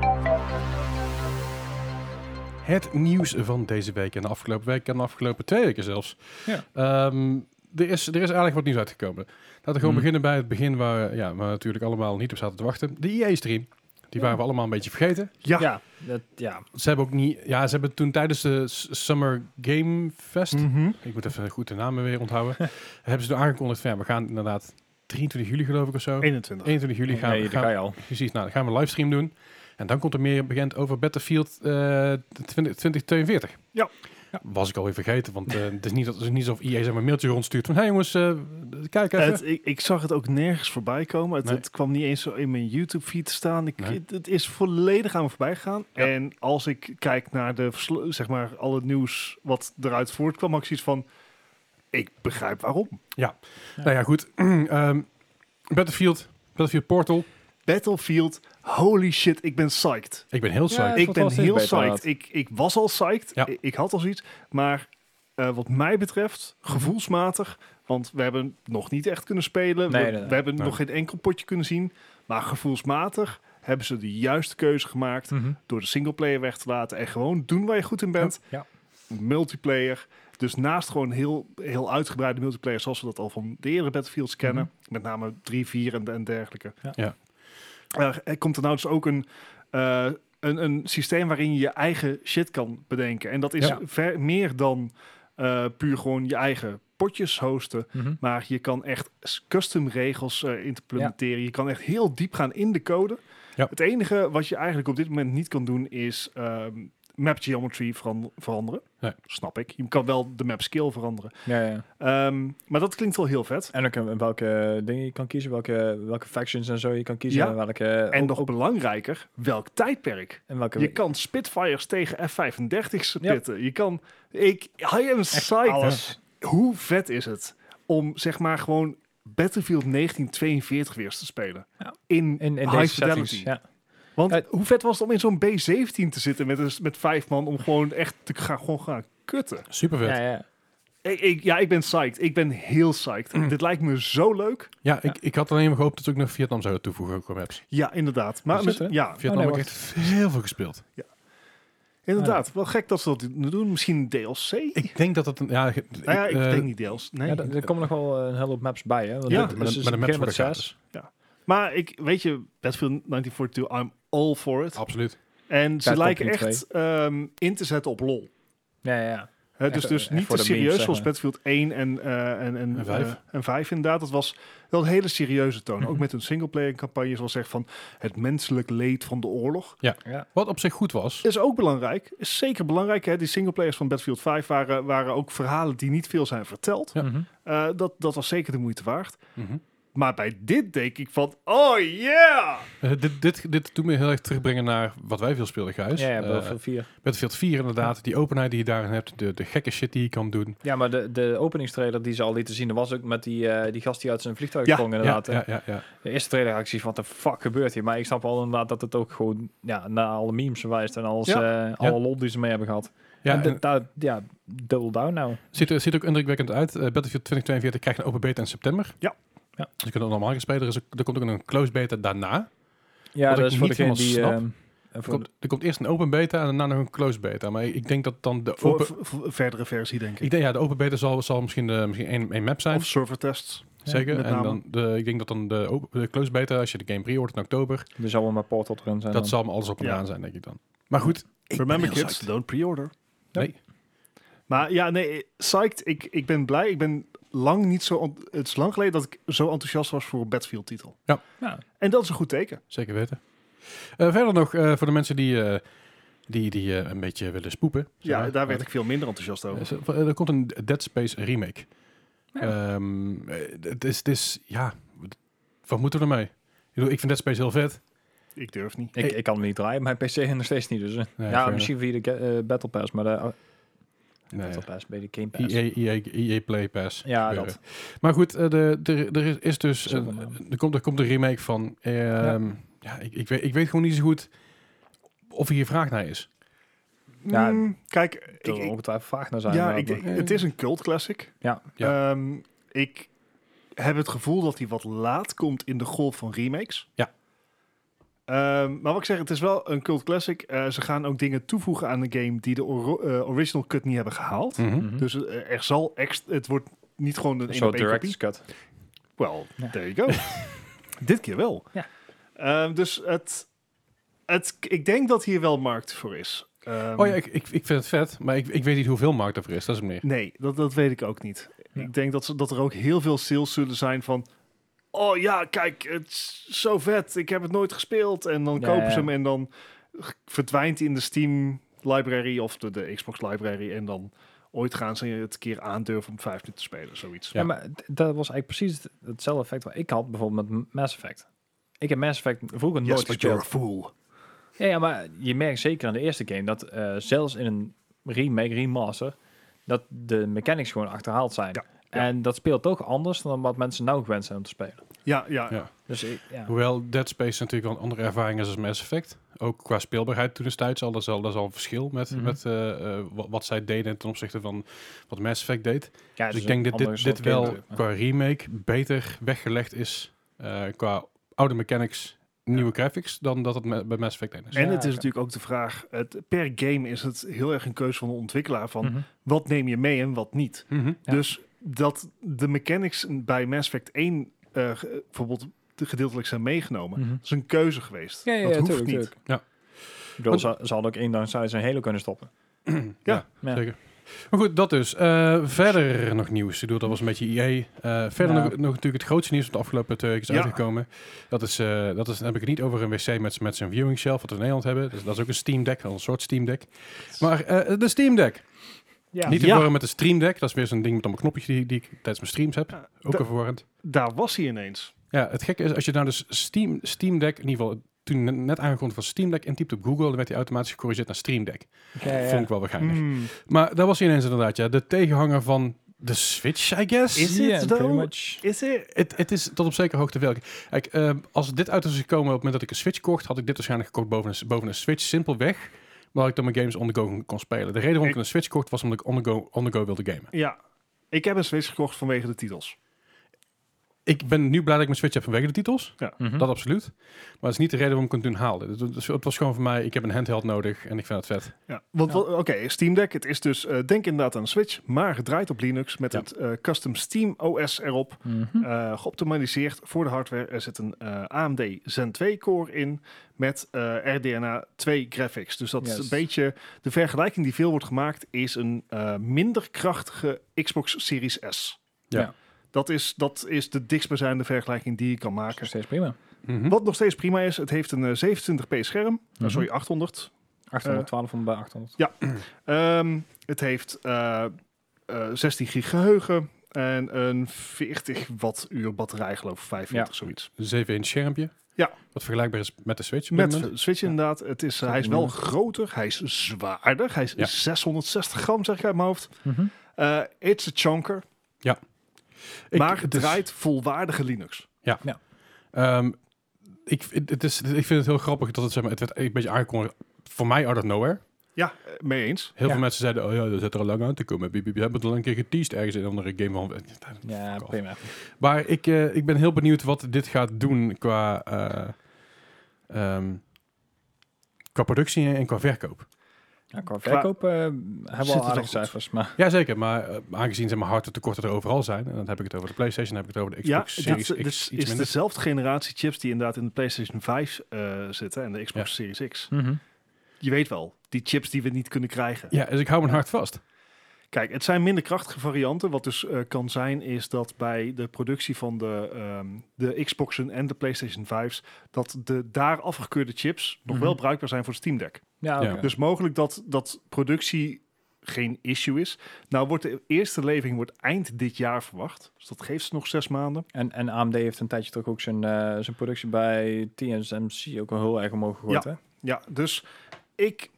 Speaker 1: Het nieuws van deze week en de afgelopen week en de afgelopen twee weken zelfs.
Speaker 2: Ja.
Speaker 1: Ehm, er, is, er is eigenlijk wat nieuws uitgekomen. Laten we gewoon
Speaker 2: Hmm.
Speaker 1: beginnen bij het begin waar eh, ja, we natuurlijk allemaal niet op zaten te wachten. De EA-stream. Die waren we allemaal een beetje vergeten.
Speaker 3: Ja.
Speaker 2: Ja, dat, ja.
Speaker 1: Ze hebben ook niet. Ja, ze hebben toen tijdens de S- Summer Game Fest.
Speaker 3: Mhm.
Speaker 1: Ik moet even goed de namen weer onthouden. hebben ze toen aangekondigd van ja, we gaan inderdaad 23 juli geloof ik of zo.
Speaker 3: 21.
Speaker 1: 21 juli gaan,
Speaker 2: nee,
Speaker 1: we
Speaker 2: dat
Speaker 1: gaan,
Speaker 2: kan je al.
Speaker 1: Precies, nou, dan gaan we een livestream doen. En dan komt er meer bekend over Battlefield eh 20, 2042.
Speaker 3: Ja.
Speaker 1: Was ik alweer vergeten, want eh, het is niet, dat- het is niet alsof EA zeg maar, een mailtje rondstuurt van... Hé hey jongens, eh, kijk even.
Speaker 3: Het, ik, ik zag het ook nergens voorbij komen. Het,
Speaker 1: Nee.
Speaker 3: het kwam niet eens zo in mijn YouTube-feed te staan. Ik,
Speaker 1: Nee.
Speaker 3: het, het is volledig aan me voorbij gegaan.
Speaker 1: Ja.
Speaker 3: En als ik kijk naar de, verslo- zeg maar, al het nieuws wat eruit voortkwam, had ik zoiets van... Ik begrijp waarom.
Speaker 1: Nou ja, goed. Ehm, Battlefield, Battlefield Portal.
Speaker 3: Battlefield, holy shit, ik ben psyched.
Speaker 1: Ik ben heel
Speaker 2: Ja,
Speaker 1: psyched.
Speaker 2: het
Speaker 3: ik
Speaker 2: wordt
Speaker 3: ben
Speaker 2: wel steeds
Speaker 3: heel
Speaker 2: beter,
Speaker 3: psyched.
Speaker 2: inderdaad.
Speaker 3: Ik, ik was al psyched.
Speaker 1: Ja.
Speaker 3: Ik, ik had al zoiets. Maar eh, wat mij betreft, gevoelsmatig... Want we hebben nog niet echt kunnen spelen.
Speaker 2: Nee,
Speaker 3: we,
Speaker 2: nee, nee.
Speaker 3: we hebben
Speaker 1: Nee.
Speaker 3: nog geen enkel potje kunnen zien. Maar gevoelsmatig hebben ze de juiste keuze gemaakt...
Speaker 1: Mhm,
Speaker 3: door de singleplayer weg te laten en gewoon doen waar je goed in bent.
Speaker 2: Ja.
Speaker 3: Multiplayer. Dus naast gewoon heel, heel uitgebreide multiplayer, zoals we dat al van de eerdere Battlefields kennen, met name 3, 4 en, en dergelijke.
Speaker 2: Ja.
Speaker 1: Ja.
Speaker 3: Eh, er komt er nou dus ook een, eh, een, een systeem waarin je je eigen shit kan bedenken. En dat is
Speaker 1: Ja.
Speaker 3: ver meer dan eh, puur gewoon je eigen potjes hosten.
Speaker 2: Mhm.
Speaker 3: Maar je kan echt s- custom regels eh, implementeren. Je kan echt heel diep gaan in de code.
Speaker 1: Ja.
Speaker 3: Het enige wat je eigenlijk op dit moment niet kan doen is ehm, map geometry veran- veranderen.
Speaker 1: Nee.
Speaker 3: Snap ik. Je kan wel de map scale veranderen.
Speaker 2: Ja, ja.
Speaker 3: Ehm, maar dat klinkt wel heel vet.
Speaker 2: En ook eh, welke dingen je kan kiezen, welke, welke factions en zo je kan kiezen.
Speaker 3: Ja.
Speaker 2: En, welke,
Speaker 3: En
Speaker 2: ook-
Speaker 3: nog
Speaker 2: ook-
Speaker 3: belangrijker, welk tijdperk?
Speaker 2: en welke
Speaker 3: Je kan Spitfires tegen F-35's
Speaker 2: Ja.
Speaker 3: pitten. Je kan... Ik, I am psyched.
Speaker 2: alles.
Speaker 3: Hoe vet is het om zeg maar gewoon Battlefield 1942 weer eens te spelen?
Speaker 2: Ja.
Speaker 3: In,
Speaker 2: In, in
Speaker 3: high
Speaker 2: deze
Speaker 3: fidelity.
Speaker 2: settings. Ja.
Speaker 3: Want
Speaker 2: Ja.
Speaker 3: hoe vet was het om in zo'n B-17 te zitten met, een- met vijf man om gewoon echt te gaan, gewoon gaan kutten?
Speaker 1: Super vet.
Speaker 2: Ja,
Speaker 1: Ja,
Speaker 2: ja.
Speaker 3: Ik, ik- ja, ik ben psyched. Ik ben heel psyched. Dit lijkt me zo leuk.
Speaker 1: Ik, ik had alleen maar gehoopt dat ze ook nog Vietnam zouden toevoegen ook qua maps.
Speaker 3: Ja, inderdaad.
Speaker 2: Is
Speaker 3: Maar
Speaker 2: het,
Speaker 3: met-
Speaker 2: hè?
Speaker 3: ja,
Speaker 1: Vietnam
Speaker 2: Oh,
Speaker 1: heb
Speaker 2: nee,
Speaker 1: ik echt heel veel gespeeld.
Speaker 3: inderdaad. Wel gek dat ze dat nu doen. Misschien een DLC?
Speaker 1: Ik denk dat dat een... Ja, ik,
Speaker 3: nou ja, ik
Speaker 1: eh,
Speaker 3: denk niet DLC. Nee.
Speaker 2: Ja, er er komen nog wel eh, een hele hoop maps bij. Hè? Want
Speaker 3: Ja,
Speaker 1: met
Speaker 2: het- het dus is
Speaker 1: een- met een
Speaker 2: een keer
Speaker 1: maps
Speaker 2: met
Speaker 1: voor de
Speaker 2: zes.
Speaker 3: maar ik, weet je, Battlefield 1942, I'm all for it.
Speaker 1: Absoluut.
Speaker 3: En ze
Speaker 2: Daar
Speaker 3: lijken
Speaker 2: komt die
Speaker 3: echt ehm, in te zetten op lol.
Speaker 2: Ja, ja, ja.
Speaker 3: Hè,
Speaker 2: Echt,
Speaker 3: dus
Speaker 2: eh,
Speaker 3: dus
Speaker 2: echt
Speaker 3: niet
Speaker 2: voor
Speaker 3: te
Speaker 2: de memes,
Speaker 3: serieus
Speaker 2: zeg
Speaker 3: zoals
Speaker 2: maar.
Speaker 3: Battlefield 1 en, eh en, en,
Speaker 1: En vijf.
Speaker 3: eh, en 5 inderdaad. Dat was wel een hele serieuze toon. Ook
Speaker 2: Mhm.
Speaker 3: met hun singleplayer campagne zoals zegt van het menselijk leed van de oorlog.
Speaker 2: ja.
Speaker 1: Wat op zich goed was.
Speaker 3: Is ook belangrijk. Is zeker belangrijk. Hè? Die singleplayers van Battlefield 5 waren, waren ook verhalen die niet veel zijn verteld.
Speaker 1: Ja.
Speaker 2: Mhm.
Speaker 3: Eh, dat, dat was zeker de moeite waard.
Speaker 1: Mhm.
Speaker 3: Maar bij dit denk ik van, oh yeah!
Speaker 1: Eh, dit, dit, dit doet me heel erg terugbrengen naar wat wij veel speelden, Gijs.
Speaker 2: Ja, ja,
Speaker 1: Eh,
Speaker 2: Battlefield 4.
Speaker 1: Battlefield 4 inderdaad. Die openheid die je daarin hebt. De, de gekke shit die je kan doen.
Speaker 2: Ja, maar de, de openingstrailer die ze al lieten zien, dat was ook met die, eh, die gast die uit zijn vliegtuig
Speaker 3: Ja,
Speaker 2: sprong inderdaad.
Speaker 1: ja, ja, ja, ja.
Speaker 2: De eerste trailer had ik zoiets van, wat de fuck gebeurt hier? Maar ik snap wel inderdaad dat het ook gewoon ja, naar alle memes wijst en alles, eh, alle lol die ze mee hebben gehad.
Speaker 1: ja
Speaker 2: en
Speaker 1: en-
Speaker 2: dit- daar- ja, double down nou.
Speaker 1: Ziet er, ziet er ook indrukwekkend uit. Eh, Battlefield 2042 krijgt een open beta in september.
Speaker 3: Ja.
Speaker 2: Ja.
Speaker 1: Dus je kunt het normaal gespeeld. Er, is ook- er komt ook een closed beta daarna.
Speaker 2: Ja,
Speaker 1: Wat
Speaker 2: dat
Speaker 1: ik
Speaker 2: is voor
Speaker 1: niet
Speaker 2: degene die...
Speaker 1: helemaal
Speaker 2: ehm,
Speaker 1: Er
Speaker 2: voor,
Speaker 1: komt, er komt eerst een open beta en daarna nog een closed beta. Maar ik, ik denk dat dan de
Speaker 3: Voor,
Speaker 1: open...
Speaker 3: voor- voor een verdere versie denk
Speaker 1: Ik
Speaker 3: ik.
Speaker 1: denk, ja, de open beta zal, zal misschien, de, misschien één, één map zijn.
Speaker 3: Of servertests.
Speaker 2: ja,
Speaker 1: zeker.
Speaker 3: met
Speaker 1: En
Speaker 3: name.
Speaker 1: dan de, ik denk dat dan de, open, de closed beta, als je de game pre-ordert in oktober,
Speaker 2: er zal wel maar Portal erin zijn.
Speaker 1: dat
Speaker 2: dan.
Speaker 1: zal me alles op en
Speaker 3: Ja.
Speaker 1: aan zijn, denk ik dan. Maar goed. ik ben
Speaker 3: Remember
Speaker 1: heel
Speaker 3: kids,
Speaker 1: psyched.
Speaker 3: don't pre-order.
Speaker 1: Nee.
Speaker 3: Maar ja, nee, psyched. Ik, ik ben blij. Ik ben lang niet zo... ont- Het is lang geleden dat ik zo enthousiast was voor een Battlefield titel.
Speaker 2: Ja.
Speaker 3: En dat is een goed teken.
Speaker 1: Zeker weten. Eh, verder nog, eh, voor de mensen die, eh, die, die eh, een beetje willen spoepen. zeg
Speaker 3: Ja,
Speaker 1: maar.
Speaker 3: daar werd ik veel minder enthousiast
Speaker 1: Eh,
Speaker 3: over.
Speaker 1: zo- eh, Er komt een Dead Space remake.
Speaker 2: Ja.
Speaker 1: Ehm, eh, Het is, het is, ja, wat- wat moeten we ermee? Ik, bedoel, ik vind Dead Space heel vet.
Speaker 3: Ik durf niet.
Speaker 2: Ik, ik kan hem niet draaien, mijn PC nog steeds niet. Dus, eh.
Speaker 1: Nee,
Speaker 2: ja,
Speaker 1: fair
Speaker 2: misschien via de ga- eh, Battle Pass, maar de oh,
Speaker 1: Nee. E,
Speaker 2: Battle Pass bij de Game Pass.
Speaker 1: EA, EA, EA Play Pass.
Speaker 2: Ja,
Speaker 1: gebeuren.
Speaker 2: dat.
Speaker 1: Maar goed, eh, de, de, er is- is dus. eh,
Speaker 2: Zo van, ja.
Speaker 1: er, komt, er komt een remake van. ehm, ja, ik, ik, weet, ik weet gewoon niet zo goed of hier vraag naar is.
Speaker 2: Ja,
Speaker 3: Mm, kijk,
Speaker 2: Ik,
Speaker 3: ik,
Speaker 2: er
Speaker 3: ik-
Speaker 2: ongetwijfeld vaag naar zijn.
Speaker 3: ja,
Speaker 2: maar-
Speaker 3: ik, ik- het is een cult classic.
Speaker 2: Ja.
Speaker 1: Ja.
Speaker 3: Ehm, ik heb het gevoel dat hij wat laat komt in de golf van remakes.
Speaker 1: Ja.
Speaker 3: Ehm, maar wat ik zeg, het is wel een cult classic. Eh, ze gaan ook dingen toevoegen aan de game die de oro- eh, original cut niet hebben gehaald.
Speaker 1: Hm?
Speaker 2: Mhm.
Speaker 3: Dus eh, er zal ext- het wordt niet gewoon een
Speaker 2: Een soort
Speaker 3: 1 op één
Speaker 2: direct
Speaker 3: kopie.
Speaker 2: cut.
Speaker 3: Well,
Speaker 2: Ja.
Speaker 3: there you go. Dit keer wel.
Speaker 2: Ja.
Speaker 3: Ehm, dus het, het, ik denk dat hier wel markt voor is. Ehm,
Speaker 1: Oh ja, ik, ik, ik vind het vet, maar ik, ik weet niet hoeveel markt er voor is. Dat is meer.
Speaker 3: Nee, dat, dat weet ik ook niet.
Speaker 2: Ja.
Speaker 3: Ik denk dat, ze, dat er ook heel veel sales zullen zijn van... Oh ja, kijk, het is zo vet. Ik heb het nooit gespeeld. En dan
Speaker 2: Ja,
Speaker 3: kopen
Speaker 2: ja.
Speaker 3: ze hem en dan verdwijnt hij in de Steam library of de, de Xbox library. En dan ooit gaan ze het een keer aandurven om vijf minuten te spelen, zoiets.
Speaker 2: Ja, maar d- dat was eigenlijk precies het- hetzelfde effect wat ik had bijvoorbeeld met M- Mass Effect. Ik heb Mass Effect vroeger
Speaker 3: Yes,
Speaker 2: nooit
Speaker 3: but you're a
Speaker 2: gespeeld.
Speaker 3: fool.
Speaker 2: Ja, ja, maar je merkt zeker aan de eerste game dat eh, zelfs in een remake, remaster, dat de mechanics gewoon achterhaald zijn.
Speaker 3: Ja,
Speaker 2: En dat speelt toch anders dan wat mensen nou gewend zijn om te spelen.
Speaker 3: Ja, ja.
Speaker 1: Ja.
Speaker 2: Dus ik- ja.
Speaker 1: Hoewel Dead Space natuurlijk wel een andere ervaring is als Mass Effect. Ook qua speelbaarheid toen destijds al. Dat is al, dat is al een verschil met,
Speaker 2: Mhm.
Speaker 1: met eh, eh, wat, wat zij deden ten opzichte van wat Mass Effect deed.
Speaker 2: Ja, het
Speaker 1: dus
Speaker 2: is
Speaker 1: ik denk dat
Speaker 2: een andere
Speaker 1: dit,
Speaker 2: soort
Speaker 1: dit
Speaker 2: game
Speaker 1: wel
Speaker 2: natuurlijk, maar-
Speaker 1: qua remake beter weggelegd is eh, qua oude mechanics, nieuwe graphics, dan dat het me- bij Mass Effect 1 is.
Speaker 3: En het
Speaker 2: oké.
Speaker 3: is natuurlijk ook de vraag, het, per game is het heel erg een keuze van de ontwikkelaar van
Speaker 2: Mhm.
Speaker 3: wat neem je mee en wat niet.
Speaker 1: Mhm.
Speaker 2: Ja.
Speaker 3: Dus dat de mechanics bij Mass Effect 1 eh, ge- bijvoorbeeld te- gedeeltelijk zijn meegenomen,
Speaker 2: Mhm.
Speaker 3: is een keuze geweest.
Speaker 2: Ja, ja,
Speaker 3: dat
Speaker 2: ja,
Speaker 3: hoeft
Speaker 2: tuurlijk,
Speaker 3: niet.
Speaker 2: tuurlijk.
Speaker 1: Ja.
Speaker 2: Ik bedoel, ze, ze hadden ook één downside zijn hele kunnen stoppen.
Speaker 3: Ja.
Speaker 2: Ja.
Speaker 1: Zeker. Maar goed, dat dus. Eh, verder nog nieuws. Ik bedoel, dat was een beetje EA. Eh, verder nog,
Speaker 2: Ja.
Speaker 1: nog natuurlijk het grootste nieuws dat de afgelopen twee weken is
Speaker 3: Ja.
Speaker 1: uitgekomen. Dat is, eh, dat is, dan heb ik het niet over een wc met, met zijn viewing shelf, wat we in Nederland hebben. Dus dat is ook een Steam Deck, wel een soort Steam Deck. Maar eh, de Steam Deck.
Speaker 2: Ja.
Speaker 1: Niet te
Speaker 3: Ja.
Speaker 1: verwarren met de Stream Deck. Dat is weer zo'n ding met allemaal knopjes die, die ik tijdens mijn streams heb.
Speaker 3: Ja,
Speaker 1: Ook
Speaker 3: da-
Speaker 1: al verwarrend.
Speaker 3: Daar was hij ineens.
Speaker 1: Ja, het gekke is, als je nou dus Steam, Steam Deck, in ieder geval toen net- net aangekondigd was Steam Deck, intypt op Google, dan werd hij automatisch gecorrigeerd naar Stream Deck. Vond ik wel begrijpelijk.
Speaker 3: Hmm.
Speaker 1: Maar dat was hij ineens inderdaad, ja. De tegenhanger van de Switch, I guess.
Speaker 3: Is
Speaker 2: Ja,
Speaker 3: het
Speaker 2: pretty
Speaker 3: though?
Speaker 2: much.
Speaker 3: Is er...
Speaker 1: Het, het is tot op zekere hoogte wel. Kijk, ehm, als dit uit was gekomen op het moment dat ik een Switch kocht, had ik dit waarschijnlijk gekocht boven een, boven een Switch, simpelweg. Waar ik dan mijn games on the go kon- kon spelen. De reden waarom ik
Speaker 3: Ik-
Speaker 1: een Switch kocht was omdat ik on the go, on the go wilde gamen.
Speaker 3: Ja. Ik heb een Switch gekocht vanwege de titels.
Speaker 1: Ik ben nu blij dat ik mijn Switch heb vanwege de titels.
Speaker 2: Mhm.
Speaker 1: Dat absoluut. Maar dat is niet de reden waarom ik het toen haalde. Het, het- het was gewoon voor mij, ik heb een handheld nodig en ik vind het vet.
Speaker 3: Ja. Want,
Speaker 2: Ja.
Speaker 3: wel- oké, Steam Deck, het is dus, eh, denk inderdaad aan een Switch, maar gedraaid op Linux met
Speaker 1: Ja.
Speaker 3: het eh, custom Steam OS erop.
Speaker 2: Mhm.
Speaker 3: eh, geoptimaliseerd voor de hardware. Er zit een eh, AMD Zen 2 core in met eh, RDNA 2 graphics. Dus dat is
Speaker 2: Yes.
Speaker 3: een beetje de vergelijking die veel wordt gemaakt is een eh, minder krachtige Xbox Series S.
Speaker 1: Ja.
Speaker 2: Ja.
Speaker 3: Dat is, dat is de dichtstbijzijnde vergelijking die je kan
Speaker 2: Dat is nog
Speaker 3: maken.
Speaker 2: steeds prima.
Speaker 1: Mhm.
Speaker 3: Wat nog steeds prima is, het heeft een eh, 720p scherm. Eh,
Speaker 2: Mhm.
Speaker 3: sorry, 800.
Speaker 1: Eh.
Speaker 2: 812 van bij 800.
Speaker 3: Ehm, het heeft eh, eh, 16 gig geheugen en een 40 watt uur batterij, geloof ik, 45 zoiets.
Speaker 1: Een 7-inch schermpje.
Speaker 3: Ja.
Speaker 1: Wat vergelijkbaar is met de Switch. op dit
Speaker 3: Met
Speaker 1: moment.
Speaker 3: Switch inderdaad. Het is, hij is wel groter, hij is zwaarder, hij is
Speaker 1: Ja.
Speaker 3: 660 gram, zeg ik uit mijn hoofd.
Speaker 2: Mhm.
Speaker 3: Eh, it's a chunker,
Speaker 1: Ik- dus-
Speaker 3: maar het
Speaker 1: het is-
Speaker 3: draait volwaardige Linux.
Speaker 1: Ehm, ik, het is, ik vind het heel grappig dat het, zeg maar, het werd een beetje aangekondigd. Voor mij out of nowhere.
Speaker 3: Ja, eh, mee eens.
Speaker 1: Heel
Speaker 2: Ja.
Speaker 1: veel mensen zeiden, oh ja, dat zit er al lang aan te komen. We hebben het al een keer geteased ergens in een andere game. Van.
Speaker 2: Ja,
Speaker 1: Fuck off.
Speaker 2: prima.
Speaker 1: Maar ik, eh, ik ben heel benieuwd wat dit gaat doen qua, eh, ehm, qua productie en qua verkoop.
Speaker 2: Ja, qua verkoop eh, hebben we
Speaker 3: Zit het
Speaker 2: al
Speaker 3: al
Speaker 2: aardige
Speaker 3: goed?
Speaker 2: cijfers, maar
Speaker 1: Jazeker, maar eh, aangezien ze maar harde tekorten er overal zijn, en dan heb ik het over de PlayStation, dan heb ik het over de Xbox
Speaker 3: ja,
Speaker 1: Series
Speaker 3: dit, dit
Speaker 1: X, iets
Speaker 3: is
Speaker 1: minder.
Speaker 3: dezelfde generatie chips die inderdaad in de PlayStation 5 eh, zitten en de Xbox Series X.
Speaker 2: Mhm.
Speaker 3: Je weet wel, die chips die we niet kunnen krijgen.
Speaker 1: Ja, dus ik hou mijn hart vast.
Speaker 3: Kijk, het zijn minder krachtige varianten. Wat dus eh, kan zijn, is dat bij de productie van de, ehm, de Xboxen en de PlayStation 5's, dat de daar afgekeurde chips nog wel
Speaker 2: Mhm.
Speaker 3: bruikbaar zijn voor de Steam Deck.
Speaker 2: ja,
Speaker 1: Ja.
Speaker 2: oké.
Speaker 3: Dus mogelijk dat, dat productie geen issue is. Nou wordt de eerste levering wordt eind dit jaar verwacht. Dus dat geeft ze nog zes maanden.
Speaker 2: En, en AMD heeft een tijdje terug ook zijn, eh, zijn productie bij TSMC ook wel heel erg omhoog gegooid. Hè?
Speaker 3: Ja, dus ik,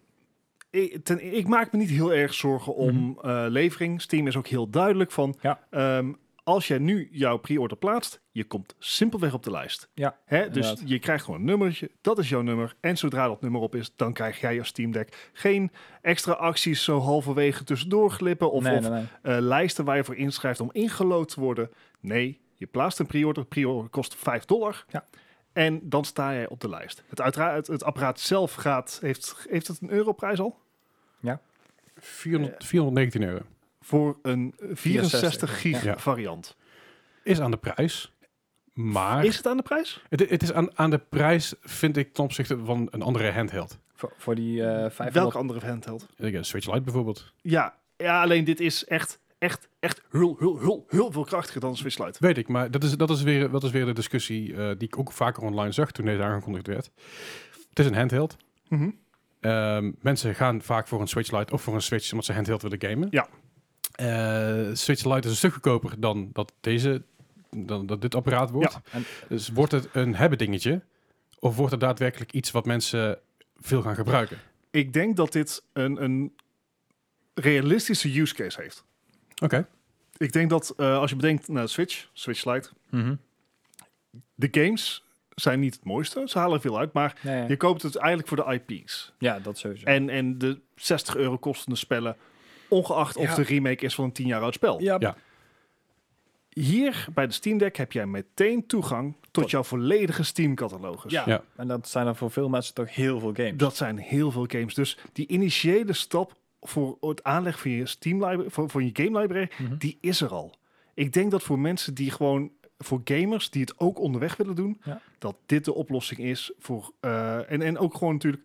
Speaker 3: ik, ten, ik maak me niet heel erg zorgen om eh, levering. Steam is ook heel duidelijk van...
Speaker 2: Mhm. Ja.
Speaker 3: ehm, als jij nu jouw pre-order plaatst, je komt simpelweg op de lijst.
Speaker 2: Ja,
Speaker 3: Hè? Dus
Speaker 2: inderdaad.
Speaker 3: je krijgt gewoon een nummertje, dat is jouw nummer. En zodra dat nummer op is, dan krijg jij jouw Steam Deck. Geen extra acties zo halverwege tussendoor glippen of,
Speaker 2: nee,
Speaker 3: of
Speaker 2: nee, nee.
Speaker 3: eh, lijsten waar je voor inschrijft om ingelood te worden. Nee, je plaatst een pre-order. Pre-order kost 5 dollar.
Speaker 2: Ja.
Speaker 3: En dan sta jij op de lijst. Het, uiteraard, het, het apparaat zelf gaat, heeft, heeft het een europrijs al?
Speaker 1: 400, 419 euro
Speaker 3: Voor een 64 gig
Speaker 1: Ja.
Speaker 3: variant.
Speaker 1: is aan de prijs, maar...
Speaker 3: Is het aan de prijs?
Speaker 1: Het, het is aan, aan de prijs, vind ik, ten opzichte van een andere handheld.
Speaker 2: Voor, voor die eh 500...
Speaker 3: Welke andere handheld?
Speaker 1: Ik, eh, Switch Lite bijvoorbeeld.
Speaker 3: Ja, ja alleen dit is echt, echt, echt heel, heel, heel, heel veel krachtiger dan een Switch Lite.
Speaker 1: Weet ik, maar dat is, dat is, weer, dat is weer de discussie eh, die ik ook vaker online zag toen deze aangekondigd werd. Het is een handheld.
Speaker 3: Mhm.
Speaker 1: Ehm, mensen gaan vaak voor een Switch Lite of voor een Switch omdat ze handheld willen gamen.
Speaker 3: Ja.
Speaker 1: Eh, Switch Lite is een stuk goedkoper dan dat, deze, dan, dat dit apparaat wordt.
Speaker 3: Ja.
Speaker 2: En-
Speaker 1: Dus wordt het een hebben dingetje of wordt het daadwerkelijk iets wat mensen veel gaan gebruiken?
Speaker 3: Ik denk dat dit een, een realistische use case heeft.
Speaker 1: Oké.
Speaker 3: Ik denk dat eh, als je bedenkt naar Switch, Switch Lite,
Speaker 2: Mhm.
Speaker 3: de games zijn niet het mooiste. Ze halen veel uit, maar
Speaker 2: Nee, ja.
Speaker 3: je koopt het eigenlijk voor de IP's.
Speaker 2: ja, dat sowieso.
Speaker 3: En, en de 60 euro kostende spellen, ongeacht of
Speaker 2: Ja.
Speaker 3: de remake is van een 10 jaar oud spel.
Speaker 2: ja,
Speaker 1: Ja.
Speaker 3: Hier bij de Steam Deck heb jij meteen toegang tot,
Speaker 2: Tot-
Speaker 3: jouw volledige Steam-catalogus.
Speaker 2: dus- ja.
Speaker 1: Ja.
Speaker 2: en dat zijn er voor veel mensen toch heel veel games.
Speaker 3: Dat zijn heel veel games. Dus die initiële stap voor het aanleggen van je Steam library, voor, voor je game library,
Speaker 2: Mhm.
Speaker 3: die is er al. Ik denk dat voor mensen die gewoon, voor gamers die het ook onderweg willen doen,
Speaker 2: Ja.
Speaker 3: dat dit de oplossing is voor. eh, en, en ook gewoon natuurlijk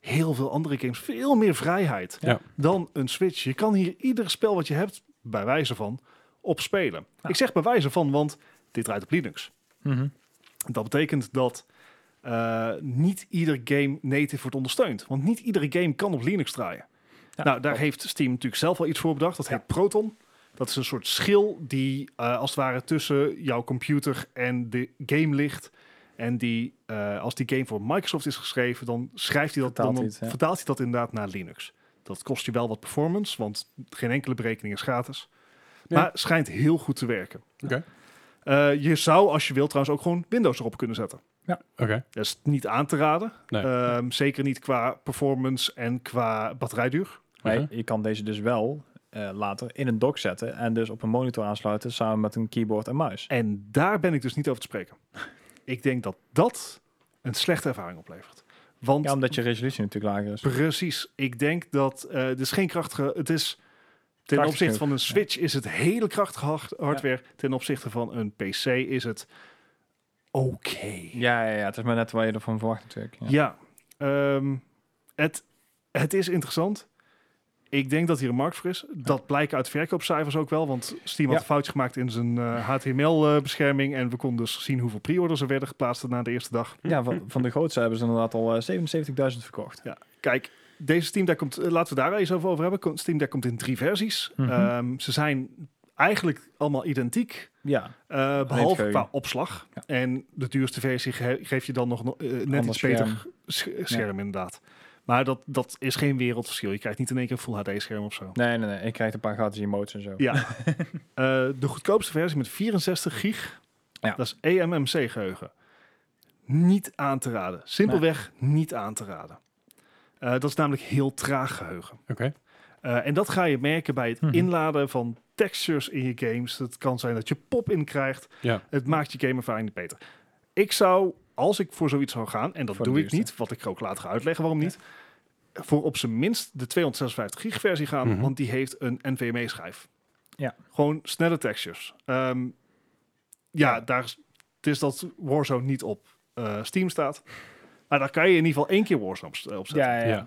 Speaker 3: heel veel andere games veel meer vrijheid
Speaker 1: Ja.
Speaker 3: dan een Switch. Je kan hier ieder spel wat je hebt, bij wijze van, op spelen.
Speaker 2: Ja.
Speaker 3: Ik zeg bij wijze van, want dit draait op Linux.
Speaker 2: Mhm.
Speaker 3: Dat betekent dat eh, niet ieder game native wordt ondersteund. Want niet iedere game kan op Linux draaien.
Speaker 2: Ja,
Speaker 3: nou, daar
Speaker 2: klopt.
Speaker 3: heeft Steam natuurlijk zelf al iets voor bedacht. Dat heet Proton. Dat is een soort schil die eh, als het ware tussen jouw computer en de game ligt. En die, eh, als die game voor Microsoft is geschreven, dan schrijft hij dat,
Speaker 2: Vertaalt
Speaker 3: dan,
Speaker 2: hij het, ja.
Speaker 3: vertaalt hij dat inderdaad naar Linux. Dat kost je wel wat performance, want geen enkele berekening is gratis.
Speaker 1: Ja.
Speaker 3: Maar schijnt heel goed te werken.
Speaker 1: Oké.
Speaker 3: Eh, je zou, als je wil, trouwens ook gewoon Windows erop kunnen zetten.
Speaker 1: Oké.
Speaker 3: Dat is niet aan te raden.
Speaker 1: Nee.
Speaker 3: Ehm, zeker niet qua performance en qua batterijduur.
Speaker 2: Maar
Speaker 1: Oké.
Speaker 2: je, je kan deze dus wel eh, later in een dock zetten en dus op een monitor aansluiten samen met een keyboard en muis.
Speaker 3: En daar ben ik dus niet over te spreken. Ik denk dat dat een slechte ervaring oplevert. Want
Speaker 2: Ja, omdat je resolutie natuurlijk lager is.
Speaker 3: precies, ik denk dat eh het is geen krachtige. Het is ten
Speaker 2: Krachtig
Speaker 3: opzichte van een
Speaker 2: genoeg, ja.
Speaker 3: Switch is het hele krachtige hard- hardware. Ten opzichte van een PC is het oké.
Speaker 2: Ja, ja, ja, het is maar net waar je ervan verwacht natuurlijk. Ja.
Speaker 3: Ja, ehm, het, het is interessant. Ik denk dat hier een markt voor is. Dat blijkt uit verkoopcijfers ook wel, want Steam had
Speaker 2: Ja.
Speaker 3: een foutje gemaakt in zijn eh, HTML-bescherming. en we konden dus zien hoeveel pre-orders er werden geplaatst na de eerste dag.
Speaker 2: Ja, van, van de grootste hebben ze inderdaad al eh, 77.000 verkocht.
Speaker 3: Kijk, deze Steam Deck komt, eh, laten we daar wel eens over over hebben. Ko- Steam Deck komt in drie versies.
Speaker 2: Mhm.
Speaker 3: Ehm, ze zijn eigenlijk allemaal identiek.
Speaker 2: Ja,
Speaker 3: eh, behalve
Speaker 2: geheugen.
Speaker 3: qua opslag.
Speaker 2: Ja.
Speaker 3: En de duurste versie ge- geeft je dan nog no- eh, net
Speaker 2: Ander
Speaker 3: iets beter
Speaker 2: scherm.
Speaker 3: sch- scherm inderdaad. Maar dat, dat is geen wereldverschil. Je krijgt niet in één keer een Full HD scherm of zo.
Speaker 2: nee, nee, nee. Ik krijg een paar gratis emotes en zo.
Speaker 3: Ja. Eh, de goedkoopste versie met 64 gig,
Speaker 2: Ja.
Speaker 3: dat is E eMMC geheugen. Niet aan te raden. Simpelweg niet aan te raden. Eh, dat is namelijk heel traag geheugen.
Speaker 1: Oké.
Speaker 3: Eh, en dat ga je merken bij het
Speaker 2: Mhm.
Speaker 3: inladen van textures in je games. Het kan zijn dat je pop-in krijgt.
Speaker 1: Ja.
Speaker 3: Het maakt je gameervaring niet beter. Ik zou, als ik voor zoiets zou gaan, en dat
Speaker 2: Voor de
Speaker 3: doe ik
Speaker 2: duurste.
Speaker 3: niet, wat ik ook later ga uitleggen waarom niet, voor op zijn minst de 256 gig versie gaan,
Speaker 1: Mhm.
Speaker 3: want die heeft een NVMe-schijf.
Speaker 2: Ja.
Speaker 3: Gewoon snelle textures. Ehm, ja,
Speaker 2: Ja.
Speaker 3: daar is, het is dat Warzone niet op eh, Steam staat. Maar daar kan je in ieder geval één keer Warzone op, eh, op zetten.
Speaker 2: ja, ja. ja.
Speaker 1: Ja.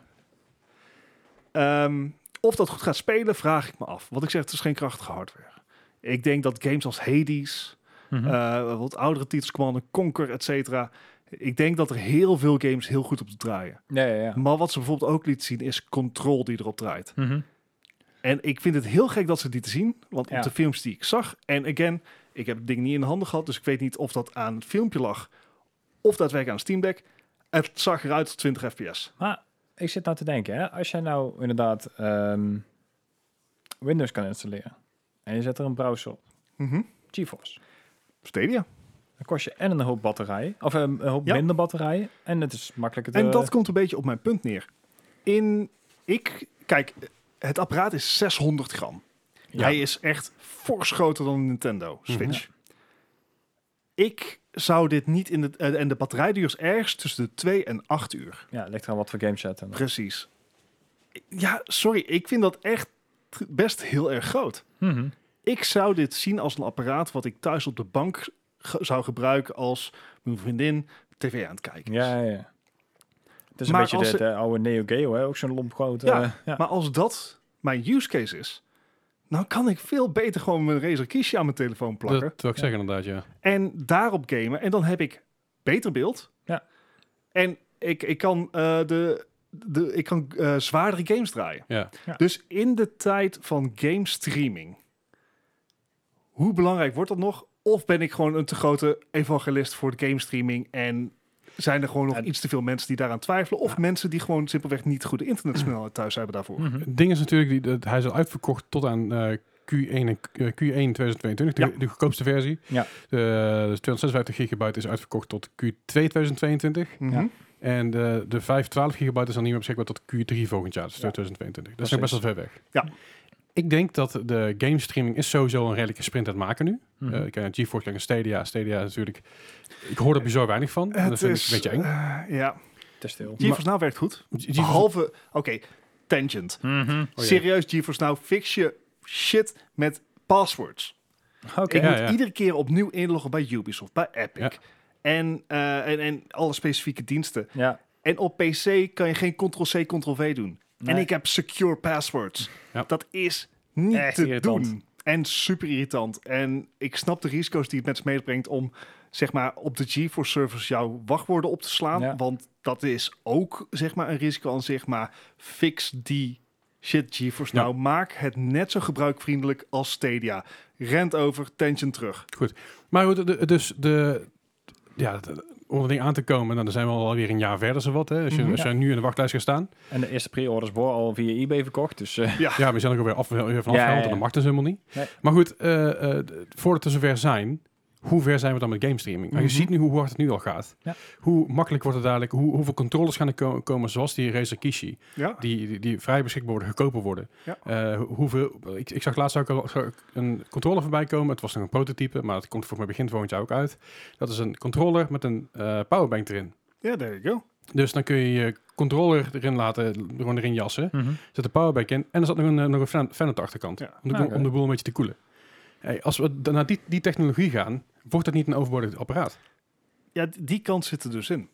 Speaker 3: Ehm, of dat goed gaat spelen, vraag ik me af. Wat ik zeg, het is geen krachtige hardware. Ik denk dat games als Hades,
Speaker 2: Mhm.
Speaker 3: eh, wat oudere titels, Command Conquer, et cetera. Ik denk dat er heel veel games heel goed op te draaien.
Speaker 2: ja, ja, ja.
Speaker 3: Maar wat ze bijvoorbeeld ook liet zien, is Control die erop draait.
Speaker 2: Mhm.
Speaker 3: En ik vind het heel gek dat ze die te zien, want
Speaker 2: Ja.
Speaker 3: op de films die ik zag... En again, ik heb het ding niet in de handen gehad, dus ik weet niet of dat aan het filmpje lag... of daadwerkelijk aan een Steam Deck. Het zag eruit als 20 fps.
Speaker 2: Maar ik zit nou te denken, hè, als jij nou inderdaad ehm, Windows kan installeren en je zet er een browser op, GeForce,
Speaker 3: Stadia.
Speaker 2: dan kost je en een hoop batterijen, of ehm, een hoop
Speaker 3: Ja.
Speaker 2: minder batterijen, en het is makkelijker te...
Speaker 3: En dat komt een beetje op mijn punt neer. In, ik, kijk, het apparaat is 600 gram.
Speaker 2: Ja. Mhm.
Speaker 3: Hij is echt fors groter dan een Nintendo Switch. Ik zou dit niet in de... eh, En de batterijduur is ergens tussen de 2 en 8 uur.
Speaker 2: Ja, ligt eraan wat voor games je hebt. en-
Speaker 3: Precies. Ja, sorry. Ik vind dat echt best heel erg groot.
Speaker 2: Mhm.
Speaker 3: Ik zou dit zien als een apparaat wat ik thuis op de bank ge- zou gebruiken als mijn vriendin tv aan het kijken is.
Speaker 2: Ja, ja, ja. Het is
Speaker 3: Maar
Speaker 2: een
Speaker 3: als
Speaker 2: beetje de, de oude Neo Geo, hè? ook zo'n lomp groot.
Speaker 3: Ja,
Speaker 2: eh, ja.
Speaker 3: Maar als dat mijn use case is, nou kan ik veel beter gewoon mijn Razer Kiesje aan mijn telefoon plakken
Speaker 1: Dat wil ik zeggen inderdaad, ja.
Speaker 3: en daarop gamen. En dan heb ik beter beeld.
Speaker 2: Ja.
Speaker 3: En ik, ik kan, eh, de, de, ik kan eh, zwaardere games draaien.
Speaker 1: Ja.
Speaker 2: Ja.
Speaker 3: Dus in de tijd van game streaming, hoe belangrijk wordt dat nog? Of ben ik gewoon een te grote evangelist voor de game streaming en zijn er gewoon nog
Speaker 2: En-
Speaker 3: iets te veel mensen die daaraan twijfelen? Of mensen die gewoon simpelweg niet goede internetsnelheid thuis hebben daarvoor?
Speaker 2: Mhm.
Speaker 1: Het ding is natuurlijk, die, dat hij is al uitverkocht tot aan eh, Q1, en, Q- eh, Q1 2022, de,
Speaker 3: Ja.
Speaker 1: de goedkoopste versie.
Speaker 2: Ja.
Speaker 1: Eh, dus 256 gigabyte is uitverkocht tot Q2 2022.
Speaker 3: Mhm.
Speaker 1: En eh, de 512 gigabyte is dan niet meer beschikbaar tot Q3 volgend jaar, dus
Speaker 2: Ja.
Speaker 1: 2022. Dat is nog best wel
Speaker 2: Precies.
Speaker 1: ver weg.
Speaker 3: Ja.
Speaker 1: Ik denk dat de game streaming is sowieso een redelijke sprint aan het maken nu.
Speaker 2: Mhm.
Speaker 1: Eh, ik ken GeForce, ik ken Stadia. Stadia natuurlijk. Ik hoor er bizar weinig van. en dat vind ik een beetje eng.
Speaker 3: eh, ja,
Speaker 2: te stil.
Speaker 3: GeForce Now werkt goed.
Speaker 1: GeForce-
Speaker 3: Behalve, oké, tangent.
Speaker 2: Mhm.
Speaker 1: Oh, jee.
Speaker 3: Serieus, GeForce Now, fix je shit met passwords.
Speaker 2: Oké.
Speaker 3: Ik
Speaker 1: Ja,
Speaker 3: moet
Speaker 1: ja.
Speaker 3: iedere keer opnieuw inloggen bij Ubisoft, bij Epic.
Speaker 1: Ja.
Speaker 3: En, eh, en, en alle specifieke diensten.
Speaker 2: Ja,
Speaker 3: En op PC kan je geen Ctrl-C, Ctrl-V doen. En
Speaker 2: Nee.
Speaker 3: ik heb secure passwords.
Speaker 1: Ja.
Speaker 3: Dat is niet
Speaker 2: Echt
Speaker 3: te
Speaker 2: irritant.
Speaker 3: doen. En super irritant. En ik snap de risico's die het met zich meebrengt om zeg maar, op de GeForce servers jouw wachtwoorden op te slaan.
Speaker 2: Ja.
Speaker 3: Want dat is ook zeg maar, een risico aan zich. Maar fix die shit GeForce
Speaker 1: Ja.
Speaker 3: nou. Maak het net zo gebruikvriendelijk als Stadia. Rent over, tension terug.
Speaker 1: Maar goed, de- dus de, ja, de- om het ding aan te komen, nou, dan zijn we alweer een jaar verder zowat. Hè? Als, je,
Speaker 3: Mhm.
Speaker 1: als jij nu in de wachtlijst gaat staan,
Speaker 2: En de eerste pre-orders worden al via eBay verkocht. Dus eh,
Speaker 1: ja, maar je zal ook weer af, weer vanaf gaan,
Speaker 2: Ja, ja,
Speaker 1: want
Speaker 2: ja.
Speaker 1: dan mag dat helemaal niet.
Speaker 2: Nee.
Speaker 1: Maar goed, eh, eh, d- voordat we zover zijn, hoe ver zijn we dan met game streaming? Maar
Speaker 2: Mhm.
Speaker 1: je ziet nu hoe hard het nu al gaat.
Speaker 2: Ja.
Speaker 1: Hoe makkelijk wordt het dadelijk, hoe, hoeveel controllers gaan er ko- komen, zoals die Razer Kishi.
Speaker 3: Ja.
Speaker 1: die, die, die vrij beschikbaar worden, goedkoper worden.
Speaker 3: Ja.
Speaker 1: Eh, ho- hoeveel, ik, ik zag laatst ook al zag ik een controller voorbij komen. Het was nog een prototype, maar het komt voor mij begin volgend jaar ook uit. Dat is een controller met een eh, powerbank erin.
Speaker 3: Ja, there you go.
Speaker 1: Dus dan kun je je controller erin laten, gewoon erin jassen.
Speaker 2: mhm.
Speaker 1: Zet de powerbank in en er zat nog een, eh, nog een fan, fan op de achterkant.
Speaker 3: Ja.
Speaker 1: Om, de boel,
Speaker 2: Ah, Oké.
Speaker 1: om de boel een beetje te koelen. Hey, als we dan naar die, die technologie gaan, wordt dat niet een overbodig apparaat.
Speaker 3: Ja, d- die kant zit er dus in.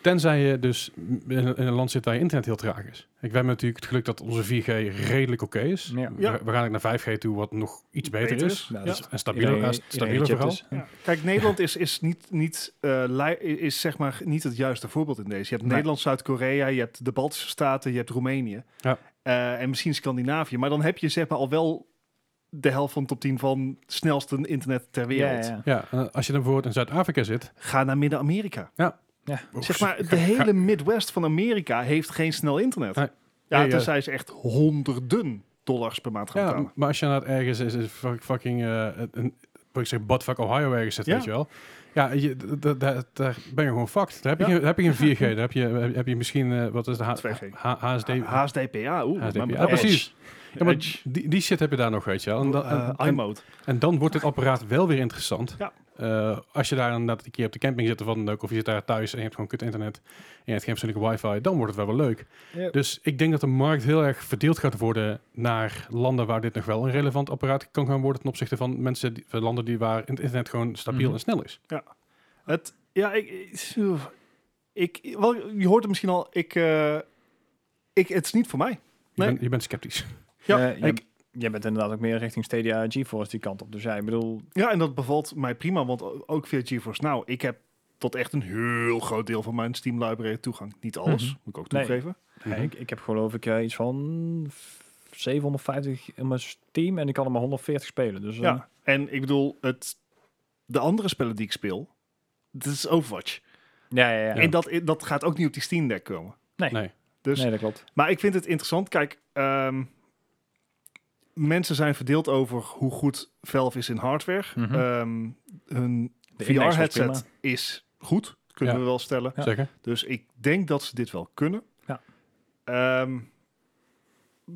Speaker 1: Tenzij je dus in een in een land zit waar je internet heel traag is. Ik, wij hebben natuurlijk het geluk dat onze 4G redelijk oké is.
Speaker 2: Ja.
Speaker 1: We- We, gaan ook naar 5G toe, wat nog iets beter,
Speaker 3: Beter
Speaker 1: is.
Speaker 3: is.
Speaker 2: Nou,
Speaker 3: Ja.
Speaker 2: dat is
Speaker 1: En stabieler,
Speaker 2: iedereen-
Speaker 1: eh,
Speaker 2: iedereen dus.
Speaker 1: stabieler
Speaker 2: chip
Speaker 1: vooral.
Speaker 2: is.
Speaker 3: Ja. Ehm, Kijk, Nederland is, is, niet, niet, eh, li- is zeg maar niet het juiste voorbeeld in deze. Je hebt
Speaker 2: Nee.
Speaker 3: Nederland, Zuid-Korea, je hebt de Baltische Staten, je hebt Roemenië.
Speaker 1: Ja.
Speaker 3: Eh, en misschien Scandinavië. Maar dan heb je zeg maar al wel de helft van de top 10 van snelste internet ter
Speaker 2: Ja,
Speaker 3: wereld.
Speaker 2: ja, ja.
Speaker 1: Ja, en als je dan bijvoorbeeld in Zuid-Afrika zit...
Speaker 3: Ga naar Midden-Amerika. Zeg maar, de
Speaker 1: ga-
Speaker 3: hele Midwest van Amerika heeft geen snel internet.
Speaker 1: Nee.
Speaker 3: Ja,
Speaker 1: Nee, ja.
Speaker 3: tenzij ze echt honderden dollars per maand gaan
Speaker 1: Ja,
Speaker 3: betalen.
Speaker 1: maar als je naar het ergens is, is fuck- fucking... eh, een, wat ik zeg, Badfuck Ohio ergens zit,
Speaker 3: Ja.
Speaker 1: weet je wel. Ja, je, d- d- daar- daar ben je gewoon fucked. Daar heb je,
Speaker 3: Ja.
Speaker 1: geen- daar heb je geen 4G. Daar heb je, heb je misschien, eh, wat is de H-
Speaker 3: 2G.
Speaker 1: H- HSD?
Speaker 3: HSDPA, oeh.
Speaker 1: HSDPA.
Speaker 3: mijn
Speaker 1: Ja,
Speaker 3: bedrijf.
Speaker 1: precies. Ja, maar
Speaker 3: Edge.
Speaker 1: die, die shit heb je daar nog, weet je wel. En, dan- en-
Speaker 3: Eh,
Speaker 1: en-
Speaker 3: iMode.
Speaker 1: En dan wordt dit apparaat wel weer interessant.
Speaker 3: Nou, Ja.
Speaker 1: Eh, als je daar inderdaad een keer op de camping zit of wat dan ook, of je zit daar thuis en je hebt gewoon kut internet en je hebt geen persoonlijke wifi, dan wordt het wel wel leuk.
Speaker 2: Ja.
Speaker 1: Dus ik denk dat de markt heel erg verdeeld gaat worden naar landen waar dit nog wel een relevant apparaat kan gaan worden ten opzichte van mensen, die, van landen die waar het internet gewoon stabiel
Speaker 2: Mhm.
Speaker 1: en snel is.
Speaker 3: Het, ja, ik, ik, ik- wel, je hoort het misschien al, ik, eh, ik, het is niet voor mij.
Speaker 1: Je,
Speaker 3: Nee.
Speaker 1: bent- je bent sceptisch.
Speaker 3: Ja,
Speaker 2: Eh, jij-
Speaker 3: ik-
Speaker 2: jij bent inderdaad ook meer richting Stadia GeForce die kant op. Dus ja, ik bedoel,
Speaker 3: Ja, en dat bevalt mij prima, want o- ook via GeForce Now, ik heb tot echt een heel groot deel van mijn Steam library toegang. Niet alles,
Speaker 2: Mhm.
Speaker 3: moet ik ook
Speaker 2: Nee.
Speaker 3: toegeven.
Speaker 1: Mhm.
Speaker 2: ik, ik heb geloof ik eh, iets van 750 in mijn Steam en ik kan er maar 140 spelen. Dus eh,
Speaker 3: Ja, en ik bedoel, het, de andere spellen die ik speel, dat is Overwatch.
Speaker 2: ja, ja. ja.
Speaker 3: En dat, dat gaat ook niet op die Steam Deck komen.
Speaker 1: Nee.
Speaker 3: Dus
Speaker 2: Nee, dat klopt.
Speaker 3: Maar ik vind het interessant. Kijk, ehm, mensen zijn verdeeld over hoe goed Valve is in hardware.
Speaker 2: Mhm.
Speaker 3: Ehm, hun
Speaker 2: De index was
Speaker 3: VR-headset is goed, kunnen
Speaker 1: Ja.
Speaker 3: we wel stellen.
Speaker 2: Ja.
Speaker 1: Zeggen.
Speaker 3: Dus ik denk dat ze dit wel kunnen.
Speaker 2: Ja.
Speaker 3: Ehm,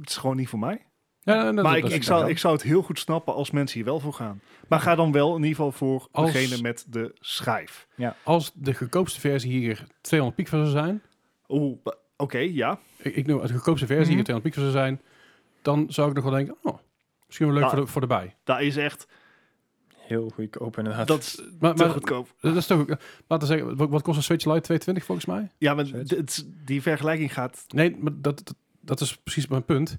Speaker 3: het is gewoon niet voor mij.
Speaker 1: Ja, nou, dat- dat
Speaker 3: maar
Speaker 1: is
Speaker 3: ik, ik,
Speaker 1: inderdaad.
Speaker 3: zou, ik zou het heel goed snappen als mensen hier wel voor gaan. Maar ga dan wel in ieder geval voor
Speaker 1: Als-
Speaker 3: degene met de schijf.
Speaker 1: Als de goedkoopste versie hier 200 piek van zou zijn,
Speaker 3: Oeh, oké, ja.
Speaker 1: ik, ik noem het de goedkoopste versie
Speaker 3: Mhm.
Speaker 1: hier 200 piek van zou zijn, dan zou ik nog wel denken, oh, misschien wel leuk
Speaker 3: Ja.
Speaker 1: voor, de, voor de bij.
Speaker 3: Dat is echt
Speaker 2: Heel goedkoop inderdaad.
Speaker 3: dat is te
Speaker 1: Maar, maar
Speaker 3: goedkoop.
Speaker 1: Dat is toch, laten we zeggen, wat, wat kost een Switch Lite 220 volgens mij?
Speaker 3: Ja, maar
Speaker 2: Zoiets.
Speaker 3: dit- die vergelijking gaat
Speaker 1: Nee, maar dat, dat, dat is precies mijn punt.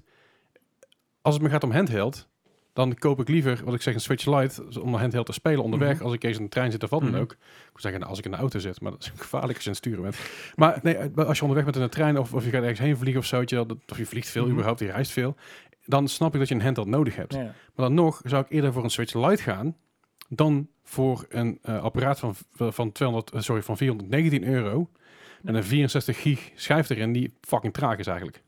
Speaker 1: Als het me gaat om handheld, dan koop ik liever, wat ik zeg, een Switch Lite om handheld te spelen onderweg.
Speaker 3: Mhm.
Speaker 1: Als ik eens in de trein zit of wat dan
Speaker 2: Mhm.
Speaker 1: ook. Ik wil zeggen, nou, als ik in de auto zit, maar dat is gevaarlijk als je aan het sturen bent. Maar nee, eh, als je onderweg bent in de trein of, of je gaat ergens heen vliegen of zo, weet je wel, dat- of je vliegt veel
Speaker 2: Mhm.
Speaker 1: überhaupt, je reist veel, dan snap ik dat je een handheld nodig hebt.
Speaker 2: ja.
Speaker 1: Maar dan nog zou ik eerder voor een Switch Lite gaan dan voor een eh, apparaat van, van, 200, eh, sorry, van 419 euro. En een 64 gig schijf erin die fucking traag is eigenlijk.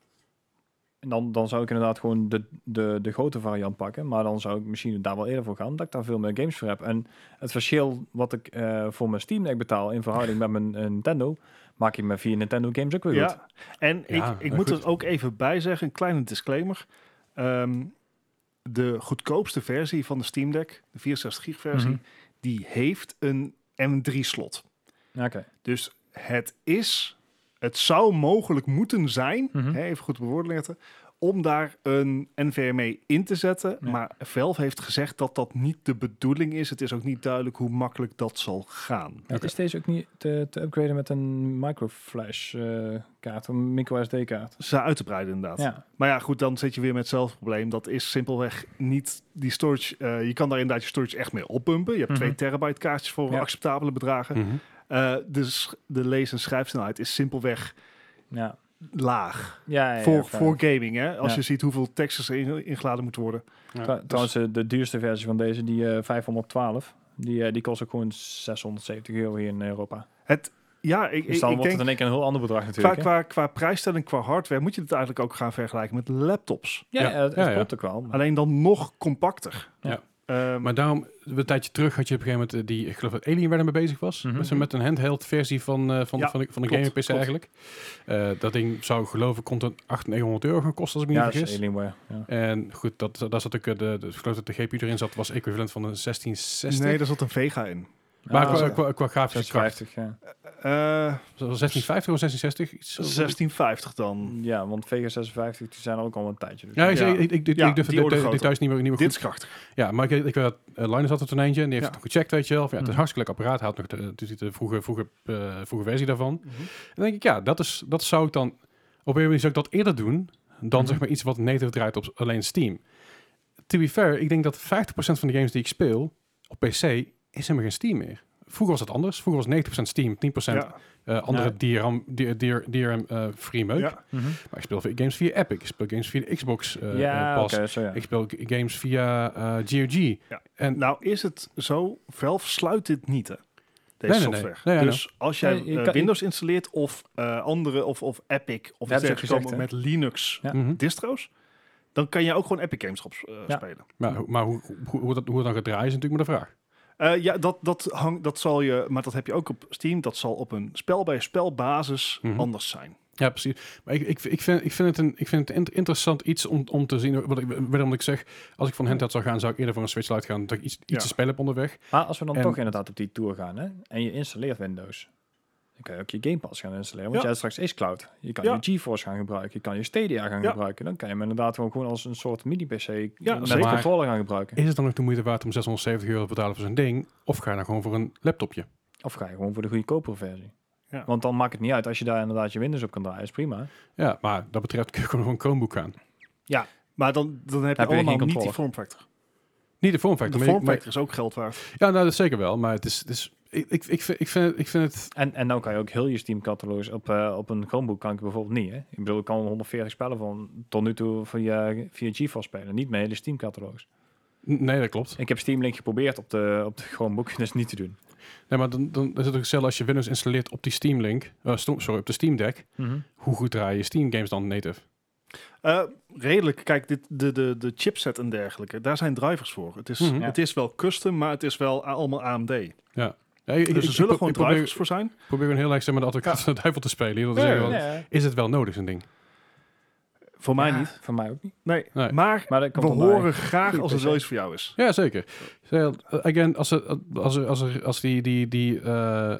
Speaker 2: En dan, dan zou ik inderdaad gewoon de, de, de grote variant pakken. Maar dan zou ik misschien daar wel eerder voor gaan, omdat ik daar veel meer games voor heb. En het verschil wat ik eh, voor mijn Steam Deck betaal in verhouding met mijn eh, Nintendo, maak ik mijn vier Nintendo games ook weer goed.
Speaker 3: Ja, en
Speaker 1: Ja,
Speaker 3: ik, ik
Speaker 1: nou
Speaker 3: moet
Speaker 1: goed.
Speaker 3: er ook even bij zeggen, een kleine disclaimer. Ehm, de goedkoopste versie van de Steam Deck, de 64 gig versie,
Speaker 2: Mhm.
Speaker 3: die heeft een M3 slot.
Speaker 2: Ja. Oké.
Speaker 3: Dus het is Het zou mogelijk moeten zijn,
Speaker 2: Mhm.
Speaker 3: hè, even goed op de woorden letten, om daar een NVMe E in te zetten.
Speaker 2: Ja.
Speaker 3: Maar Valve heeft gezegd dat dat niet de bedoeling is. Het is ook niet duidelijk hoe makkelijk dat zal gaan.
Speaker 1: Oké.
Speaker 2: Is deze ook niet te, te upgraden met een microflash eh, kaart, een micro SD kaart?
Speaker 3: Ze uit te breiden inderdaad.
Speaker 2: Ja,
Speaker 3: Maar ja, goed, dan zit je weer met hetzelfde probleem. Dat is simpelweg niet die storage. eh, je kan daar inderdaad je storage echt mee oppumpen. Je hebt
Speaker 2: Mhm.
Speaker 3: 2 terabyte kaartjes voor
Speaker 2: Ja.
Speaker 3: acceptabele bedragen.
Speaker 1: Mhm.
Speaker 3: Eh, dus de lees- en schrijfsnelheid is simpelweg
Speaker 2: ja.
Speaker 3: laag.
Speaker 2: ja, ja, ja,
Speaker 3: voor,
Speaker 2: fijn.
Speaker 3: voor gaming, hè? Als
Speaker 2: Ja.
Speaker 3: je ziet hoeveel teksters in, ingeladen moet worden.
Speaker 2: Tra- Trouwens, eh, de duurste versie van deze, die eh, 512, die, eh, die kost ook gewoon 670 euro hier in Europa.
Speaker 3: Ja, ik,
Speaker 2: Dus
Speaker 3: ik,
Speaker 2: dan wordt
Speaker 3: ik denk
Speaker 2: het in één keer een heel ander bedrag
Speaker 3: qua,
Speaker 2: natuurlijk. hè?
Speaker 3: qua, qua prijsstelling, qua hardware, moet je het eigenlijk ook gaan vergelijken met laptops.
Speaker 2: Ja,
Speaker 1: Ja.
Speaker 2: ja, dat
Speaker 1: Ja, ja.
Speaker 2: klopt ook wel. maar-
Speaker 3: Alleen dan nog compacter.
Speaker 2: Ja.
Speaker 3: Ehm,
Speaker 1: Maar daarom, een tijdje terug had je op een gegeven moment eh, die, ik geloof dat Alienware ermee bezig was.
Speaker 2: Mhm.
Speaker 1: Met zo'n- Met een handheld versie van, eh, van,
Speaker 3: Ja,
Speaker 1: van, de- van de
Speaker 3: klopt,
Speaker 1: gaming PC
Speaker 3: klopt.
Speaker 1: eigenlijk. Eh, dat ding zou geloof ik rond een 800, 900 euro gaan kosten als ik me
Speaker 2: Ja,
Speaker 1: niet
Speaker 2: dat is
Speaker 1: vergis.
Speaker 2: Alienware. Ja.
Speaker 1: En goed, dat, daar zat ook eh, de, de, ik geloof dat de GPU erin zat, was equivalent van een 1660.
Speaker 3: nee, daar zat een Vega in.
Speaker 1: maar
Speaker 2: Ah,
Speaker 1: qua,
Speaker 2: zo.
Speaker 1: qua, qua grafische kracht,
Speaker 2: 56, ja.
Speaker 3: Eh,
Speaker 1: was het 1650 of 1660? Iets zo.
Speaker 3: 1650 dan.
Speaker 2: ja, want Vega 56 die zijn er ook al een tijdje. Dus
Speaker 1: Mm. Ja, ik,
Speaker 3: Ja.
Speaker 1: ik, ik, ik, ik
Speaker 3: Ja,
Speaker 1: durf
Speaker 3: die
Speaker 1: de- de-
Speaker 3: orde
Speaker 1: de
Speaker 3: groter.
Speaker 1: details niet meer, niet meer
Speaker 3: Dit
Speaker 1: goed
Speaker 3: is krachtig.
Speaker 1: Ja, maar ik, ik weet dat eh, Linus had er toen eentje en die heeft
Speaker 3: Ja.
Speaker 1: het gecheckt, weet je wel. Van, ja, het is
Speaker 2: Mhm.
Speaker 1: hartstikke leuk apparaat, had nog de, de, de vroege, vroege, eh, vroege versie daarvan. En dan denk ik, ja, dat, is, dat zou ik dan... Op een gegeven moment zou ik dat eerder doen... dan
Speaker 2: Mhm.
Speaker 1: zeg maar iets wat native draait op alleen Steam. To be fair, ik denk dat 50% van de games die ik speel op PC... is helemaal geen Steam meer. Vroeger was dat anders. Vroeger was 90% Steam, 10%
Speaker 3: Ja.
Speaker 1: eh, andere
Speaker 2: Ja.
Speaker 1: DRM, D- D- DRM eh, free meuk.
Speaker 3: Ja.
Speaker 2: Mhm.
Speaker 1: Maar ik speel veel games via Epic. Ik speel games via de Xbox eh eh,
Speaker 2: ja,
Speaker 1: pas.
Speaker 2: oké, zo ja.
Speaker 1: Ik speel g- games via eh, GOG.
Speaker 3: Ja.
Speaker 1: En
Speaker 3: Nou is het zo, Valve sluit dit niet, hè? Deze
Speaker 1: Nee, nee, nee.
Speaker 3: software.
Speaker 1: Nee, ja,
Speaker 3: dus als jij
Speaker 2: Nee, je
Speaker 3: eh,
Speaker 2: kan-
Speaker 3: Windows installeert of eh, andere, of, of Epic, of
Speaker 2: heb
Speaker 3: iets
Speaker 2: je
Speaker 3: dergelijks
Speaker 2: gezegd,
Speaker 3: komen
Speaker 2: hè?
Speaker 3: met Linux
Speaker 2: Ja.
Speaker 1: Mhm.
Speaker 3: distro's, dan kan je ook gewoon Epic Games op eh,
Speaker 2: Ja.
Speaker 3: spelen.
Speaker 1: Maar, hoe- maar hoe, hoe, hoe, dat, hoe het dan gaat draaien is natuurlijk maar de vraag.
Speaker 3: Eh, ja, dat, dat, hang, dat zal je, maar dat heb je ook op Steam, dat zal op een spel bij spel basis
Speaker 1: Mhm.
Speaker 3: anders zijn.
Speaker 1: Ja, precies. Maar ik, ik, ik, vind, ik, vind, het een, ik vind het een interessant iets om, om te zien. Wat ik, waarom ik zeg, als ik van handheld zou gaan, zou ik eerder voor een Switch Lite gaan. Dat ik iets, iets
Speaker 3: Ja.
Speaker 1: te spelen heb onderweg.
Speaker 2: Maar als we dan
Speaker 1: En-
Speaker 2: toch inderdaad op die tour gaan hè, en je installeert Windows, dan kan je ook je Game Pass gaan installeren. Want
Speaker 3: Ja.
Speaker 2: jij hebt straks is cloud. Je kan
Speaker 3: Ja.
Speaker 2: je GeForce gaan gebruiken, je kan je Stadia gaan
Speaker 3: Ja.
Speaker 2: gebruiken. Dan kan je hem inderdaad gewoon, gewoon als een soort mini-PC met
Speaker 3: zeker.
Speaker 2: een controller gaan gebruiken.
Speaker 1: Is het dan ook de moeite waard om 670 euro te betalen voor zo'n ding? Of ga je dan gewoon voor een laptopje?
Speaker 2: Of ga je gewoon voor de goedkopere versie.
Speaker 3: Ja.
Speaker 2: Want dan maakt het niet uit als je daar inderdaad je Windows op kan draaien. Is prima.
Speaker 1: Ja, maar dat betreft kun je gewoon voor een Chromebook gaan.
Speaker 3: Maar dan, dan heb je
Speaker 2: Heb je geen
Speaker 3: allemaal niet
Speaker 2: controle.
Speaker 3: die formfactor.
Speaker 1: Niet de form
Speaker 3: De
Speaker 1: factor. maar je-
Speaker 3: formfactor is ook geld waard.
Speaker 1: maar- ja, nou, dat zeker wel. Maar het is... Het is ik, ik, ik, vind, ik, vind het, ik vind het...
Speaker 2: En, en nou kan je ook heel je Steam catalogus op, eh, op een Chromebook kan ik bijvoorbeeld niet. Hè? Ik bedoel, ik kan 140 spellen van tot nu toe via, via GeForce spelen. Niet mijn hele Steam catalogus.
Speaker 1: Nee, dat klopt.
Speaker 2: Ik heb Steam Link geprobeerd op de, op de Chromebook. Dat is niet te doen.
Speaker 1: Nee, maar dan, dan is het ook hetzelfde als je Windows installeert op die Steam Link. eh, sto- sorry, op de Steam Deck.
Speaker 3: Mhm.
Speaker 1: Hoe goed draaien je Steam games dan native?
Speaker 3: Eh, redelijk. Kijk, dit, de, de, de chipset en dergelijke, daar zijn drivers voor. Het is,
Speaker 1: Mhm.
Speaker 3: het is wel custom, maar het is wel a- allemaal AMD.
Speaker 1: Ja, ik- ik- ik
Speaker 3: dus er zullen
Speaker 1: pro-
Speaker 3: gewoon
Speaker 1: ik probeer,
Speaker 3: drivers voor zijn.
Speaker 1: probeer gewoon heel erg zeg maar, de advocaat van de duivel te spelen. hier. Dat is,
Speaker 3: Nee,
Speaker 1: echt wel-
Speaker 2: Nee,
Speaker 1: is het wel nodig, zo'n ding?
Speaker 3: Voor mij niet.
Speaker 2: Voor mij ook niet.
Speaker 3: Nee.
Speaker 1: Nee.
Speaker 3: Maar
Speaker 2: Maar dat
Speaker 3: we
Speaker 2: komt omdat
Speaker 3: horen
Speaker 2: ik-
Speaker 3: graag
Speaker 2: Goeie
Speaker 3: als het
Speaker 2: PC.
Speaker 3: wel iets voor jou is.
Speaker 1: Ja, zeker. Zo, eh, Again, als, er, als, er, als, er, als die, die, die eh,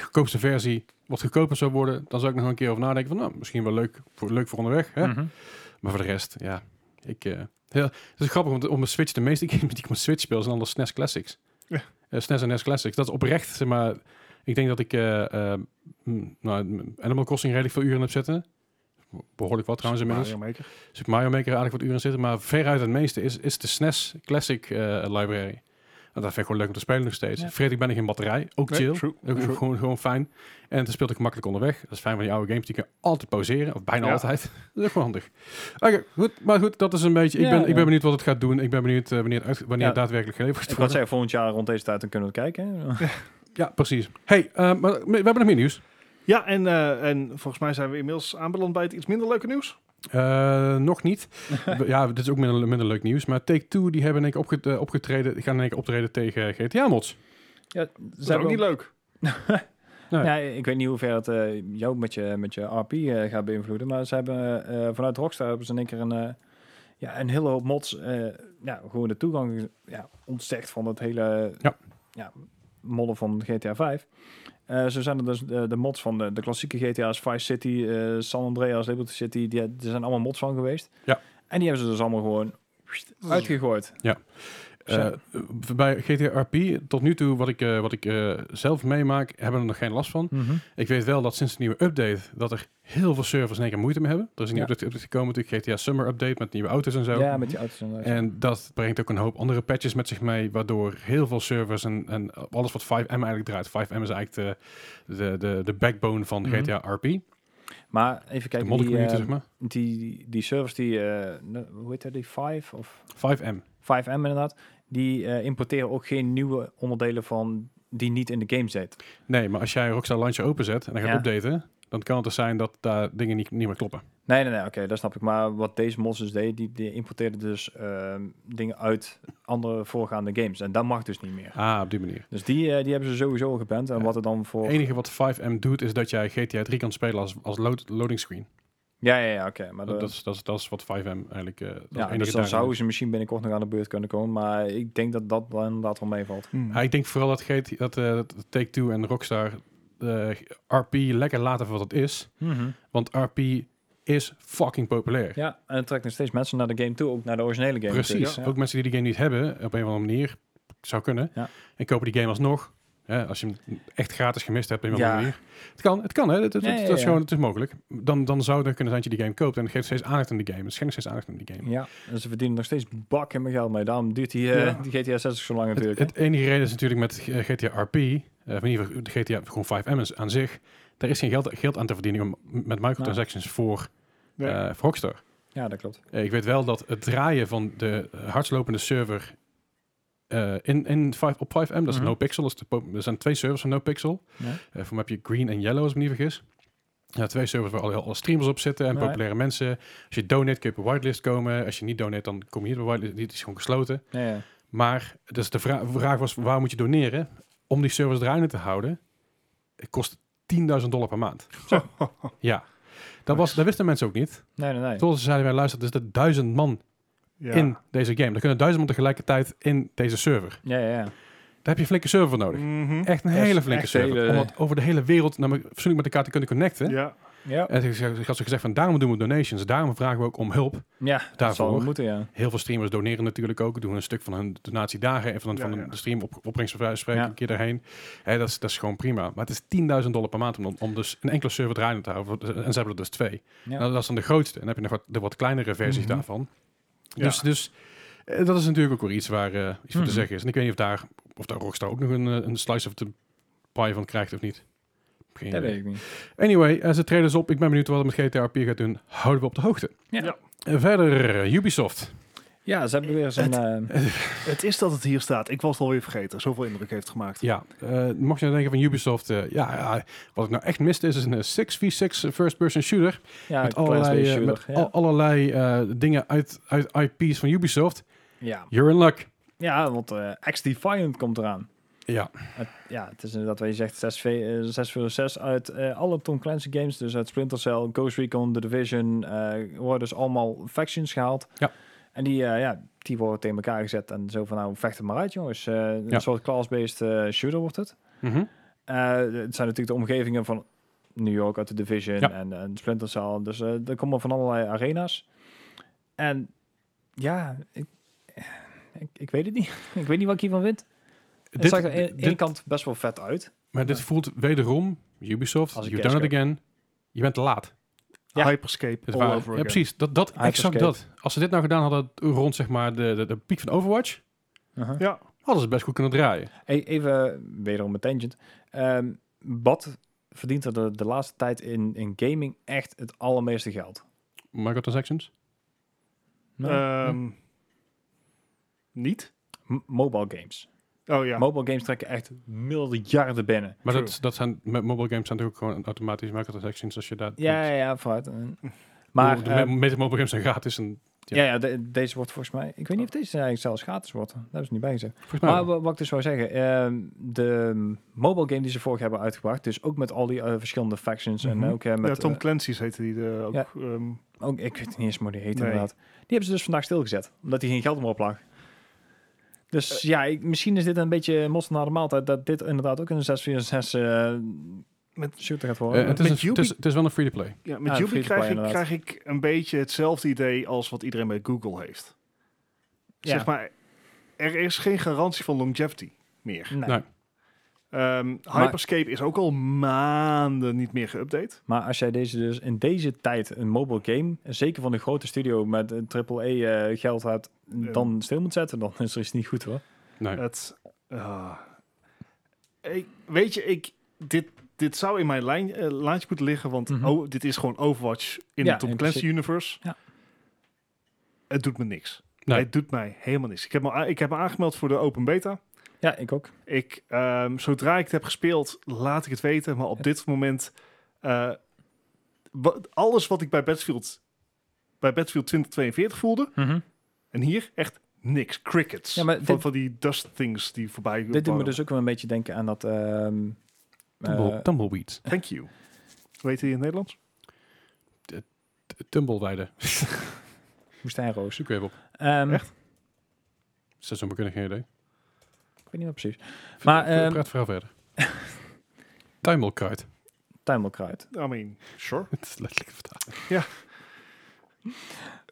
Speaker 1: goedkoopste versie wat goedkoper zou worden, dan zou ik nog een keer over nadenken van, nou, misschien wel leuk voor, leuk voor onderweg.
Speaker 3: Hmm.
Speaker 1: Hè?
Speaker 2: Mhm.
Speaker 1: Maar voor de rest, ja, ik... eh, heel, het is grappig, want op mijn Switch, de meeste games die ik op mijn Switch speel, zijn allemaal SNES Classics.
Speaker 3: Ja.
Speaker 1: Eh, SNES en NES Classics. Dat is oprecht, zeg maar... Ik denk dat ik eh, eh, mm, nou, Animal Crossing redelijk veel uren heb zitten. Behoorlijk wat trouwens inmiddels.
Speaker 3: Mario Maker.
Speaker 1: Super Mario Maker aardig wat uren zitten, maar veruit het meeste is, is de SNES Classic eh, library. En dat vind ik gewoon leuk om te spelen nog steeds.
Speaker 2: Ja.
Speaker 1: Vredig ben ik geen batterij, ook
Speaker 3: Nee,
Speaker 1: chill.
Speaker 3: true,
Speaker 1: Ook
Speaker 3: true.
Speaker 1: Gewoon, gewoon fijn. En het speelt ook makkelijk onderweg. Dat is fijn van die oude games, die kun je altijd pauzeren, of bijna
Speaker 3: Ja.
Speaker 1: altijd. Dat is ook gewoon handig. Oké, goed. Maar goed, dat is een beetje... Ik,
Speaker 2: Ja,
Speaker 1: ben, ik
Speaker 2: ja.
Speaker 1: ben benieuwd wat het gaat doen. Ik ben benieuwd eh, wanneer, het uit- wanneer
Speaker 2: Ja.
Speaker 1: het daadwerkelijk geleverd
Speaker 2: Ik
Speaker 1: wordt.
Speaker 2: wou zeggen, volgend jaar rond deze tijd dan kunnen we het kijken. hè.
Speaker 1: Ja, precies. hey, eh, maar we hebben nog meer nieuws.
Speaker 3: Ja, en, eh, en volgens mij zijn we inmiddels aanbeland bij het iets minder leuke nieuws.
Speaker 1: Eh, nog niet. ja, dit is ook minder, minder leuk nieuws. Maar Take-Two, die hebben in één keer opge- eh, opgetreden... Die gaan in één keer optreden tegen GTA-mods.
Speaker 2: ja,
Speaker 3: Dat is ook niet leuk.
Speaker 2: Ja, ik weet niet hoe ver het eh, jou met je, met je RP eh, gaat beïnvloeden. Maar ze hebben eh, eh, vanuit Rockstar hebben ze in één keer een, eh, ja, een hele hoop mods. eh, ja, gewoon de toegang ja, ontzegd van het hele
Speaker 1: Ja.
Speaker 2: ja, modden van GTA 5. Eh, zo zijn er dus de, de mods van de, de klassieke GTA's, Vice City, eh, San Andreas, Liberty City. Die, er zijn allemaal mods van geweest.
Speaker 1: Ja.
Speaker 2: En die hebben ze dus allemaal gewoon uitgegooid.
Speaker 1: Eh, bij GTRP, tot nu toe, wat ik, eh, wat ik eh, zelf meemaak, hebben we er nog geen last van.
Speaker 2: Mhm.
Speaker 1: Ik weet wel dat sinds de nieuwe update, dat er heel veel servers in één keer moeite mee hebben. Er is een nieuwe
Speaker 2: Ja.
Speaker 1: update, update gekomen, natuurlijk GTA Summer Update met nieuwe auto's en zo.
Speaker 2: Ja, met die auto's inderdaad.
Speaker 1: En dat brengt ook een hoop andere patches met zich mee, waardoor heel veel servers en, en alles wat 5M eigenlijk draait. 5M is eigenlijk de, de, de, de backbone van
Speaker 2: Mhm.
Speaker 1: GTA RP,
Speaker 2: Maar even
Speaker 1: de
Speaker 2: kijken,
Speaker 1: modder
Speaker 2: die,
Speaker 1: community
Speaker 2: eh,
Speaker 1: zeg maar.
Speaker 2: die, die servers die, eh, ne- hoe heet dat, die 5 of
Speaker 1: 5M.
Speaker 2: 5M inderdaad, die eh, importeren ook geen nieuwe onderdelen van die niet in de game zitten.
Speaker 1: Nee, maar als jij Rockstar Launcher openzet en dan gaat
Speaker 2: Ja.
Speaker 1: updaten, dan kan het dus zijn dat daar dingen niet, niet meer kloppen.
Speaker 2: Nee, nee, nee, oké, dat snap ik. Maar wat deze mods dus deed, die, die importeerden dus ehm, dingen uit andere voorgaande games. En dat mag dus niet meer.
Speaker 1: Ah, op die manier.
Speaker 2: Dus die, eh, die hebben ze sowieso al geband. En
Speaker 1: Ja.
Speaker 2: wat er dan voor...
Speaker 1: Het enige wat 5M doet, is dat jij GTA 3 kan spelen als, als load- loading screen.
Speaker 2: Ja, ja, ja, oké. Maar
Speaker 1: Dat,
Speaker 2: de-
Speaker 1: dat, is, dat, is, dat is wat 5M eigenlijk... eh dat is het
Speaker 2: ja,
Speaker 1: enige
Speaker 2: dus dan
Speaker 1: daarin
Speaker 2: zouden
Speaker 1: is.
Speaker 2: ze misschien binnenkort nog aan de beurt kunnen komen. Maar ik denk dat dat dan inderdaad wel meevalt.
Speaker 1: Ja, ik denk vooral dat, GT, dat eh, dat Take-Two en Rockstar de RP lekker laten voor wat het is. Want RP is fucking populair.
Speaker 2: Ja, en het trekt nog steeds mensen naar de game toe. Ook naar de originele game.
Speaker 1: Precies.
Speaker 2: natuurlijk.
Speaker 1: Ook mensen die die game niet hebben, op een of andere manier, zou kunnen.
Speaker 2: Ja.
Speaker 1: En kopen die game alsnog. Ja, als je hem echt gratis gemist hebt op een of andere
Speaker 2: Ja.
Speaker 1: manier. Het kan, het kan hè. Het, het,
Speaker 2: Ja,
Speaker 1: het-
Speaker 2: ja,
Speaker 1: het is
Speaker 2: ja.
Speaker 1: gewoon, het is mogelijk. Dan, dan zou het kunnen zijn dat je die game koopt en het geeft steeds aandacht aan die game. Het schenkt steeds aandacht aan die game.
Speaker 2: Ja, en ze verdienen nog steeds bakken met geld mee. Daarom duurt die, eh,
Speaker 3: Ja.
Speaker 2: die GTA 6 ook zo lang
Speaker 1: Het,
Speaker 2: natuurlijk.
Speaker 1: het enige reden is natuurlijk met eh, GTA RP, eh, of in ieder geval de GTA gewoon 5M is aan zich, daar is geen geld, geld aan te verdienen om, met microtransactions voor,
Speaker 3: Nee.
Speaker 1: eh, voor Rockstar.
Speaker 2: hè? ja, dat klopt.
Speaker 1: Eh, ik weet wel dat het draaien van de eh, hardlopende server eh, in, in vijf- op 5M, dat is
Speaker 2: Mhm.
Speaker 1: NoPixel, dat is de po- er zijn twee servers van NoPixel.
Speaker 2: Ja.
Speaker 1: Eh, voor mij heb je Green en Yellow, als ik me niet vergis. Ja, twee servers waar alle, alle streamers op zitten en
Speaker 2: Ja, ja.
Speaker 1: populaire mensen. Als je donate, kun je op een whitelist komen. Als je niet donate, dan kom je niet op een whitelist. Die is gewoon gesloten.
Speaker 2: Ja, ja.
Speaker 1: Maar dus de vra- vraag was, waar moet je doneren? Om die servers draaiende te houden, het kost 10.000 dollar per maand. ja. Dat, was, dat wisten mensen ook niet.
Speaker 2: Nee, nee, nee.
Speaker 1: Toen zeiden wij, luister, er zitten duizend man
Speaker 3: Ja.
Speaker 1: in deze game. Er kunnen duizend man tegelijkertijd in deze server.
Speaker 2: Ja, ja, ja.
Speaker 1: Daar heb je een flinke server voor nodig.
Speaker 3: Mhm.
Speaker 1: Echt een
Speaker 2: Dat is
Speaker 1: hele flinke
Speaker 2: Mm. echt
Speaker 1: server.
Speaker 2: hele-
Speaker 1: Om dat over de hele wereld naar me- fatsoenlijk met elkaar te kunnen connecten.
Speaker 3: Ja.
Speaker 2: Ja,
Speaker 1: En ze had ze gezegd van daarom doen we donations. Daarom vragen we ook om hulp.
Speaker 2: ja dat zal wel
Speaker 1: Daarvoor.
Speaker 2: moeten, ja.
Speaker 1: Heel veel streamers doneren natuurlijk ook. Doen een stuk van hun donatiedagen en van,
Speaker 3: Ja,
Speaker 1: van
Speaker 3: ja.
Speaker 1: de stream op, opbrengst of wijze van spreken
Speaker 2: Ja.
Speaker 1: een keer daarheen. Hè, dat, is, dat is gewoon prima. Maar het is 10.000 dollar per maand om, om dus een enkele server draaiende te houden. En ze hebben er dus twee.
Speaker 2: Ja.
Speaker 1: Nou, dat is dan de grootste. En dan heb je nog wat, de wat kleinere versies
Speaker 3: Mhm.
Speaker 1: daarvan.
Speaker 3: Ja.
Speaker 1: Dus, dus eh, dat is natuurlijk ook weer iets waar eh, iets voor te
Speaker 2: Mhm.
Speaker 1: zeggen is. En ik weet niet of daar, of daar Rockstar ook nog een, eh, een slice of the pie van krijgt of niet. Geen
Speaker 2: Dat
Speaker 1: idee.
Speaker 2: weet ik niet.
Speaker 1: Anyway, eh, ze treden dus op. Ik ben benieuwd wat het met GTRP gaat doen. Houden we op de hoogte.
Speaker 2: Ja.
Speaker 3: Ja.
Speaker 1: En verder, eh, Ubisoft.
Speaker 2: Ja, ze hebben weer eens een... eh,
Speaker 3: Het is dat het hier staat. Ik was het alweer vergeten. Zoveel indruk heeft het gemaakt.
Speaker 1: Ja, eh, mocht je nou denken van Ubisoft, eh, ja, ja, wat ik nou echt miste is, is een eh, 6v6 first-person shooter.
Speaker 2: ja,
Speaker 1: met
Speaker 2: een class
Speaker 1: allerlei,
Speaker 2: based
Speaker 1: eh, met
Speaker 2: shooter, ja.
Speaker 1: al- allerlei eh, dingen uit, uit IP's van Ubisoft.
Speaker 2: ja.
Speaker 1: You're in luck.
Speaker 2: ja, want eh X-Defiant komt eraan.
Speaker 1: Ja,
Speaker 2: Het- ja, het is inderdaad wat je zegt, 6 v, eh, 6 voor 6 uit eh, alle Tom Clancy games. Dus uit Splinter Cell, Ghost Recon, The Division, eh, worden dus allemaal factions gehaald.
Speaker 1: Ja.
Speaker 2: En die, eh, ja, die worden tegen elkaar gezet en zo van, nou, vecht er maar uit jongens. Eh,
Speaker 1: Ja.
Speaker 2: Een soort class-based eh, shooter wordt het.
Speaker 1: Mhm.
Speaker 2: Eh, het zijn natuurlijk de omgevingen van New York uit The Division
Speaker 1: Ja.
Speaker 2: en, en Splinter Cell. Dus eh, er komen van allerlei arena's. En ja, ik, ik, ik weet het niet. ik weet niet wat ik hiervan vind. Het
Speaker 1: Dit-
Speaker 2: zag er aan de ene
Speaker 1: dit-
Speaker 2: kant best wel vet uit.
Speaker 1: Maar dit voelt wederom, Ubisoft,
Speaker 2: Als een
Speaker 1: you've done it
Speaker 2: cashcow.
Speaker 1: again. Je bent te laat.
Speaker 2: Ja.
Speaker 3: Hyperscape
Speaker 1: Het
Speaker 3: all
Speaker 1: waren-
Speaker 3: over
Speaker 1: ja,
Speaker 3: again.
Speaker 1: precies. Dat, dat, exact
Speaker 2: Hyperscape.
Speaker 1: dat. Als ze dit nou gedaan hadden rond zeg maar, de, de, de piek van Overwatch,
Speaker 2: Uh-huh.
Speaker 3: Ja.
Speaker 1: hadden ze best goed kunnen draaien.
Speaker 2: Hey, even wederom een tangent. Ehm, wat verdient er de, de laatste tijd in, in gaming echt het allermeeste geld?
Speaker 1: Microtransactions?
Speaker 3: Ehm, Niet?
Speaker 2: M- mobile games.
Speaker 3: Oh ja.
Speaker 2: Mobile games trekken echt miljarden binnen.
Speaker 1: Maar
Speaker 3: True.
Speaker 1: dat, dat zijn, met mobile games zijn toch ook gewoon automatisch microtransactions als je daar...
Speaker 2: Ja, ja, ja, vooruit. Eh, Maar
Speaker 1: de,
Speaker 2: ehm,
Speaker 1: me- meeste mobile games zijn gratis en ja.
Speaker 2: ja, ja, de- deze wordt volgens mij... Ik weet niet of deze eigenlijk zelfs gratis wordt. Daar hebben ze niet bij gezegd.
Speaker 1: volgens mij...
Speaker 2: Maar wa- wat ik dus zou zeggen, ehm, de mobile game die ze vorig hebben uitgebracht, dus ook met al die eh, verschillende factions
Speaker 3: Mhm.
Speaker 2: en ook eh, met...
Speaker 3: ja, Tom
Speaker 2: eh,
Speaker 3: Clancy's heette die eh, ook.
Speaker 2: ja.
Speaker 3: ehm,
Speaker 2: ook, ik weet niet eens hoe die heet
Speaker 3: Nee.
Speaker 2: inderdaad. Die hebben ze dus vandaag stilgezet, omdat die geen geld meer op lag. Dus
Speaker 3: Eh.
Speaker 2: ja, ik- misschien is dit een beetje mosterd naar de maaltijd dat dit inderdaad ook een 646 eh
Speaker 3: Met-
Speaker 2: shooter gaat
Speaker 1: Eh,
Speaker 2: worden.
Speaker 1: het, is een,
Speaker 3: Yubi-
Speaker 1: het, is, het is wel een free-to-play.
Speaker 3: Ja, met
Speaker 2: Ah,
Speaker 3: Yubi
Speaker 2: free-to-play
Speaker 3: krijg ik,
Speaker 2: inderdaad.
Speaker 3: krijg ik een beetje hetzelfde idee als wat iedereen bij Google heeft.
Speaker 2: Ja.
Speaker 3: Zeg maar, er is geen garantie van longevity meer.
Speaker 2: Nee.
Speaker 1: Nou,
Speaker 3: Ehm, Hyperscape is ook al maanden niet meer geüpdate.
Speaker 2: Maar als jij deze dus in deze tijd een mobile game, zeker van een grote studio met een triple E geld hebt, dan stil moet zetten, dan is er iets niet goed hoor.
Speaker 1: nee.
Speaker 3: Het, ah. Ik- weet je, ik, dit, dit zou in mijn lijn, eh, laantje moeten liggen, want
Speaker 2: Mhm.
Speaker 3: oh, dit is gewoon Overwatch in
Speaker 2: Ja,
Speaker 3: de Tom
Speaker 2: in
Speaker 3: Clancy
Speaker 2: principe.
Speaker 3: universe.
Speaker 2: Ja.
Speaker 3: Het doet me niks.
Speaker 1: Nee.
Speaker 3: Het doet mij helemaal niks. Ik heb me, a- ik heb me aangemeld voor de open beta.
Speaker 2: Ja, ik ook.
Speaker 3: Ik, ehm, zodra ik het heb gespeeld, laat ik het weten. Maar op dit moment, eh, wa- alles wat ik bij Battlefield, bij Battlefield 2042 voelde, en hier echt niks. Crickets.
Speaker 2: Ja, maar
Speaker 3: van,
Speaker 2: dit-
Speaker 3: van die dust things die voorbij
Speaker 2: Dit doet me
Speaker 3: waren.
Speaker 2: dus ook wel een beetje denken aan dat. ehm,
Speaker 1: Tumble,
Speaker 2: eh,
Speaker 1: tumbleweeds.
Speaker 3: Thank you. Hoe heet die in het Nederlands?
Speaker 1: T- Tumbleweiden.
Speaker 2: woestijnroos.
Speaker 1: Zoek even op.
Speaker 2: Ehm,
Speaker 3: Echt?
Speaker 1: Is dat zo'n bekundig geen idee?
Speaker 2: Ik weet niet meer precies. Maar,
Speaker 1: Ver- ver-
Speaker 2: ehm,
Speaker 1: Praat vooral verder. Tuimelkruid.
Speaker 2: Tuimelkruid.
Speaker 3: I mean, sure.
Speaker 1: Het is letterlijk vertaald.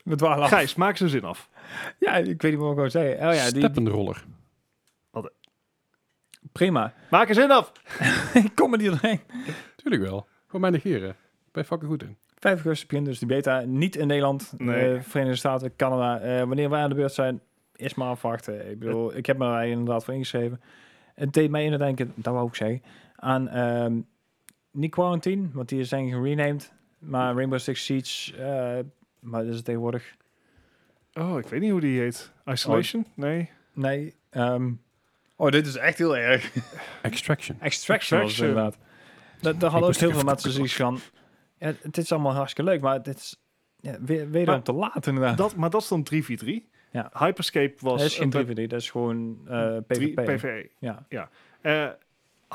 Speaker 2: We dwalen af.
Speaker 3: Ah. Gijs, maak ze zin af.
Speaker 2: Ja, ik weet niet meer wat ik wou zeggen. Oh ja, die, die-
Speaker 1: Steppenroller.
Speaker 2: prima.
Speaker 3: Maak er zin af!
Speaker 2: ik kom er niet doorheen.
Speaker 1: Tuurlijk wel. Gewoon mij negeren. Ben je fucking goed in.
Speaker 2: 5 augustus begint dus die beta. Niet in Nederland,
Speaker 3: Nee.
Speaker 2: eh, Verenigde Staten, Canada. Eh, wanneer wij aan de beurt zijn, is maar afwachten. Ik bedoel, ik heb me daar inderdaad voor ingeschreven. Het deed mij inderdaad denken, dat wou ik zeggen, aan ehm, niet Quarantine, want die zijn gerenamed. Maar Rainbow Six Siege, eh, maar dat is het tegenwoordig.
Speaker 3: Oh, ik weet niet hoe die heet. Isolation?
Speaker 2: Oh.
Speaker 3: Nee.
Speaker 2: Nee. ehm, oh, dit is echt heel erg.
Speaker 1: Extraction.
Speaker 2: Extraction was het
Speaker 3: Extraction.
Speaker 2: inderdaad. Da daar hadden ook
Speaker 1: moest
Speaker 2: heel
Speaker 1: even
Speaker 2: veel mensen zoiets van... Ja, het is allemaal hartstikke leuk, maar dit is ja, weer, wederom te laat inderdaad.
Speaker 3: Dat, maar dat is dan 3v3.
Speaker 2: Ja.
Speaker 3: Hyperscape was...
Speaker 2: dat is geen
Speaker 3: een
Speaker 2: 3 dat is gewoon eh,
Speaker 3: bet- drie-
Speaker 2: PvP.
Speaker 3: PvE.
Speaker 2: Ja.
Speaker 3: Eh,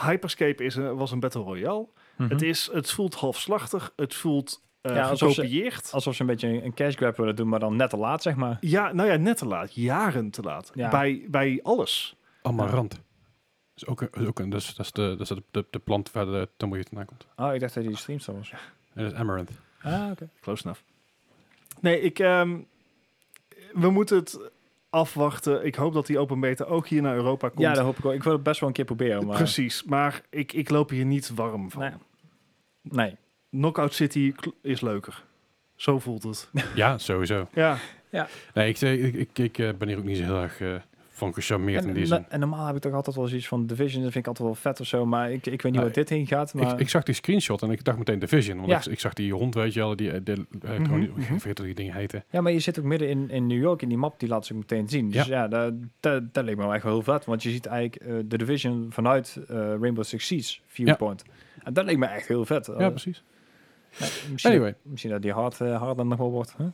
Speaker 3: Hyperscape is een, was een Battle Royale. Het,
Speaker 2: Mhm.
Speaker 3: is, het voelt halfslachtig. Het voelt eh
Speaker 2: Ja, alsof ze-
Speaker 3: gekopieerd.
Speaker 2: Alsof ze een beetje een, een cash grab willen doen, maar dan net te laat, zeg maar.
Speaker 3: Ja, nou ja, net te laat. Jaren te laat.
Speaker 2: Ja.
Speaker 3: Bij, bij alles.
Speaker 1: Amarant. Is ook een, is ook een, dat is, dat is, de, dat is de, de, de plant waar de tumbleweed vandaan komt.
Speaker 2: Oh, ik dacht dat die stream zo was.
Speaker 1: En dat is amaranth.
Speaker 2: Ah, oké.
Speaker 3: Close enough. Nee, ik, ehm, we moeten het afwachten. Ik hoop dat die open beta ook hier naar Europa komt.
Speaker 2: Ja, dat hoop ik wel. Ik wil het best wel een keer proberen, maar...
Speaker 3: Precies, maar ik, ik loop hier niet warm van.
Speaker 2: Nee. Nee.
Speaker 3: Knockout City kl- is leuker. Zo voelt het.
Speaker 1: Ja, sowieso.
Speaker 3: ja,
Speaker 1: Nee, ik, ik, ik, ik eh, ben hier ook niet zo heel erg eh, van gecharmeerd in
Speaker 2: En,
Speaker 1: die
Speaker 2: en,
Speaker 1: zin.
Speaker 2: en normaal heb ik toch altijd wel zoiets van Division, dat vind ik altijd wel vet of zo, maar ik, ik weet niet
Speaker 1: Nou,
Speaker 2: waar dit heen gaat, maar...
Speaker 1: Ik, ik zag die screenshot en ik dacht meteen Division. Want
Speaker 2: Ja.
Speaker 1: ik, ik zag die hond, weet je wel, die, eh, de, eh,
Speaker 3: Mhm,
Speaker 1: gewoon-
Speaker 3: mhm.
Speaker 1: ik weet niet hoe die dingen heten.
Speaker 2: Ja, maar je zit ook midden in, in New York in die map, die laat ze ook meteen zien. Dus ja, dat, dat, dat leek me wel echt wel heel vet. Want je ziet eigenlijk eh, de Division vanuit eh, Rainbow Six Siege viewpoint. En dat leek me echt heel vet. Eh,
Speaker 1: Ja, precies.
Speaker 2: ja, misschien,
Speaker 1: Anyway,
Speaker 2: misschien dat die hard, eh, harder nog wel wordt. hè?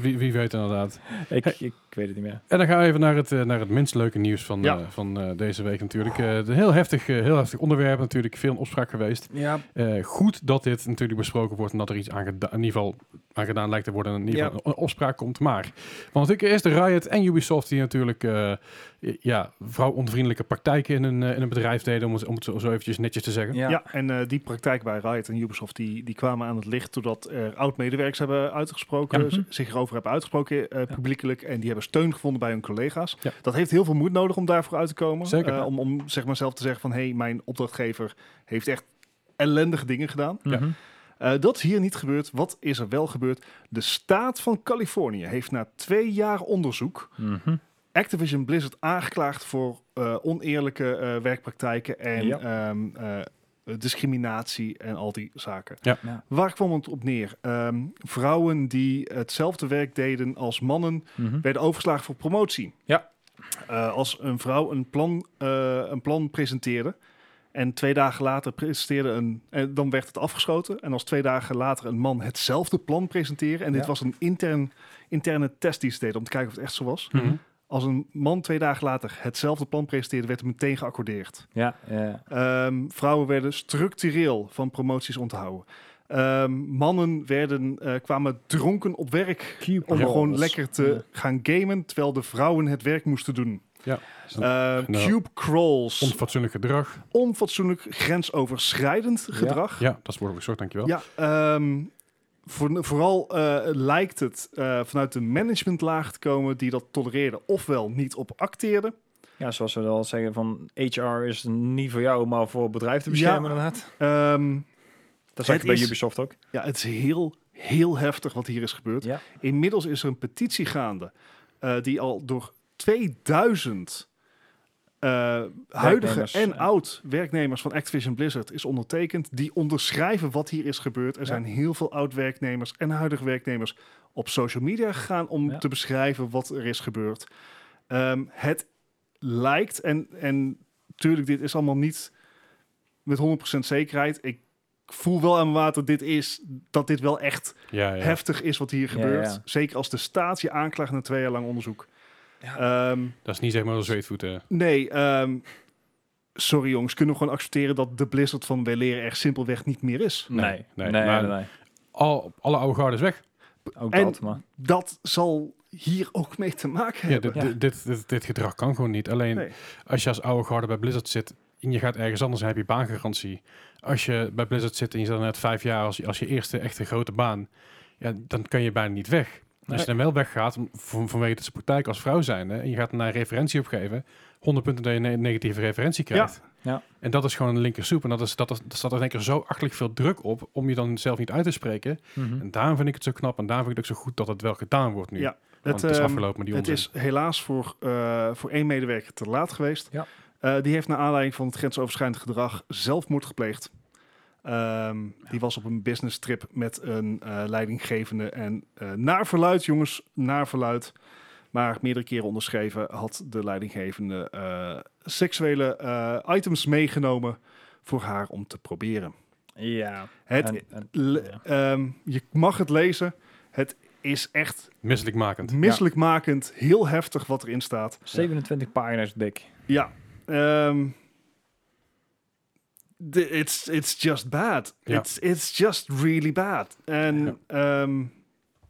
Speaker 1: wie, wie weet inderdaad.
Speaker 2: Ik, ik, weet het niet meer.
Speaker 1: En dan gaan we even naar het, eh, naar het minst leuke nieuws van,
Speaker 3: Ja.
Speaker 1: eh, van eh, deze week natuurlijk. Eh, een heel heftig, eh, heel heftig onderwerp natuurlijk. Veel in opspraak geweest.
Speaker 2: Ja,
Speaker 1: Eh, goed dat dit natuurlijk besproken wordt en dat er iets aan, geda- in ieder geval aan gedaan lijkt te worden. En in ieder
Speaker 2: Ja.
Speaker 1: geval een opspraak komt. Maar, want natuurlijk eerst de Riot en Ubisoft die natuurlijk eh, ja, vrouwonvriendelijke praktijken in hun, eh, in hun bedrijf deden. Om het, om het zo, zo eventjes netjes te zeggen.
Speaker 2: ja.
Speaker 3: ja. en eh, die praktijk bij Riot en Ubisoft die, die kwamen aan het licht doordat er oud-medewerkers hebben uitgesproken,
Speaker 2: Ja.
Speaker 3: z- zich erover hebben uitgesproken eh, publiekelijk en die hebben steun gevonden bij hun collega's.
Speaker 1: Ja.
Speaker 3: Dat heeft heel veel moed nodig om daarvoor uit te komen.
Speaker 1: Zeker.
Speaker 3: Eh, om, om zeg maar zelf te zeggen van hé, hey, mijn opdrachtgever heeft echt ellendige dingen gedaan.
Speaker 1: Ja.
Speaker 2: Mhm.
Speaker 3: Eh, dat is hier niet gebeurd. Wat is er wel gebeurd? De staat van Californië heeft na twee jaar onderzoek
Speaker 2: Mhm.
Speaker 3: Activision Blizzard aangeklaagd voor eh, oneerlijke eh, werkpraktijken en
Speaker 2: Ja.
Speaker 3: ehm, eh, discriminatie en al die zaken.
Speaker 1: Ja.
Speaker 2: Ja.
Speaker 3: Waar kwam het op neer? Ehm, vrouwen die hetzelfde werk deden als mannen
Speaker 2: Mhm.
Speaker 3: werden overgeslagen voor promotie.
Speaker 2: Ja.
Speaker 3: Eh, als een vrouw een plan, eh, een plan presenteerde en twee dagen later presenteerde een, en dan werd het afgeschoten. En als twee dagen later een man hetzelfde plan presenteerde, en dit
Speaker 2: Ja.
Speaker 3: was een intern, interne test die ze deden om te kijken of het echt zo was.
Speaker 1: Mhm.
Speaker 3: Als een man twee dagen later hetzelfde plan presenteerde, werd hem meteen geaccordeerd.
Speaker 2: Ja, eh, ja.
Speaker 3: Ehm, vrouwen werden structureel van promoties onthouden. Ehm, mannen werden, eh, kwamen dronken op werk om
Speaker 2: Ja.
Speaker 3: gewoon lekker te
Speaker 2: Ja.
Speaker 3: gaan gamen, terwijl de vrouwen het werk moesten doen.
Speaker 1: Ja.
Speaker 3: Eh,
Speaker 1: Nou.
Speaker 3: cube crawls.
Speaker 1: Onfatsoenlijk gedrag.
Speaker 3: onfatsoenlijk grensoverschrijdend gedrag.
Speaker 1: Ja, dat is woordelijk zorg, dankjewel.
Speaker 3: Ja, ehm, voor, vooral eh, lijkt het eh, vanuit de managementlaag te komen die dat tolereerden ofwel niet op acteerden.
Speaker 2: Ja, zoals we al zeggen, van HR is niet voor jou, maar voor het bedrijf te beschermen
Speaker 3: Ja.
Speaker 2: inderdaad.
Speaker 3: Ehm,
Speaker 2: Dat zag
Speaker 3: Het
Speaker 2: je bij
Speaker 3: is-
Speaker 2: Ubisoft ook.
Speaker 3: ja, het is heel, heel heftig wat hier is gebeurd.
Speaker 2: Ja.
Speaker 3: Inmiddels is er een petitie gaande eh, die al door 2000 eh, huidige
Speaker 2: Werknemers,
Speaker 3: en
Speaker 2: eh.
Speaker 3: oud werknemers van Activision Blizzard is ondertekend. Die onderschrijven wat hier is gebeurd. Er
Speaker 2: Ja.
Speaker 3: zijn heel veel oud werknemers en huidige werknemers op social media gegaan om
Speaker 2: Ja.
Speaker 3: te beschrijven wat er is gebeurd. Ehm, het lijkt, en, en tuurlijk, dit is allemaal niet met 100% zekerheid. Ik voel wel aan mijn water dit is, dat dit wel echt
Speaker 1: ja, ja.
Speaker 3: heftig is wat hier
Speaker 2: Ja,
Speaker 3: gebeurt.
Speaker 2: ja.
Speaker 3: Zeker als de staat je aanklaagt na twee jaar lang onderzoek. Ehm,
Speaker 1: Dat is niet zeg maar een zweetvoet. eh.
Speaker 3: nee, ehm, sorry jongens, kunnen we gewoon accepteren dat de Blizzard van Weleer er simpelweg niet meer is.
Speaker 2: Nee,
Speaker 1: Nee,
Speaker 2: nee,
Speaker 1: nee,
Speaker 2: nee.
Speaker 1: maar-
Speaker 2: nee,
Speaker 1: Al, alle oude garden is weg.
Speaker 2: Ook
Speaker 3: En-
Speaker 2: dat, maar...
Speaker 3: Dat zal hier ook mee te maken
Speaker 1: Ja,
Speaker 3: hebben.
Speaker 1: dit,
Speaker 2: Ja.
Speaker 1: dit- Dit, dit, dit gedrag kan gewoon niet. Alleen
Speaker 3: Nee.
Speaker 1: als je als oude garde bij Blizzard zit en je gaat ergens anders, dan heb je baangarantie. Als je bij Blizzard zit en je zit net vijf jaar als, als je eerste echte grote baan, ja, dan kan je bijna niet weg. Als je dan
Speaker 2: Nee.
Speaker 1: wel weggaat van, vanwege dat ze praktijk als vrouw zijn hè, en je gaat naar een referentie opgeven, 100 punten dat je een negatieve referentie krijgt.
Speaker 2: Ja.
Speaker 1: En dat is gewoon een linkersoep. En dat is, dat is, dat staat er in één keer zo achterlijk veel druk op om je dan zelf niet uit te spreken. En daarom vind ik het zo knap en daarom vind ik het ook zo goed dat het wel gedaan wordt nu.
Speaker 3: Ja,
Speaker 1: Want het is
Speaker 3: ehm,
Speaker 1: afgelopen met die
Speaker 3: Het
Speaker 1: onzin.
Speaker 3: is helaas voor, eh, voor één medewerker te laat geweest.
Speaker 2: Ja.
Speaker 3: Eh, die heeft naar aanleiding van het grensoverschrijdend gedrag zelfmoord gepleegd. Ehm, Die was op een business trip met een eh, leidinggevende. En eh, naar verluid, jongens, naar verluid. Maar meerdere keren onderschreven had de leidinggevende eh, seksuele eh, items meegenomen voor haar om te proberen.
Speaker 2: Ja.
Speaker 3: Het,
Speaker 2: En- en-
Speaker 3: le-
Speaker 2: ja.
Speaker 3: ehm, je mag het lezen. Het is echt
Speaker 1: Misselijkmakend.
Speaker 3: misselijkmakend, heel heftig wat erin staat.
Speaker 2: 27 pagina's dik.
Speaker 3: Ja. ehm, de- it's, it's just bad.
Speaker 1: Ja.
Speaker 3: It's, it's just really bad. En ehm,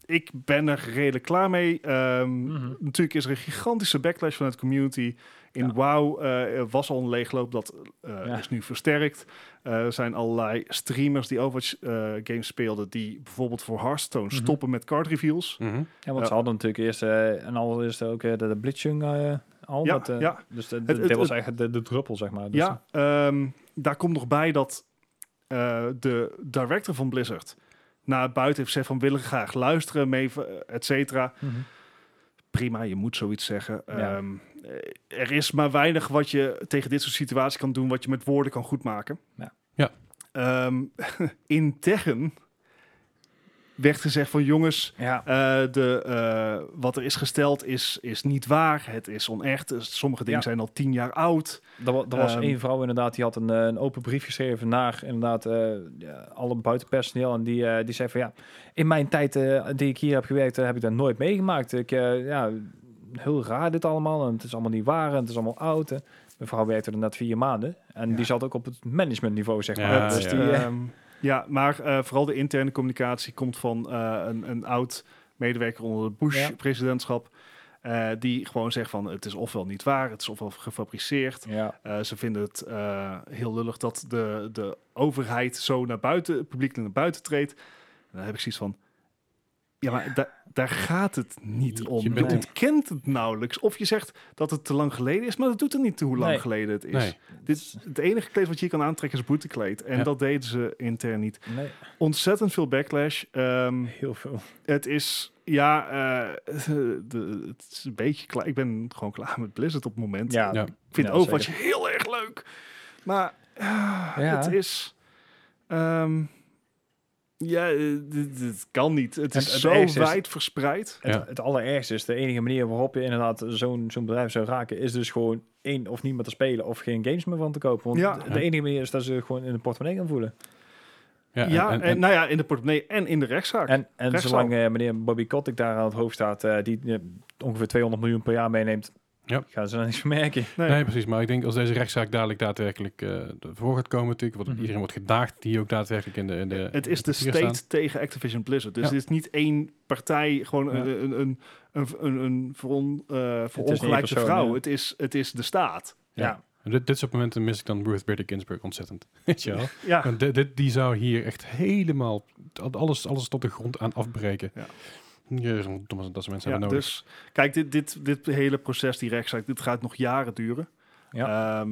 Speaker 3: ik ben er redelijk klaar mee. Ehm,
Speaker 2: Mhm.
Speaker 3: Natuurlijk is er een gigantische backlash vanuit de community. In
Speaker 2: Ja.
Speaker 3: WoW eh, er was al een leegloop, dat eh,
Speaker 2: Ja.
Speaker 3: is nu versterkt. Eh, er zijn allerlei streamers die Overwatch eh, games speelden... die bijvoorbeeld voor Hearthstone
Speaker 2: Mhm.
Speaker 3: stoppen met card reveals.
Speaker 1: Mhm.
Speaker 2: Ja, want
Speaker 3: Ja.
Speaker 2: ze hadden natuurlijk eerst eh, en allereerst ook eh, de, de Blitzjung eh, al.
Speaker 3: Ja,
Speaker 2: dat, eh,
Speaker 3: ja.
Speaker 2: Dus de- de-
Speaker 3: Het- het-
Speaker 2: dit was
Speaker 3: het-
Speaker 2: eigenlijk de, de druppel, zeg maar. Dus
Speaker 3: Ja, ehm, daar komt nog bij dat eh, de director van Blizzard naar buiten heeft gezegd van willen graag luisteren, mee, et cetera.
Speaker 2: Mhm.
Speaker 3: Prima, je moet zoiets zeggen.
Speaker 2: Ja.
Speaker 3: Ehm, eh, er is maar weinig wat je tegen dit soort situaties kan doen, wat je met woorden kan goedmaken.
Speaker 2: Ja.
Speaker 1: Ja.
Speaker 3: Ehm, intern werd gezegd van jongens,
Speaker 2: ja.
Speaker 3: eh, de, eh, wat er is gesteld is, is niet waar, het is onecht. Sommige dingen
Speaker 2: Ja.
Speaker 3: zijn al tien jaar oud.
Speaker 2: Er, wa- er was
Speaker 3: Ehm.
Speaker 2: één vrouw inderdaad, die had een, eh, een open brief geschreven naar inderdaad eh, ja, alle buitenpersoneel. En die, eh, die zei van ja, in mijn tijd eh, die ik hier heb gewerkt, eh, heb ik dat nooit meegemaakt. Ik, eh, ja, heel raar dit allemaal. En het is allemaal niet waar en het is allemaal oud. En mevrouw werkte er net vier maanden. En
Speaker 3: Ja.
Speaker 2: die zat ook op het managementniveau, zeg maar.
Speaker 1: Ja,
Speaker 3: Dat-
Speaker 1: ja.
Speaker 2: dus die... eh,
Speaker 3: Ehm, ja, maar eh, vooral de interne communicatie komt van eh, een, een oud medewerker onder het
Speaker 2: Ja.
Speaker 3: Bush-presidentschap. eh, die gewoon zegt van het is ofwel niet waar, het is ofwel gefabriceerd.
Speaker 2: ja.
Speaker 3: Eh, ze vinden het eh, heel lullig dat de, de overheid zo naar buiten, het publiek naar buiten treedt. En dan heb ik zoiets van, ja maar da- daar gaat het niet
Speaker 1: Je
Speaker 3: om. Je,
Speaker 1: bent-
Speaker 3: ontkent het nauwelijks. Of je zegt dat het te lang geleden is, maar dat doet er niet toe hoe lang
Speaker 2: Nee.
Speaker 3: geleden het is.
Speaker 1: Nee.
Speaker 3: Dit is het enige kleed wat je hier kan aantrekken is boetekleed. En
Speaker 1: Ja.
Speaker 3: dat deden ze intern niet.
Speaker 2: Nee,
Speaker 3: Ontzettend veel backlash. Ehm,
Speaker 2: heel veel.
Speaker 3: het is, ja, eh, de, het is een beetje klaar. Ik ben gewoon klaar met Blizzard op het moment.
Speaker 2: Ja,
Speaker 1: Ja.
Speaker 3: Ik vind
Speaker 2: ja,
Speaker 3: Overwatch heel erg leuk. Maar ah,
Speaker 2: Ja.
Speaker 3: het is... ehm, ja, eh, dit, dit kan niet. Het
Speaker 2: En
Speaker 3: is
Speaker 2: het
Speaker 3: zo
Speaker 2: ergste is-
Speaker 3: wijd verspreid.
Speaker 2: Het,
Speaker 1: Ja.
Speaker 2: het allerergste is, de enige manier waarop je inderdaad zo'n zo'n bedrijf zou raken, is dus gewoon één of niet meer te spelen of geen games meer van te kopen. Want
Speaker 3: Ja.
Speaker 2: de, de enige manier is dat ze gewoon in de portemonnee gaan voelen.
Speaker 1: Ja,
Speaker 3: Ja,
Speaker 1: en-
Speaker 3: en,
Speaker 1: en- en-
Speaker 3: nou ja, in de portemonnee en in de rechtszaak.
Speaker 2: En, en
Speaker 3: Rechtszaak.
Speaker 2: zolang eh, meneer Bobby Kotick daar aan het hoofd staat, eh, die eh, ongeveer 200 miljoen per jaar meeneemt,
Speaker 1: Ja.
Speaker 2: Gaan ze dan niks merken.
Speaker 3: Nee.
Speaker 1: Nee. precies. Maar ik denk als deze rechtszaak dadelijk daadwerkelijk eh voor gaat komen, natuurlijk, want
Speaker 2: Mhm.
Speaker 1: iedereen wordt gedaagd die ook daadwerkelijk in de. In de
Speaker 3: Het is de
Speaker 1: papieren
Speaker 3: state
Speaker 1: staan.
Speaker 3: tegen Activision Blizzard. Dus
Speaker 1: Ja.
Speaker 3: het is niet één partij, gewoon
Speaker 1: Ja.
Speaker 3: een, een, een, een, een, een veron, eh, verongelijkte
Speaker 2: persoon,
Speaker 3: vrouw.
Speaker 2: ja.
Speaker 3: Het, is, het is de staat.
Speaker 1: Ja.
Speaker 2: Ja.
Speaker 1: En dit, dit soort momenten mis ik dan Ruth Bader Ginsburg ontzettend. Weet je wel?
Speaker 3: Ja,
Speaker 1: Want dit, dit- die zou hier echt helemaal alles, alles tot de grond aan afbreken.
Speaker 3: Ja.
Speaker 1: Jezus, wat dom is dat ze mensen
Speaker 3: ja
Speaker 1: hebben nodig.
Speaker 3: dus kijk, dit, dit, dit hele proces, die rechtszaak, dit gaat nog jaren duren. Ja.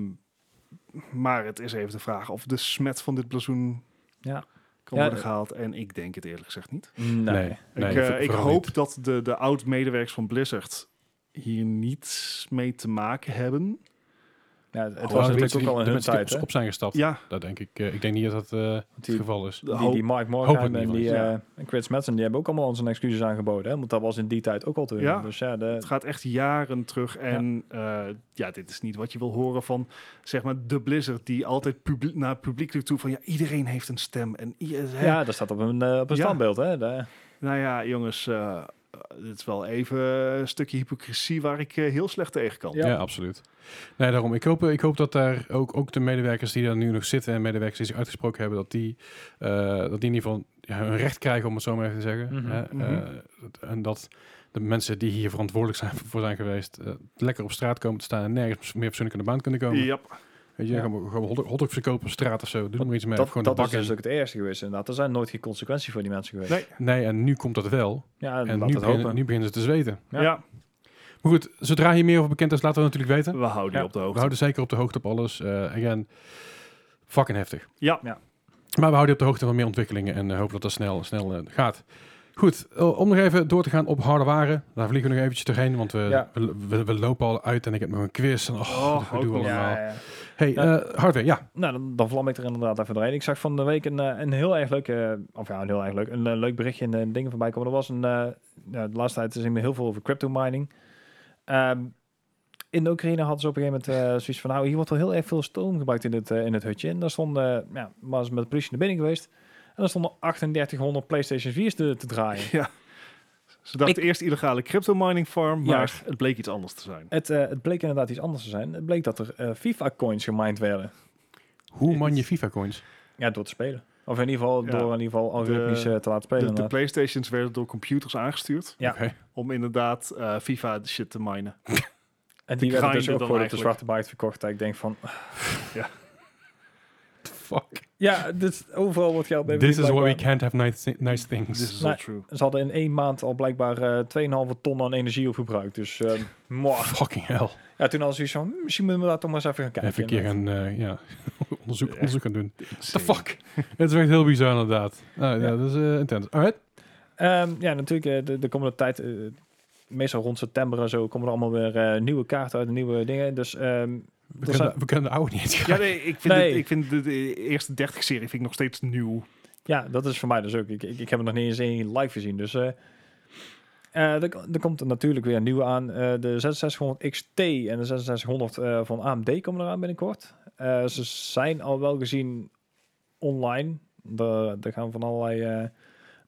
Speaker 3: maar het is even de vraag of de smet van dit blazoen
Speaker 2: Ja.
Speaker 3: kan
Speaker 2: Ja,
Speaker 3: worden
Speaker 2: eh,
Speaker 3: gehaald. En ik denk het eerlijk gezegd niet.
Speaker 2: Nee.
Speaker 1: nee, nee, ik,
Speaker 3: ik eh, ik
Speaker 1: vooral
Speaker 3: hoop
Speaker 1: niet.
Speaker 3: dat de, de oud-medewerkers van Blizzard hier niets mee te maken hebben.
Speaker 2: Ja, het
Speaker 1: Hoewel
Speaker 2: was
Speaker 1: de
Speaker 2: natuurlijk
Speaker 1: mensen
Speaker 2: ook
Speaker 1: die-
Speaker 2: al
Speaker 1: de
Speaker 2: in hun
Speaker 1: mensen die
Speaker 2: tijd. hè.
Speaker 1: op, op zijn gestapt.
Speaker 3: Ja,
Speaker 1: Dat denk ik. eh, ik denk niet dat dat eh, het
Speaker 2: Die-
Speaker 1: geval is.
Speaker 3: de
Speaker 2: Die,
Speaker 3: hoop-
Speaker 2: die Mike
Speaker 1: hoop ik
Speaker 2: Morgan
Speaker 1: niet,
Speaker 2: en
Speaker 1: want-
Speaker 2: die
Speaker 3: ja.
Speaker 2: eh, Chris Madsen, die hebben ook allemaal zijn excuses aangeboden. Hè? Want dat was in die tijd ook al te doen.
Speaker 3: Ja.
Speaker 2: Dus ja, de,
Speaker 3: Het gaat echt jaren terug. En ja. ja, dit is niet wat je wil horen van zeg maar de Blizzard, die altijd publiek, naar het publiek toe van ja, iedereen heeft een stem. En i- hè.
Speaker 2: ja, dat staat op een, eh, op een
Speaker 3: Ja.
Speaker 2: standbeeld. Hè? De-
Speaker 3: nou ja, jongens, eh, dit is wel even een stukje hypocrisie waar ik eh, heel slecht tegen kan.
Speaker 1: Ja.
Speaker 2: Ja.
Speaker 1: absoluut. Nee, daarom. Ik hoop, ik hoop dat daar ook, ook de medewerkers die daar nu nog zitten en medewerkers die zich uitgesproken hebben, dat die, eh, dat die in ieder geval ja, hun recht krijgen, om het zo maar even te zeggen.
Speaker 2: Mhm,
Speaker 1: Hè, eh,
Speaker 3: mhm.
Speaker 1: dat- en dat de mensen die hier verantwoordelijk zijn voor zijn geweest, eh, lekker op straat komen te staan en nergens meer persoonlijk aan de baan kunnen komen.
Speaker 3: Yep.
Speaker 1: Weet je,
Speaker 2: Ja.
Speaker 1: gewoon, gewoon hotdog- hotdogs verkopen op straat of zo. Doe er maar iets mee. Of
Speaker 2: dat
Speaker 1: gewoon
Speaker 2: dat
Speaker 1: de
Speaker 2: is
Speaker 1: bak
Speaker 2: dus
Speaker 1: in.
Speaker 2: ook het eerste geweest inderdaad. Er zijn nooit geen consequenties voor die mensen geweest.
Speaker 3: Nee.
Speaker 1: Nee, en nu komt dat wel.
Speaker 2: Ja,
Speaker 1: En
Speaker 2: laat
Speaker 1: nu
Speaker 2: het hopen.
Speaker 1: beginnen, nu beginnen ze te zweten.
Speaker 3: Ja.
Speaker 2: Ja.
Speaker 1: Maar goed, zodra hier meer over bekend is, laten we het natuurlijk weten.
Speaker 3: we houden je
Speaker 2: Ja.
Speaker 3: op de
Speaker 1: We
Speaker 3: hoogte.
Speaker 1: houden zeker op de hoogte op alles. Eh again, fucking heftig.
Speaker 3: Ja.
Speaker 2: Ja.
Speaker 1: Maar we houden je op de hoogte van meer ontwikkelingen en eh, hopen dat dat snel, snel eh, gaat. Goed, eh, om nog even door te gaan op harde waren. Daar vliegen we nog eventjes doorheen, want we,
Speaker 2: Ja.
Speaker 1: we, we- we lopen al uit en ik heb nog een quiz. En, oh,
Speaker 3: Oh,
Speaker 1: dat gedoe
Speaker 3: ook nog.
Speaker 1: allemaal.
Speaker 2: Ja, ja.
Speaker 1: Hey,
Speaker 2: Nou.
Speaker 1: eh, hardware, ja.
Speaker 2: Nou, dan, dan vlam ik er inderdaad even doorheen. Ik zag van de week een, eh, een heel erg leuk, eh, of ja, een heel erg leuk, een eh, leuk berichtje in de dingen voorbij komen. Er was een, eh, ja, de laatste tijd is me heel veel over crypto mining. Ehm, in de Oekraïne hadden ze op een gegeven moment eh, zoiets van, nou, hier wordt wel heel erg veel stroom gebruikt in het, eh, in het hutje. En daar stonden, ja, was met de politie naar binnen geweest. En daar stonden 3800 PlayStation 4's te, te draaien.
Speaker 3: Ja. Ze dachten eerst illegale crypto mining farm, maar
Speaker 2: Juist.
Speaker 3: het bleek iets anders te zijn.
Speaker 2: Het, eh, het bleek inderdaad iets anders te zijn. Het bleek dat er eh, FIFA-coins gemined werden.
Speaker 1: Hoe
Speaker 3: Yes.
Speaker 1: man je FIFA-coins?
Speaker 2: Ja, door te spelen. Of in ieder geval
Speaker 3: Ja.
Speaker 2: door in ieder geval algoritmisch eh, te laten spelen.
Speaker 3: De, de
Speaker 2: inderdaad.
Speaker 3: PlayStations werden door computers aangestuurd
Speaker 2: Ja.
Speaker 1: Oké.
Speaker 3: om inderdaad eh, FIFA shit te minen.
Speaker 2: En die
Speaker 3: De
Speaker 2: werden dus
Speaker 3: grinder
Speaker 2: ook
Speaker 3: dan
Speaker 2: voor op de
Speaker 3: eigenlijk.
Speaker 2: zwarte markt verkocht. Dat ik denk van,
Speaker 1: Fuck.
Speaker 2: ja, dit, overal wordt geld bij
Speaker 1: This is why
Speaker 2: blijkbaar-
Speaker 1: we can't have nice, thi- nice
Speaker 3: This
Speaker 1: things.
Speaker 3: is
Speaker 2: Nou,
Speaker 3: all true.
Speaker 2: Ze hadden in één maand al blijkbaar eh 2,5 ton aan energie opgebruikt. Dus eh, mwah.
Speaker 1: Fucking hell.
Speaker 2: ja, toen hadden ze zoiets van, "Hmm, misschien moeten we daar toch maar eens even gaan kijken.
Speaker 1: Even een keer gaan eh, ja, onderzoek,
Speaker 3: Echt.
Speaker 1: onderzoek gaan doen. The
Speaker 3: Insane.
Speaker 1: fuck? Het is echt heel bizar inderdaad. Nou, ja.
Speaker 2: Ja.
Speaker 1: dat is eh, intens. Alright.
Speaker 2: Ehm, ja, natuurlijk, eh, de, de komende tijd, eh, meestal rond september en zo, komen er allemaal weer eh, nieuwe kaarten uit, nieuwe dingen. Dus ehm,
Speaker 1: We,
Speaker 2: Er
Speaker 1: kunnen,
Speaker 2: zijn-
Speaker 1: de- we kunnen de oude niet eens
Speaker 3: Ja, nee, ik vind,
Speaker 2: Nee.
Speaker 3: dit- ik vind de, de eerste 30 serie vind ik nog steeds nieuw.
Speaker 2: Ja, dat is voor mij dus ook. Ik, ik, ik heb er nog niet eens één live gezien. Dus eh, eh, er, er komt er natuurlijk weer een nieuwe aan. Eh, de 6600 XT en de 6600 eh, van AMD komen eraan binnenkort. Eh, ze zijn al wel gezien online. Er, er gaan van allerlei eh,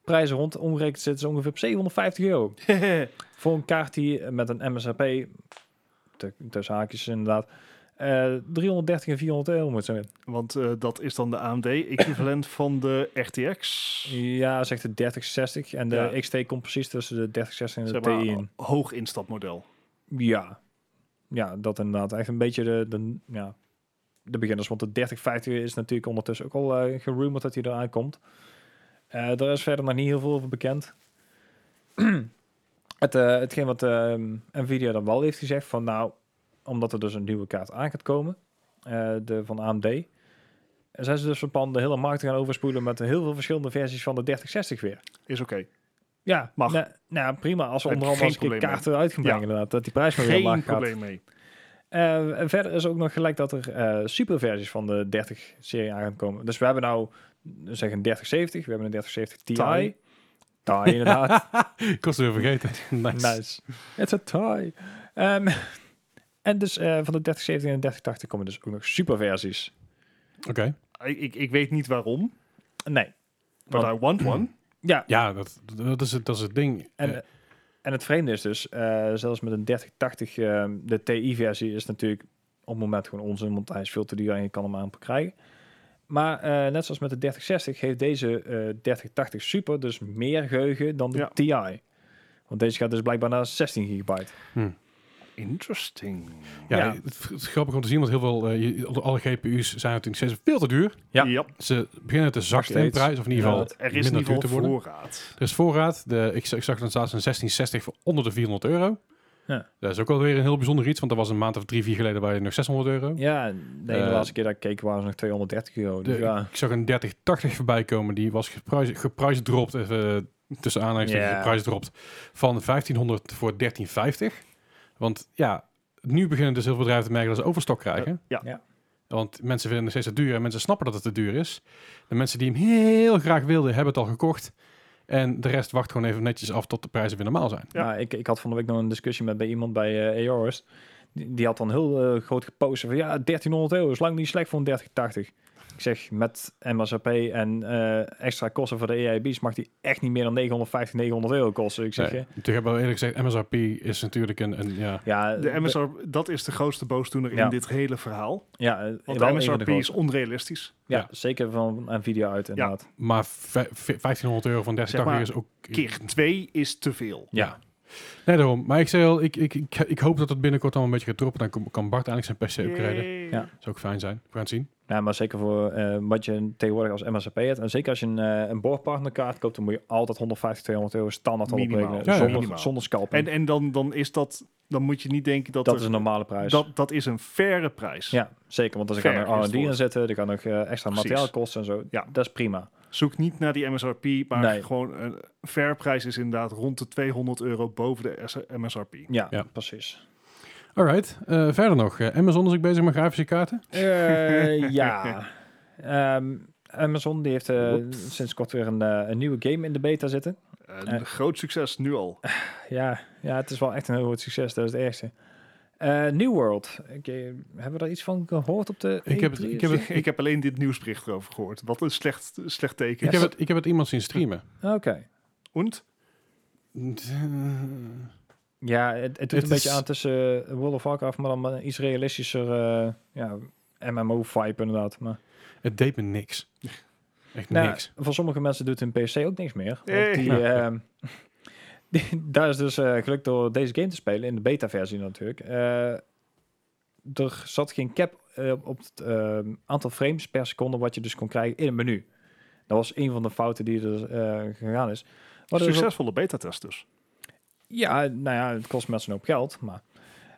Speaker 2: prijzen rond. Omgerekend zitten ze ongeveer op 750 euro. Voor een kaart die met een MSRP, te- tussen haakjes inderdaad, eh 330 en 400 euro moet zijn.
Speaker 3: Want eh, dat is dan de AMD-equivalent van de RTX.
Speaker 2: Ja, zegt de 3060. En de
Speaker 3: Ja.
Speaker 2: XT komt precies tussen de 3060 en de
Speaker 3: Zeg maar, oh.
Speaker 2: TI in.
Speaker 3: hoog instapmodel.
Speaker 2: Ja. ja, dat inderdaad. Echt een beetje de, de, ja, de beginners. Want de 3050 is natuurlijk ondertussen ook al eh gerumord dat hij eraan komt. Eh er is verder nog niet heel veel over bekend. Het, eh, hetgeen wat ehm, Nvidia dan wel heeft gezegd van nou, omdat er dus een nieuwe kaart aan gaat komen, eh, de van AMD, zijn ze dus van plan de hele markt te gaan overspoelen met heel veel verschillende versies van de 3060 weer.
Speaker 3: Is oké.
Speaker 2: Ja,
Speaker 3: Mag.
Speaker 2: Nou, nou, prima. Als we
Speaker 3: Heb
Speaker 2: onder
Speaker 3: ik
Speaker 2: andere eens
Speaker 3: geen
Speaker 2: een keer
Speaker 3: probleem mee.
Speaker 2: kaarten eruit gaan brengen,
Speaker 3: Ja.
Speaker 2: inderdaad. Dat die prijs maar weer
Speaker 3: Geen
Speaker 2: laag gaat.
Speaker 3: probleem mee.
Speaker 2: Eh, en verder is ook nog gelijk dat er eh, superversies van de 30-serie aan gaan komen. Dus we hebben nou, zeg een 3070, we hebben een 3070 Ti.
Speaker 3: Ti.
Speaker 2: Ti, inderdaad.
Speaker 1: Ik was het weer vergeten. nice.
Speaker 2: nice. It's a Ti. Ehm, en dus eh, van de 3070 en de 3080 komen dus ook nog superversies.
Speaker 1: Oké.
Speaker 3: Ik, ik, ik weet niet waarom,
Speaker 2: Nee.
Speaker 3: but I want one.
Speaker 2: Ja,
Speaker 1: Ja, dat, dat, is het, dat is het ding.
Speaker 2: en
Speaker 1: Eh,
Speaker 2: eh, En het vreemde is dus, eh, zelfs met een 3080, eh de TI-versie is natuurlijk op het moment gewoon onzin, want hij is veel te duur en je kan hem amper krijgen. Maar eh, net zoals met de 3060 heeft deze eh 3080 Super dus meer geheugen dan de
Speaker 3: Ja.
Speaker 2: TI. Want deze gaat dus blijkbaar naar 16 gigabyte.
Speaker 3: Interesting.
Speaker 1: Ja,
Speaker 2: Ja.
Speaker 1: Het, het is grappig om te zien, want heel veel, eh, je- alle- alle GPU's zijn natuurlijk steeds veel te duur.
Speaker 2: Ja.
Speaker 1: Ze beginnen te zakken in
Speaker 2: Steeds.
Speaker 1: prijs, of in ieder
Speaker 2: Ja,
Speaker 1: geval
Speaker 3: Want eh, er is in
Speaker 1: minder
Speaker 3: ieder
Speaker 1: duur te
Speaker 3: geval
Speaker 1: worden.
Speaker 3: voorraad.
Speaker 1: Er is voorraad. De, ik, zag- ik zag dat staat een 1660 voor onder de 400 euro.
Speaker 2: Ja.
Speaker 1: Dat is ook alweer een heel bijzonder iets, want dat was een maand of drie, vier geleden bij nog 600 euro.
Speaker 2: Ja, de ene
Speaker 1: Eh,
Speaker 2: laatste keer dat ik keek waren ze nog 230 euro. Dus
Speaker 1: De-
Speaker 2: ja.
Speaker 1: Ik zag een 3080 voorbij komen, die was geprijs- geprijsdropt, even tussen aanhalingstekens
Speaker 2: Ja.
Speaker 1: geprijsdropt, van 1500 voor 1350. Want ja, nu beginnen dus heel veel bedrijven te merken dat ze overstok krijgen.
Speaker 3: Ja.
Speaker 2: Ja.
Speaker 1: Want mensen vinden het steeds te duur en mensen snappen dat het te duur is. De mensen die hem heel graag wilden, hebben het al gekocht. En de rest wacht gewoon even netjes af tot de prijzen weer normaal zijn.
Speaker 3: Ja.
Speaker 2: Nou, ik, ik had van de week nog een discussie met bij iemand bij eh Aorus. Die, die had dan heel eh, groot gepost van ja, 1300 euro is lang niet slecht voor een 3080. Ik zeg, met MSRP en eh, extra kosten voor de EIB's mag die echt niet meer dan 950, 900 euro kosten. Ik zeg,
Speaker 1: Nee.
Speaker 2: eh,
Speaker 1: Natuurlijk hebben we eerlijk gezegd, MSRP is natuurlijk een, een ja,
Speaker 2: ja,
Speaker 3: De MSR, dat is de grootste boosdoener
Speaker 2: Eh, Ja.
Speaker 3: in dit hele verhaal.
Speaker 2: ja, eh,
Speaker 3: Want
Speaker 2: wel
Speaker 3: de
Speaker 2: een van
Speaker 3: MSRP
Speaker 2: de
Speaker 3: is
Speaker 2: grootste.
Speaker 3: onrealistisch.
Speaker 2: Ja,
Speaker 1: Ja.
Speaker 2: zeker van Nvidia uit inderdaad.
Speaker 1: maar vij- vij- 1500 euro van 30
Speaker 3: Zeg maar,
Speaker 1: is ook...
Speaker 3: Keer twee is te veel.
Speaker 2: Ja.
Speaker 1: Nee, daarom. Maar ik zei al, ik, ik, ik, ik hoop dat het binnenkort allemaal een beetje gaat droppen. Dan kom- kan Bart eindelijk zijn PC upgraden.
Speaker 3: Yay.
Speaker 2: Ja.
Speaker 1: Zou ook fijn zijn. We gaan het zien.
Speaker 2: Ja, Nou, maar zeker voor eh, wat je tegenwoordig als MSRP hebt. En zeker als je een, eh, een boordpartnerkaart koopt, dan moet je altijd 150, 200 euro standaard al
Speaker 3: Minimaal.
Speaker 2: oprekenen.
Speaker 1: Ja, ja.
Speaker 2: zonder,
Speaker 3: Minimaal.
Speaker 2: zonder scalping.
Speaker 3: En, en dan, dan is dat, dan moet je niet denken dat
Speaker 2: dat
Speaker 3: er-
Speaker 2: is een normale prijs.
Speaker 3: Dat, dat is een faire prijs.
Speaker 2: ja, zeker. Want er
Speaker 3: Fair
Speaker 2: kan
Speaker 3: is
Speaker 2: er
Speaker 3: het
Speaker 2: R&D
Speaker 3: woord.
Speaker 2: in zitten. Er kan nog eh, extra
Speaker 3: Precies.
Speaker 2: materiaal kosten en zo.
Speaker 3: Ja.
Speaker 2: Dat is prima.
Speaker 3: Zoek niet naar die MSRP, maar
Speaker 2: Nee.
Speaker 3: gewoon eh, een fair prijs is inderdaad rond de 200 euro boven de S- MSRP.
Speaker 2: Ja,
Speaker 1: Ja.
Speaker 2: precies.
Speaker 1: Alright. Eh, verder nog. Eh, Amazon is ik bezig met grafische kaarten.
Speaker 2: Eh, ja. Ehm, Amazon die heeft eh,
Speaker 3: Whoops.
Speaker 2: sinds kort weer een, eh, een nieuwe game in de beta zitten.
Speaker 3: Een
Speaker 2: Eh.
Speaker 3: groot succes nu al.
Speaker 2: Ja, ja, het is wel echt een heel groot succes. Dat is het ergste. Eh, New World. Ik, eh, hebben we daar iets van gehoord op de E
Speaker 1: Ik heb het-
Speaker 2: E3?
Speaker 1: ik heb het-
Speaker 3: Ik heb alleen dit nieuwsbericht erover gehoord. Wat een slecht, slecht teken.
Speaker 1: Ik, heb het, ik heb het iemand zien streamen.
Speaker 2: Oké.
Speaker 3: Und?
Speaker 2: Ja, het, het doet
Speaker 1: Het
Speaker 2: een beetje
Speaker 1: is-
Speaker 2: aan tussen eh, World of Warcraft, maar dan met een iets realistischer eh, ja, MMO-vibe inderdaad. Maar
Speaker 1: Het deed me niks. Echt
Speaker 2: Nou,
Speaker 1: niks.
Speaker 2: Voor sommige mensen doet een PC ook niks meer. Want
Speaker 3: Nee.
Speaker 2: die,
Speaker 1: Ja.
Speaker 2: ehm, die- daar is dus eh, gelukt door deze game te spelen, in de beta-versie natuurlijk. eh, er zat geen cap eh, op het ehm, aantal frames per seconde wat je dus kon krijgen in een menu. Dat was een van de fouten die er eh, gegaan is. Maar er is ook-
Speaker 3: Succesvolle beta-test dus.
Speaker 2: ja, nou ja, het kost mensen een hoop geld, maar...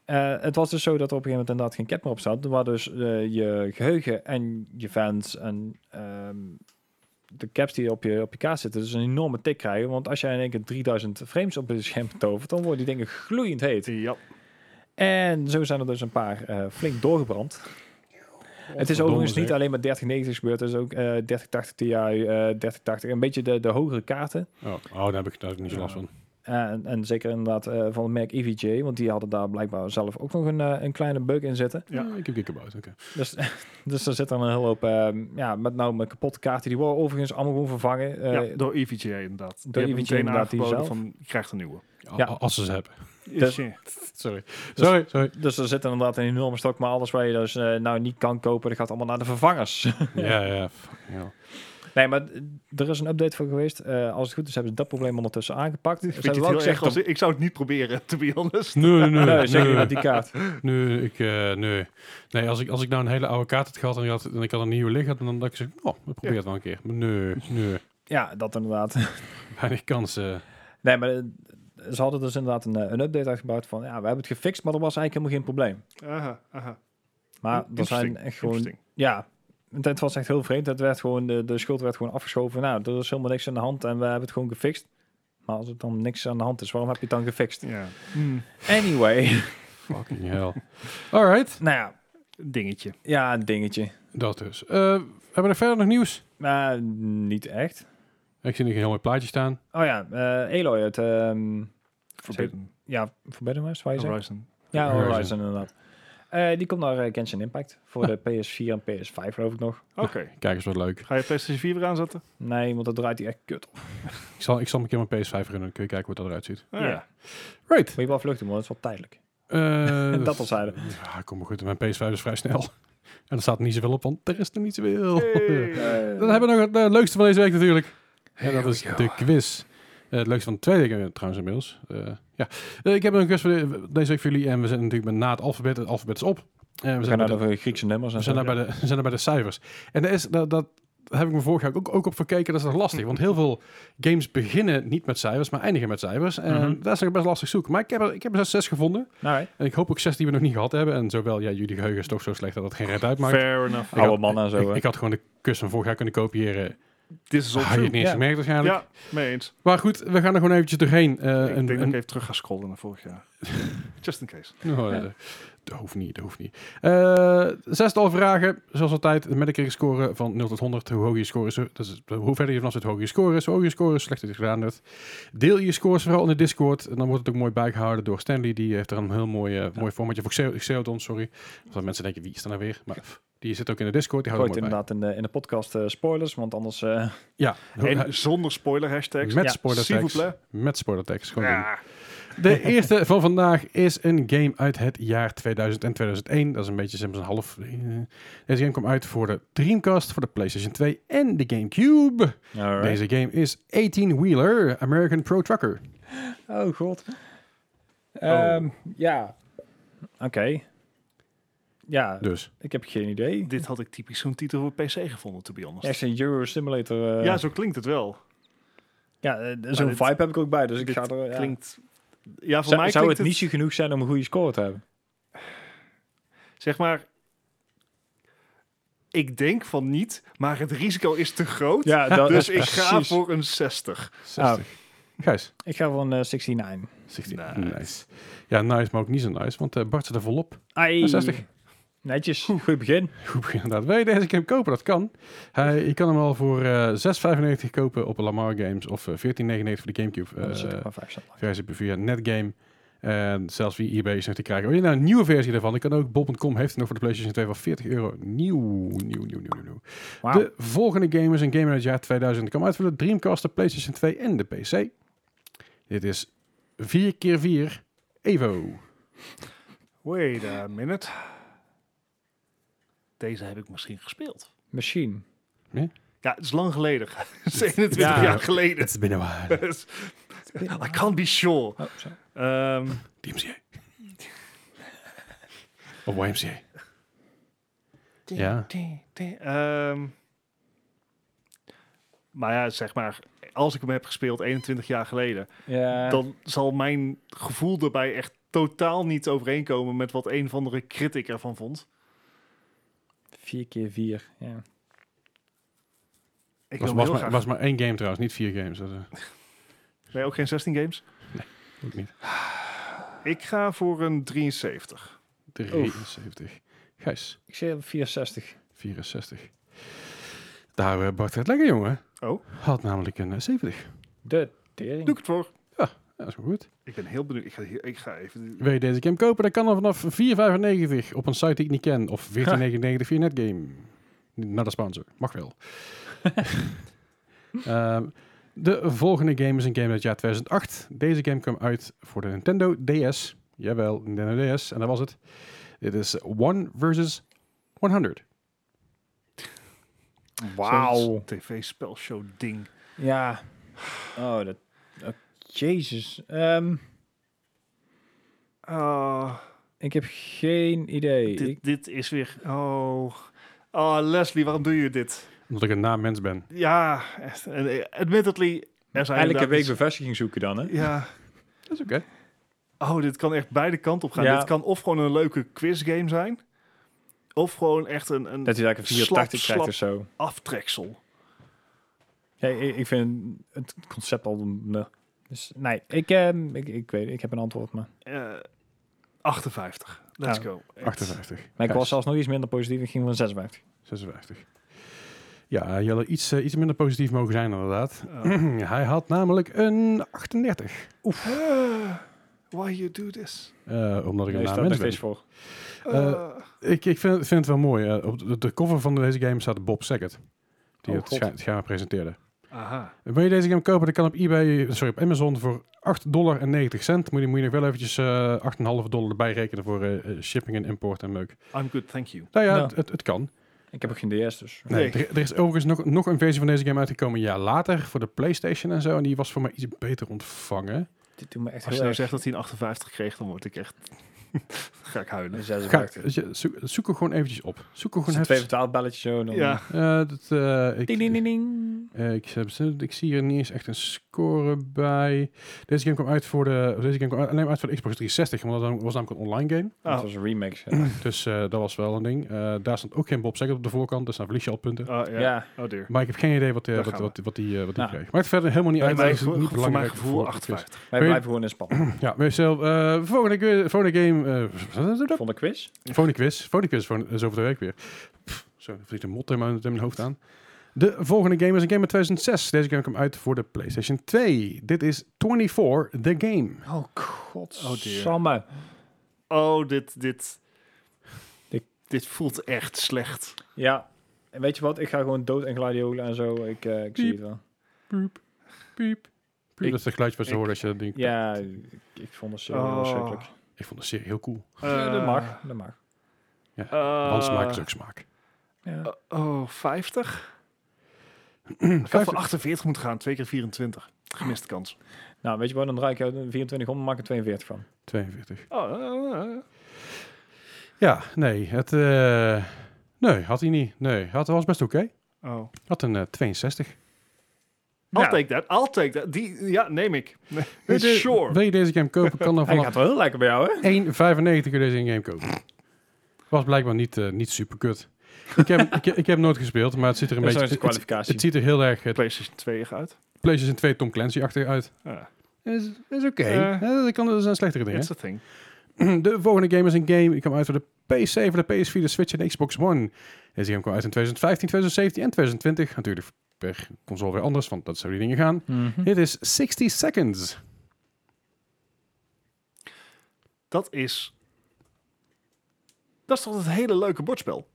Speaker 2: eh, het was dus zo dat er op een gegeven moment inderdaad geen cap meer op zat. Waar dus eh, je geheugen en je fans en ehm, de caps die op je, op je kaart zitten, dus een enorme tik krijgen. Want als jij in één keer 3000 frames op het scherm tovert, dan worden die dingen gloeiend heet.
Speaker 3: Ja.
Speaker 2: En zo zijn er dus een paar eh, flink doorgebrand. Het is overigens niet alleen met 3090 gebeurd, er is ook eh 3080 Ti, eh 3080, een beetje de, de hogere kaarten.
Speaker 1: Oh, oh, daar heb ik, daar heb ik niet zo last van.
Speaker 2: En, en zeker inderdaad eh, van het merk EVJ, want die hadden daar blijkbaar zelf ook nog een, eh, een kleine bug in zitten.
Speaker 3: Ja.
Speaker 1: Ja, ik heb dikke buiten. Oké.
Speaker 2: Dus, dus er zit dan een hele hoop, ehm, ja, met nou met kapotte kaarten, die worden overigens allemaal gewoon vervangen. Eh,
Speaker 3: ja, door E EVGA inderdaad. Die
Speaker 2: door E
Speaker 3: hebben
Speaker 2: EVGA
Speaker 3: meteen
Speaker 2: inderdaad, die
Speaker 3: aangeboden
Speaker 2: zelf.
Speaker 3: van, je krijgt een nieuwe. eh,
Speaker 1: Al-
Speaker 2: Ja.
Speaker 1: Als ze ze hebben.
Speaker 2: Dus-
Speaker 3: Ja.
Speaker 1: Sorry. Sorry, sorry.
Speaker 2: Dus er zit inderdaad een enorme stok, maar alles waar je dus eh, nou niet kan kopen, dat gaat allemaal naar de vervangers.
Speaker 1: ja, ja. fucking hell.
Speaker 2: nee, maar eh, er is een update voor geweest. Eh, als het goed is, hebben ze dat probleem ondertussen aangepakt.
Speaker 3: Ik
Speaker 2: Ze
Speaker 3: vind
Speaker 2: hebben
Speaker 3: het
Speaker 2: wel
Speaker 3: heel erg
Speaker 2: gezegd
Speaker 3: als-
Speaker 2: dat-
Speaker 3: ik zou het niet proberen, to be honest.
Speaker 1: Nee, nee,
Speaker 2: Nee,
Speaker 1: nee.
Speaker 2: zeker niet
Speaker 1: nee.
Speaker 2: met die kaart.
Speaker 1: Nee, ik, eh, nee. nee als, ik, als ik nou een hele oude kaart had gehad en ik had, en ik had een nieuwe liggen, dan dacht ik, zo, oh, we proberen het wel een keer. Maar nee, nee,
Speaker 2: Ja, dat inderdaad.
Speaker 1: weinig kansen.
Speaker 2: Nee, maar eh, ze hadden dus inderdaad een, eh, een update uitgebouwd van, ja, we hebben het gefixt, maar er was eigenlijk helemaal geen probleem.
Speaker 3: Aha, aha.
Speaker 2: Maar er zijn
Speaker 3: Interesting,
Speaker 2: echt gewoon,
Speaker 3: interesting.
Speaker 2: ja, want het was echt heel vreemd. Het werd gewoon, de, de schuld werd gewoon afgeschoven. Nou, er is helemaal niks aan de hand en we hebben het gewoon gefixt. Maar als er dan niks aan de hand is, waarom heb je het dan gefixt?
Speaker 3: Ja. Hmm.
Speaker 2: Anyway,
Speaker 1: Fucking hell. Alright,
Speaker 2: nou ja,
Speaker 3: Dingetje.
Speaker 2: ja, een dingetje.
Speaker 1: dat dus. Eh, hebben we er verder nog nieuws?
Speaker 2: Maar niet echt.
Speaker 1: Ik zie nog een heel mooi plaatje staan.
Speaker 2: Oh ja, eh Eloy uit, ehm
Speaker 3: Forbidden
Speaker 2: ja, Forbidden West, waar je zegt?
Speaker 3: Horizon.
Speaker 2: Ja,
Speaker 1: Horizon.
Speaker 2: Horizon inderdaad. Eh, die komt naar eh, Genshin Impact voor de PS4 en PS5 geloof ik nog.
Speaker 3: Oké.
Speaker 1: Kijk eens wat leuk.
Speaker 3: Ga je PlayStation 4 weer aanzetten?
Speaker 2: Nee, want dat draait hij echt kut op.
Speaker 1: Ik zal, ik zal een keer mijn PS5 runnen, dan kun je kijken hoe dat eruit ziet.
Speaker 3: Ah,
Speaker 2: ja.
Speaker 3: ja.
Speaker 1: Right.
Speaker 2: Moet je wel vluchten, want dat is wel tijdelijk.
Speaker 1: Eh,
Speaker 2: dat al zeiden.
Speaker 1: Ja, kom maar goed. Mijn PS5 is vrij snel. En er staat er niet zoveel op, want er is nog niet
Speaker 2: Oh.
Speaker 1: zoveel. Dan hebben we nog het eh, leukste van deze week natuurlijk. En dat is de quiz. Eh, het leukste van de tweede week eh, trouwens inmiddels. Eh, ja. Eh, ik heb een quiz voor de- deze week voor jullie. En we zijn natuurlijk met na het alfabet. Het alfabet is op. Eh, we
Speaker 2: We
Speaker 1: zijn
Speaker 2: gaan
Speaker 1: bij
Speaker 2: naar
Speaker 1: de,
Speaker 2: de Griekse nummers en
Speaker 1: we
Speaker 2: zo.
Speaker 1: zijn daar bij de, we zijn daar bij de cijfers. En dat, is, dat, dat heb ik me vorig jaar ook, ook op verkeken. Dat is nog lastig. Want heel veel games beginnen niet met cijfers, maar eindigen met cijfers. En
Speaker 3: Mhm.
Speaker 1: dat is nog best lastig zoeken. Maar ik heb er, ik heb er zes gevonden.
Speaker 2: Alright.
Speaker 1: En ik hoop ook zes die we nog niet gehad hebben. En zowel, ja, jullie geheugen is toch zo slecht dat het geen red uitmaakt.
Speaker 3: Fair enough.
Speaker 1: Ik had-
Speaker 2: Oude mannen en zo.
Speaker 1: Ik,
Speaker 2: hè.
Speaker 1: ik had gewoon de kus van vorig jaar kunnen kopiëren.
Speaker 3: Dit is all
Speaker 1: Had je
Speaker 3: true.
Speaker 1: het niet eens
Speaker 2: Ja.
Speaker 1: gemerkt waarschijnlijk.
Speaker 3: Ja, mee eens.
Speaker 1: Maar goed, we gaan er gewoon eventjes doorheen. Eh,
Speaker 3: ik
Speaker 1: een-
Speaker 3: denk dat
Speaker 1: een-
Speaker 3: ik even terug ga scrollen naar vorig jaar. Just in case.
Speaker 1: Oh,
Speaker 2: Ja.
Speaker 1: dat- Dat hoeft niet, dat hoeft niet. Eh, zestal vragen, zoals altijd. Met een score van 0 tot 100. Hoe hoger je score is, eh, dat is- hoe verder je vanaf zit, hoe hoger je score is. Hoe hoger je score is, slechter je het gedaan hebt. Deel je scores vooral in de Discord. En dan wordt het ook mooi bijgehouden door Stanley. Die heeft er een heel mooi, eh, mooi formatje voor. Xeo- Xeodon, sorry. Want mensen denken, wie is er nou weer? Maar pff, die zit ook in de Discord. Die houdt
Speaker 2: Gooit
Speaker 1: het mooi bij.
Speaker 2: inderdaad in de, in de podcast eh, spoilers, want anders... eh,
Speaker 1: Ja,
Speaker 3: En zonder spoiler hashtags.
Speaker 1: met
Speaker 2: Ja,
Speaker 1: spoiler
Speaker 3: s'il vous
Speaker 1: tags. Met spoiler tags. Gewoon doen.
Speaker 3: Ja.
Speaker 1: De eerste van vandaag is een game uit het jaar 2000 en 2001. Dat is een beetje simpel, een half. eh, Deze game kwam uit voor de Dreamcast, voor de PlayStation 2 en de GameCube.
Speaker 2: alright.
Speaker 1: Deze game is 18 Wheeler American Pro Trucker.
Speaker 2: Oh god. Ehm, Ja. Oké. Ja,
Speaker 1: Dus
Speaker 2: ik heb geen idee.
Speaker 3: Dit had ik typisch zo'n titel voor PC gevonden, to be honest.
Speaker 2: Echt een Euro Simulator. eh,
Speaker 3: ja, zo klinkt het wel.
Speaker 2: ja, eh, zo'n
Speaker 3: dit-
Speaker 2: vibe heb ik ook bij, dus ik
Speaker 3: dit
Speaker 2: ga er... ja.
Speaker 3: Klinkt... Ja, voor
Speaker 2: Zou,
Speaker 3: mij
Speaker 2: zou
Speaker 3: klinkt
Speaker 2: het niche genoeg zijn om een goede score te hebben?
Speaker 3: Zeg maar... Ik denk van niet, maar het risico is te groot.
Speaker 2: Ja, dat
Speaker 3: dus
Speaker 2: is
Speaker 3: ik ga
Speaker 2: precies.
Speaker 3: voor een 60.
Speaker 1: 60. Gijs.
Speaker 2: Ik ga voor een eh, 69.
Speaker 1: 16.
Speaker 3: Nice.
Speaker 1: Nice. Ja, nice, maar ook niet zo nice, want eh, Bart zit er volop.
Speaker 2: Ai.
Speaker 1: 60.
Speaker 2: Netjes. Goed begin.
Speaker 1: Goed begin inderdaad. Wil je deze game kopen? Dat kan. Hij, je kan hem al voor eh 6,95 kopen op Lamar Games of eh, 14,99 voor de GameCube.
Speaker 2: Dan zit
Speaker 1: eh,
Speaker 2: ik maar vijf cent lager.
Speaker 1: versie via Netgame. En zelfs via eBay is nog te krijgen. Wil je nou een nieuwe versie daarvan? Ik kan ook. Bob.com heeft het nog voor de PlayStation 2 voor 40 euro. Nieuw, nieuw, nieuw, nieuw, nieuw. nieuw.
Speaker 2: Wauw.
Speaker 1: De volgende game is een game uit het jaar 2000. Die kwam uit voor de Dreamcast, de PlayStation 2 en de PC. Dit is 4x4 Evo.
Speaker 3: Wait a minute. Deze heb ik misschien gespeeld.
Speaker 2: Machine.
Speaker 3: Ja, het is lang geleden. Het is 21
Speaker 2: Ja.
Speaker 3: jaar geleden. Dus
Speaker 1: is binnen waar.
Speaker 3: I can't be sure.
Speaker 2: Oh, zo.
Speaker 3: Ehm,
Speaker 1: DMCA. of YMCA. Ja.
Speaker 3: ding, ding. Ehm, maar ja, zeg maar, als ik hem heb gespeeld 21 jaar geleden,
Speaker 2: Ja.
Speaker 3: dan zal mijn gevoel daarbij echt totaal niet overeenkomen met wat een of andere critic ervan vond.
Speaker 2: 4 keer 4. Ja.
Speaker 1: Was,
Speaker 3: Ik wil hem
Speaker 1: was,
Speaker 3: heel
Speaker 1: maar,
Speaker 3: graag-
Speaker 1: was maar één game trouwens, niet vier games. Dat eh,
Speaker 3: Nee, ook geen 16 games.
Speaker 1: ook niet.
Speaker 3: Ik ga voor een 73.
Speaker 1: 73. Gijs.
Speaker 2: Ik zeg 64.
Speaker 1: 64. Daar eh, Bart het lekker, jongen.
Speaker 3: Oh.
Speaker 1: Had namelijk een eh, 70.
Speaker 2: De
Speaker 3: Doe ik
Speaker 2: tering.
Speaker 3: het voor.
Speaker 1: Ja, dat is wel goed.
Speaker 3: Ik ben heel benieuwd. Ik ga, hier- ik ga even...
Speaker 1: Wil je deze game kopen? Dan kan dan vanaf 4,95 op een site die ik niet ken. Of 14,99 via Netgame. Naar de sponsor. Mag wel. Ehm, de volgende game is een game uit het jaar 2008. Deze game kwam uit voor de Nintendo DS. Jawel, Nintendo DS. En dat was het. Dit is One versus 100.
Speaker 3: Zo'n TV-spelshow ding.
Speaker 2: Ja. Oh, dat... oh, Jezus. Ehm,
Speaker 3: Ah,
Speaker 2: ik heb geen idee. Ik,
Speaker 3: dit, dit is weer... Oh. Ah, Leslie, waarom doe je dit?
Speaker 1: Omdat ik een naam mens ben.
Speaker 3: Ja, echt. En, eh, admittedly, er zijn
Speaker 2: eigenlijk een week
Speaker 3: inderdaad-
Speaker 2: bevestiging zoeken dan, hè?
Speaker 3: Ja.
Speaker 1: Dat is oké.
Speaker 3: Oh, dit kan echt beide kanten op gaan.
Speaker 2: Ja.
Speaker 3: Dit kan of gewoon een leuke quizgame zijn... of gewoon echt een, een
Speaker 2: Dat hij eigenlijk een 84
Speaker 3: Slap,
Speaker 2: krijgt of zo.
Speaker 3: aftreksel.
Speaker 2: Ja, ik, ik vind het concept al... meh. Dus nee, ik, ehm, ik, ik weet ik heb een antwoord, maar...
Speaker 3: Eh, 58. Let's
Speaker 2: Nou,
Speaker 3: go. Echt.
Speaker 1: 58.
Speaker 2: Maar ik
Speaker 1: Gijs.
Speaker 2: was zelfs nog iets minder positief. Ik ging voor een 56.
Speaker 1: 56. Ja, je had iets, eh, iets minder positief mogen
Speaker 3: Eh,
Speaker 1: zijn inderdaad.
Speaker 3: Oh.
Speaker 1: Hij had namelijk een 38.
Speaker 3: Oef. Eh, why you do this.
Speaker 1: Eh, omdat ik een
Speaker 2: Daar
Speaker 1: naam
Speaker 2: staat nog
Speaker 1: mens ben.
Speaker 2: steeds voor.
Speaker 1: Eh,
Speaker 3: Eh,
Speaker 1: Ik, ik vind, vind het wel mooi. eh, op de, de cover van deze game staat Bob Saget. Die
Speaker 3: Oh,
Speaker 1: het
Speaker 3: God.
Speaker 1: scha- het scherm presenteerde.
Speaker 3: aha.
Speaker 1: Wil je deze game kopen, dan kan op eBay, sorry, op Amazon voor 8,90 dollar. Moet je, moet je nog wel eventjes eh 8,5 dollar erbij rekenen voor eh, eh, shipping en import en meuk.
Speaker 3: I'm good, thank you.
Speaker 1: Nou ja,
Speaker 2: Ja.
Speaker 1: het- Het, het kan.
Speaker 2: Ik heb ook geen DS, dus...
Speaker 1: Nee,
Speaker 3: Nee.
Speaker 1: Er, er is overigens nog, nog een versie van deze game uitgekomen een jaar later voor de PlayStation en zo. En die was voor mij iets beter ontvangen.
Speaker 2: Dit doet me echt
Speaker 3: Als je
Speaker 2: heel
Speaker 3: nou
Speaker 2: erg...
Speaker 3: zegt dat hij een 58 kreeg, dan word ik echt... ga ik huilen.
Speaker 1: Ga,
Speaker 2: 56.
Speaker 1: weet je, zoek, zoek er gewoon eventjes op. Zoek er gewoon
Speaker 2: Gewoon twee
Speaker 1: eventjes
Speaker 2: vertaald belletje zo. Dan
Speaker 3: Ja,
Speaker 1: Eh, dat, eh, ik,
Speaker 2: Ding, ding, ding, ding.
Speaker 1: Eh, ik, heb ze- ik zie hier niet eens echt een score bij. Deze game kwam uit voor de. of Deze game kwam alleen maar uit voor de Xbox 360, want dat was namelijk een online game.
Speaker 2: Dat
Speaker 3: Ah.
Speaker 2: was een remix. Ja.
Speaker 1: Dus eh, dat was wel een ding. Eh, daar stond ook geen Bob Saget op de voorkant, dus daar verlies je al punten.
Speaker 3: Ah, ja.
Speaker 2: ja.
Speaker 3: Oh dear.
Speaker 1: Maar ik heb geen idee wat, eh,
Speaker 3: Daar
Speaker 1: wat,
Speaker 3: gaan we. Nou.
Speaker 1: wat, wat die, eh, wat die
Speaker 2: Ja.
Speaker 1: kreeg. Maakt verder helemaal niet
Speaker 3: Bij
Speaker 1: uit.
Speaker 3: mij
Speaker 1: is het
Speaker 3: gevoel-
Speaker 1: niet
Speaker 3: voor mijn
Speaker 1: belangrijk voor
Speaker 3: gevoel
Speaker 1: wat het is.
Speaker 3: 58.
Speaker 2: Wij
Speaker 1: je-
Speaker 2: blijven gewoon in spanning.
Speaker 1: Ja, maar zelf, eh, volgende, keer- volgende game. eh
Speaker 2: Vond een quiz?
Speaker 1: volgende quiz. Volgende quiz voor, is over de week weer. Pff, zo, er vliegt een mot in mijn, in mijn hoofd aan. De volgende game is een game uit 2006. Deze game kwam uit voor de PlayStation 2. Dit is 24 The Game.
Speaker 2: Oh god.
Speaker 3: Oh, dear.
Speaker 2: Samme.
Speaker 3: Oh, dit, dit,
Speaker 2: Ik-
Speaker 3: dit voelt echt slecht.
Speaker 2: Ja. En weet je wat? Ik ga gewoon dood en gladiolen en zo. Ik, eh, ik zie het wel.
Speaker 1: Piep, piep. piep.
Speaker 3: Ik-
Speaker 1: dat is het geluidje wat je
Speaker 3: ik-
Speaker 1: hoort als je dat ding...
Speaker 2: Ja, ik, ik vond het zo heel
Speaker 3: Oh.
Speaker 2: verschrikkelijk.
Speaker 1: Ik vond de serie heel cool.
Speaker 2: Ja, dat mag. Dat mag.
Speaker 3: Eh,
Speaker 1: Want smaak is ook smaak.
Speaker 2: Ja.
Speaker 3: eh, oh, 50? Ik had
Speaker 1: Vijf-
Speaker 3: voor 48 moeten gaan, twee keer 24. Gemiste kans.
Speaker 2: Nou, weet je wat? Dan draai ik jou de 24 om en maak ik er 42 van.
Speaker 1: 42.
Speaker 3: Oh, eh, eh.
Speaker 1: Ja, nee. Het, eh, nee, had hij niet. Nee, had, was best oké.
Speaker 3: oh.
Speaker 1: Had een eh, 62.
Speaker 3: I'll
Speaker 2: Ja.
Speaker 3: take that, I'll take that. Die, ja, neem ik.
Speaker 1: Wil je de-
Speaker 3: sure.
Speaker 1: Wil je deze game kopen, kan dan
Speaker 2: Hij
Speaker 1: vanaf
Speaker 2: gaat wel heel lekker bij jou, hè?
Speaker 1: 1,95 kun je deze game kopen. Was blijkbaar niet, eh, niet super kut. Ik heb, ik, ik heb nooit gespeeld, maar het ziet er een
Speaker 2: Dat is
Speaker 1: beetje...
Speaker 2: de
Speaker 1: Het, het,
Speaker 2: kwalificatie.
Speaker 1: ziet er heel erg... Het
Speaker 3: PlayStation 2 gaat.
Speaker 1: PlayStation 2 Tom Clancy-achtig uit.
Speaker 3: Ah,
Speaker 1: Is, is oké.
Speaker 3: Eh.
Speaker 1: Ja, dat, kan, dat zijn slechtere dingen.
Speaker 3: it's a thing.
Speaker 1: De volgende game is een game die kwam uit voor de PS7, de PS4, de Switch en de Xbox One. Deze game kwam uit in 2015, 2017 en 2020. Natuurlijk per console weer anders, want dat zou die dingen gaan.
Speaker 2: Mhm.
Speaker 1: Dit is 60 Seconds.
Speaker 3: Dat is... Dat is toch het hele leuke bordspel?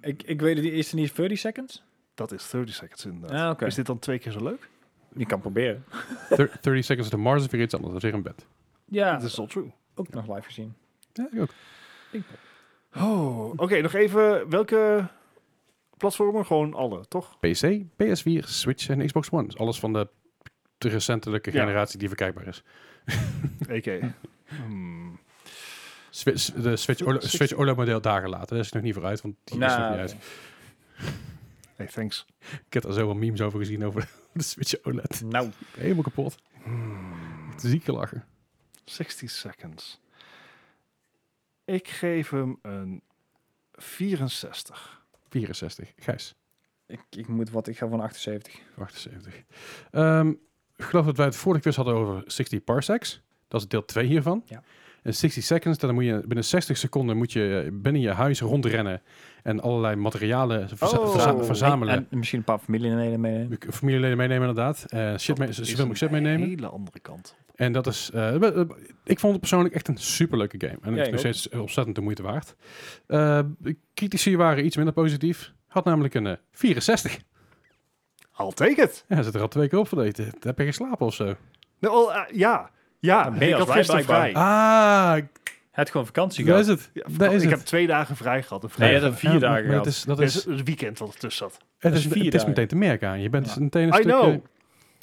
Speaker 2: Ik, ik weet het, niet. is er niet 30 seconds?
Speaker 3: Dat is 30 seconds inderdaad.
Speaker 2: Ah, oké.
Speaker 3: Is dit dan twee keer zo leuk?
Speaker 2: Je kan proberen.
Speaker 1: Thir- 30 Seconds to Mars is weer iets anders, dat is weer een bed.
Speaker 2: Ja,
Speaker 3: Dat is all true.
Speaker 2: ook nog live gezien.
Speaker 1: Ja, ik ook.
Speaker 3: Oh, oké, nog even welke platformen? Gewoon alle, toch?
Speaker 1: PC, PS4, Switch en Xbox One. Dus alles van de, de recentelijke
Speaker 3: Ja.
Speaker 1: generatie die verkrijgbaar is.
Speaker 3: EK. Hmm.
Speaker 1: Switch, de Switch, OLED- Switch OLED-model dagen later, daar is het nog niet voor uit, want die is nog
Speaker 2: Nou,
Speaker 1: niet uit.
Speaker 2: oké.
Speaker 3: Hey, thanks.
Speaker 1: Ik heb er zo wel memes over gezien over de Switch OLED.
Speaker 2: Nou,
Speaker 1: Helemaal kapot.
Speaker 3: Hmm.
Speaker 1: Ziek gelachen.
Speaker 3: 60 seconds. Ik geef hem een 64.
Speaker 1: 64. Gijs.
Speaker 2: ik, ik moet wat, ik ga van 78.
Speaker 1: 78. Ehm, ik geloof dat wij het vorige quiz hadden over 60 parsecs. Dat is deel 2 hiervan.
Speaker 2: Ja.
Speaker 1: En 60 seconds, dan moet je binnen 60 seconden moet je eh, binnen je huis rondrennen en allerlei materialen verza-
Speaker 3: Oh.
Speaker 1: verza- verzamelen.
Speaker 2: En misschien een paar familieleden mee.
Speaker 1: Je kunt eh, Familieleden meenemen inderdaad. Eh shit mee,
Speaker 3: Oh, Dat is
Speaker 1: zoveel mogelijk shit
Speaker 3: een
Speaker 1: meenemen.
Speaker 3: hele andere kant.
Speaker 1: En dat is... eh, we- we- ik vond het persoonlijk echt een superleuke game. En
Speaker 2: Ja,
Speaker 1: het is
Speaker 2: ik
Speaker 1: nog
Speaker 2: ook.
Speaker 1: steeds ontzettend de moeite waard. Eh, critici waren iets minder positief. Had namelijk een eh, 64.
Speaker 3: I'll take it.
Speaker 1: Ja, zit er al twee keer op van. eh, Heb je geslapen of zo?
Speaker 3: Nou, oh, eh, ja, ja.
Speaker 2: Dan ben je als
Speaker 3: Ik had
Speaker 2: wij
Speaker 3: gisteren
Speaker 2: blijkbaar.
Speaker 3: vrij.
Speaker 1: Ah,
Speaker 2: Het gewoon vakantie
Speaker 1: daar
Speaker 2: gehad.
Speaker 1: is het.
Speaker 3: Ja,
Speaker 1: Daar is
Speaker 3: ik
Speaker 1: het.
Speaker 3: heb twee dagen vrij gehad. Een
Speaker 2: Nee,
Speaker 3: vrij.
Speaker 2: je hebt vier
Speaker 1: Ja, maar-
Speaker 2: dagen
Speaker 1: maar
Speaker 2: gehad.
Speaker 1: het is, dat
Speaker 3: Dus
Speaker 1: is,
Speaker 3: het weekend wat ertussen zat.
Speaker 1: het is,
Speaker 2: is
Speaker 1: het
Speaker 2: vier
Speaker 1: is
Speaker 2: dagen.
Speaker 1: meteen te merken aan. Je bent
Speaker 2: Ja.
Speaker 1: dus meteen een
Speaker 3: I
Speaker 1: stukje...
Speaker 3: know.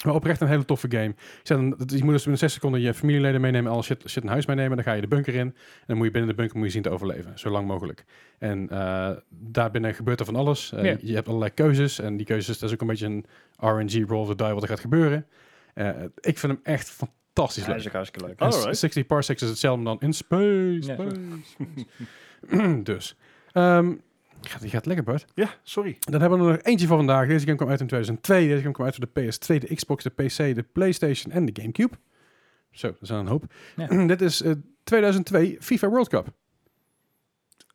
Speaker 1: Maar oprecht een hele toffe game. Ik zei dan, dat- je moet dus binnen 6 seconden je familieleden meenemen, al shit, shit in huis meenemen. Dan ga je de bunker in. En dan moet je binnen de bunker moet je zien te overleven. Zo lang mogelijk. En eh, daarbinnen gebeurt er van alles. Eh,
Speaker 2: Ja.
Speaker 1: Je hebt allerlei keuzes. En die keuzes, dat is ook een beetje een RNG, roll of the die, wat er gaat gebeuren. Eh, ik vind hem echt fantastisch
Speaker 2: Ja, dat
Speaker 1: leuk.
Speaker 2: is ook hartstikke leuk.
Speaker 1: En
Speaker 3: Alright.
Speaker 1: 60 parsecs is hetzelfde maar dan in space.
Speaker 2: Ja.
Speaker 1: space. dus. Ehm gaat, die gaat lekker, Bart.
Speaker 3: Ja, sorry.
Speaker 1: Dan hebben we er nog eentje van vandaag. Deze game kwam uit in 2002. Deze game kwam uit voor de PS2, de Xbox, de PC, de PlayStation en de Gamecube. Zo, dat zijn een hoop.
Speaker 2: Ja.
Speaker 1: Dit is eh, 2002 FIFA World Cup.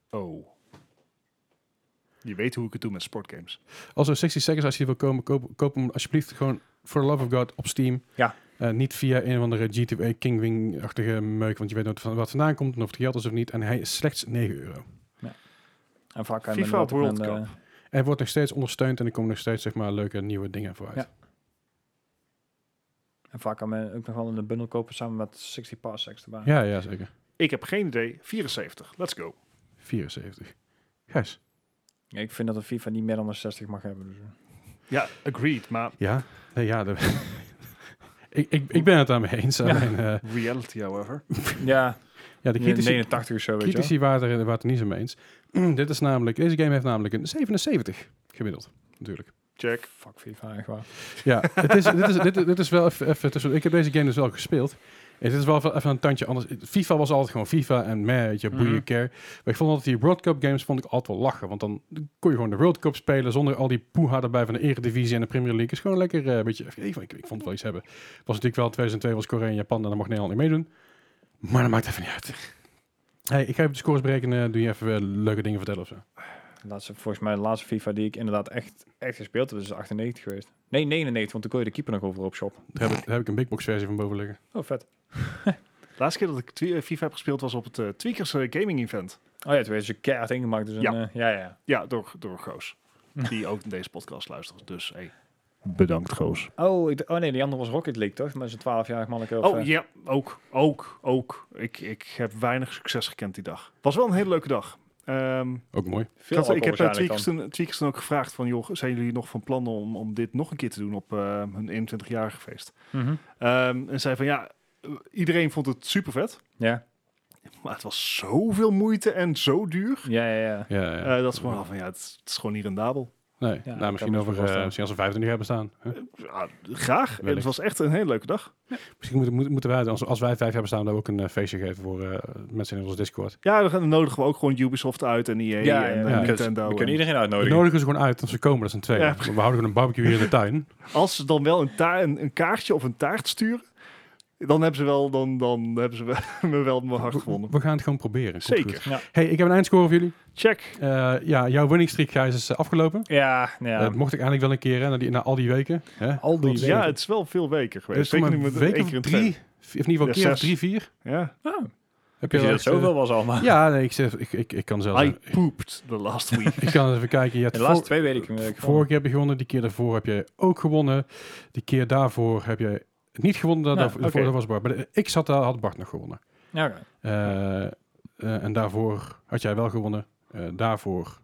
Speaker 3: Oh. Je weet hoe ik het doe met sportgames.
Speaker 1: Also, 60 seconds als je die wil komen, koop, koop hem alsjeblieft gewoon for the love of God op Steam.
Speaker 2: Ja.
Speaker 1: Eh, niet via een of andere GTA Kingwing-achtige meuk, want je weet nooit van wat vandaan komt en of het geld is of niet. En hij is slechts 9 euro.
Speaker 2: En vaak kan je
Speaker 3: FIFA
Speaker 2: inderdaad op
Speaker 3: World
Speaker 2: een,
Speaker 3: Cup.
Speaker 2: eh,
Speaker 1: Hij wordt nog steeds ondersteund en er komen nog steeds zeg maar, leuke nieuwe dingen vooruit.
Speaker 2: Ja. eh, en vaak kan men ook nog wel in de bundel kopen samen met 60 parsecs erbij.
Speaker 1: Ja, ja, zeker.
Speaker 3: Ik heb geen idee. 74. Let's go.
Speaker 1: 74. Gijs.
Speaker 2: Ja, Ik vind dat een FIFA niet meer dan een 60 mag hebben. Dus. eh.
Speaker 3: Ja, agreed. Maar
Speaker 1: Ja? Nee, ja. de- ik, ik, ik ben het daarmee eens. Alleen, eh,
Speaker 3: reality, however.
Speaker 2: Ja,
Speaker 1: ja, de critici,
Speaker 2: 89 of zo, weet je wel.
Speaker 1: critici waren, het er, waren het er niet zo mee eens. Mm, Dit is namelijk, deze game heeft namelijk een 77 gemiddeld. Natuurlijk.
Speaker 3: Check.
Speaker 2: Fuck FIFA, echt waar.
Speaker 1: Ja, het is, dit, is, dit, dit is wel even, even tussen. Ik heb deze game dus wel gespeeld. En dit is wel even, even een tandje anders. FIFA was altijd gewoon FIFA en meh, weet je, boeien,
Speaker 2: Mhm.
Speaker 1: care. Maar ik vond altijd die World Cup games vond ik altijd wel lachen. Want dan kon je gewoon de World Cup spelen zonder al die poeha erbij van de Eredivisie en de Premier League. is gewoon lekker eh, een beetje, even, ik, ik vond het wel iets hebben. Het was natuurlijk wel 2002 was Korea en Japan en dan mag Nederland niet meedoen. Maar dat maakt even niet uit. Hey, ik ga even de scores berekenen. Doe je even eh, leuke dingen vertellen of zo.
Speaker 2: De Laatste, volgens mij de laatste FIFA die ik inderdaad echt, echt gespeeld heb, is 98 geweest. Nee, 99, want toen kon je de keeper nog over op shop.
Speaker 1: Daar heb ik, daar heb ik een Big Box versie van boven liggen.
Speaker 2: Oh, vet.
Speaker 3: De laatste keer dat ik twe- eh, FIFA heb gespeeld was op het eh, Tweakers eh, Gaming Event.
Speaker 2: Oh ja, toen werd ze keihard ingemaakt. Dus een,
Speaker 3: Ja.
Speaker 2: eh, ja, ja.
Speaker 3: Ja, door, door Goos. Die ook in deze podcast luistert. Dus, hey. Bedankt, Goos.
Speaker 2: Oh, ik d- oh nee, die andere was Rocket League, toch? Met zo'n 12-jarig manneke. of,
Speaker 3: Oh,
Speaker 2: eh,
Speaker 3: ja. Ook, ook, ook. Ik, ik heb weinig succes gekend die dag. Was wel een hele leuke dag. Ehm,
Speaker 1: Ook mooi.
Speaker 2: veel
Speaker 3: ik,
Speaker 2: alcohol
Speaker 3: had- ik heb eh,
Speaker 2: waarschijnlijk
Speaker 3: Tweakers toen- Tweakers toen ook gevraagd van... joh, zijn jullie nog van plan om, om dit nog een keer te doen op eh, hun 21-jarige feest?
Speaker 2: dan. Mhm.
Speaker 3: Ehm, en zei van, ja, eh, iedereen vond het super vet.
Speaker 2: Ja,
Speaker 3: Maar het was zoveel moeite en zo duur.
Speaker 2: ja, ja. ja.
Speaker 1: Ja, ja.
Speaker 3: eh, dat is gewoon van, ja, het, is- het is gewoon niet rendabel.
Speaker 1: Nee,
Speaker 2: Ja,
Speaker 1: nou,
Speaker 2: dat
Speaker 1: misschien,
Speaker 2: kan ik
Speaker 1: over,
Speaker 2: me voorstellen.
Speaker 1: eh, misschien als we 25 hebben staan. Huh?
Speaker 3: Ja, graag.
Speaker 1: Wellicht.
Speaker 3: Het was echt een hele leuke dag.
Speaker 1: Misschien moeten, moeten- moeten wij, als, als wij vijf hebben staan, dan ook een eh, feestje geven voor eh, mensen in ons Discord.
Speaker 3: Ja, dan gaan- dan nodigen we ook gewoon Ubisoft uit en EA
Speaker 2: Ja,
Speaker 3: en
Speaker 2: ja,
Speaker 3: eh,
Speaker 1: ja.
Speaker 3: Nintendo.
Speaker 2: We
Speaker 3: en-
Speaker 2: kunnen iedereen
Speaker 1: We
Speaker 2: uitnodigen.
Speaker 1: nodigen ze gewoon uit als ze komen, dat is een tweede.
Speaker 3: Ja.
Speaker 1: We houden gewoon een barbecue hier in de tuin.
Speaker 3: Als ze dan wel een, ta- een, een kaartje of een taart sturen, dan hebben ze, wel, dan, dan hebben ze wel- me wel mijn hart gewonnen.
Speaker 1: We gaan het gewoon proberen. Komt
Speaker 3: Zeker.
Speaker 1: goed.
Speaker 2: Ja.
Speaker 1: Hey, ik heb een eindscore voor jullie.
Speaker 3: Check.
Speaker 1: Eh, ja, jouw winning streak, Gijs, is eh, afgelopen.
Speaker 2: Ja, nou ja.
Speaker 1: Dat mocht ik eigenlijk wel een keer, hè, na, die, na al die weken. Hè?
Speaker 2: al die
Speaker 3: Ja, het is wel veel weken
Speaker 1: Het is
Speaker 3: geweest. Zeker
Speaker 1: maar
Speaker 3: nu met
Speaker 1: een week
Speaker 3: één
Speaker 1: of
Speaker 3: keer in het
Speaker 1: drie, of in ieder geval een
Speaker 3: Ja,
Speaker 1: keer of
Speaker 3: zes.
Speaker 1: drie, vier.
Speaker 3: Ja.
Speaker 1: Heb
Speaker 2: dat
Speaker 1: wel
Speaker 2: het
Speaker 1: echt,
Speaker 2: zoveel
Speaker 1: eh,
Speaker 2: was allemaal.
Speaker 1: Ja, nee, ik, zeg, ik, ik, ik kan zelf...
Speaker 3: I pooped the last week.
Speaker 1: Ik kan even kijken. Je hebt
Speaker 2: De laatste
Speaker 1: voor-
Speaker 2: twee weet ik hem, eh,
Speaker 1: Vorige
Speaker 2: gewoon.
Speaker 1: keer heb je gewonnen, die keer daarvoor heb je ook gewonnen. Die keer daarvoor heb je niet gewonnen, daar,
Speaker 2: Ja,
Speaker 1: daarvoor, daarvoor-
Speaker 3: oké.
Speaker 1: dat was Bart. Maar de- ik zat daar, had Bart nog gewonnen.
Speaker 2: Ja, oké.
Speaker 1: Eh, eh, en daarvoor had jij wel gewonnen. Eh, daarvoor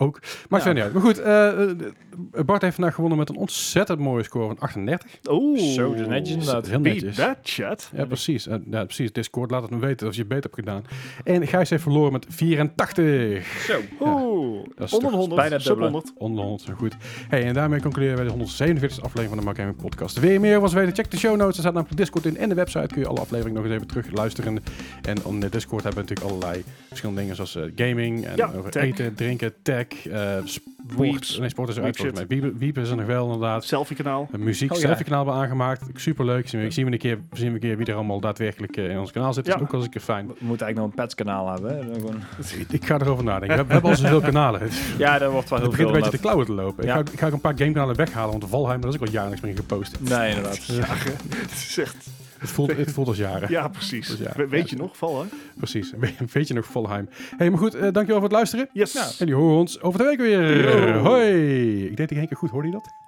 Speaker 1: ook. Maakt
Speaker 2: Ja.
Speaker 1: verder niet uit. Maar goed, eh, eh, Bart heeft vandaag gewonnen met een ontzettend mooie score van 38.
Speaker 3: Oeh.
Speaker 2: Zo, dat is netjes
Speaker 1: Dus
Speaker 2: inderdaad.
Speaker 1: heel
Speaker 3: Beat
Speaker 1: netjes.
Speaker 3: that chat.
Speaker 1: Ja, precies. Eh, ja, precies. Discord, laat het me weten als je het beter hebt gedaan. En Gijs heeft verloren met 84.
Speaker 2: Zo.
Speaker 3: Oeh.
Speaker 1: dat is toch
Speaker 3: onder de 100.
Speaker 2: bijna
Speaker 3: sub
Speaker 2: dubbele.
Speaker 3: 100.
Speaker 1: Onder de 100, zo goed. Hey, en daarmee concluderen wij de 147 aflevering van de Mark Gaming Podcast. Wil je meer over ons weten? Check de show notes. Er staat namelijk Discord in en de website. Kun je alle afleveringen nog eens even terug luisteren. En op de Discord hebben we natuurlijk allerlei verschillende dingen zoals eh, gaming. En
Speaker 3: Ja,
Speaker 1: over
Speaker 3: tech.
Speaker 1: eten, drinken, tech, eh sport.
Speaker 3: Weeps.
Speaker 1: Nee, sport is
Speaker 3: Weep
Speaker 1: eruit volgens mij. Wiep, Wiep is er nog wel inderdaad.
Speaker 3: Selfie kanaal.
Speaker 1: Een muziek
Speaker 2: Oh, ja.
Speaker 1: selfie-kanaal bij aangemaakt. Superleuk. Zien we, ik zie we een keer, zien we een keer wie er allemaal daadwerkelijk eh, in ons kanaal zit. Dat
Speaker 3: Ja.
Speaker 1: is ook wel eens een keer fijn.
Speaker 2: We moeten eigenlijk nog een petskanaal hebben. hè. Dan gewoon-
Speaker 1: Ik ga erover nadenken. We, we hebben al zoveel kanalen. Het
Speaker 2: Ja, dat wordt wel heel
Speaker 1: begint een
Speaker 2: veel.
Speaker 1: beetje te klauwen te lopen.
Speaker 2: Ja.
Speaker 1: Ik, ga, ik ga ook een paar gamekanalen weghalen, want Valheim, daar is ook al jaren niks meer in gepost.
Speaker 2: inderdaad. Nee, inderdaad.
Speaker 3: Ja, het is echt-
Speaker 1: Het voelt, het voelt als jaren.
Speaker 3: ja precies.
Speaker 1: Dus ja.
Speaker 3: We- weet je nog, vallen?
Speaker 1: Precies. Weet je nog Volheim. hey, maar goed. eh, dankjewel voor het luisteren.
Speaker 3: Yes.
Speaker 1: En jullie horen ons over de week weer.
Speaker 3: Yo.
Speaker 1: Hoi. Ik deed het in één keer goed. Hoorde je dat?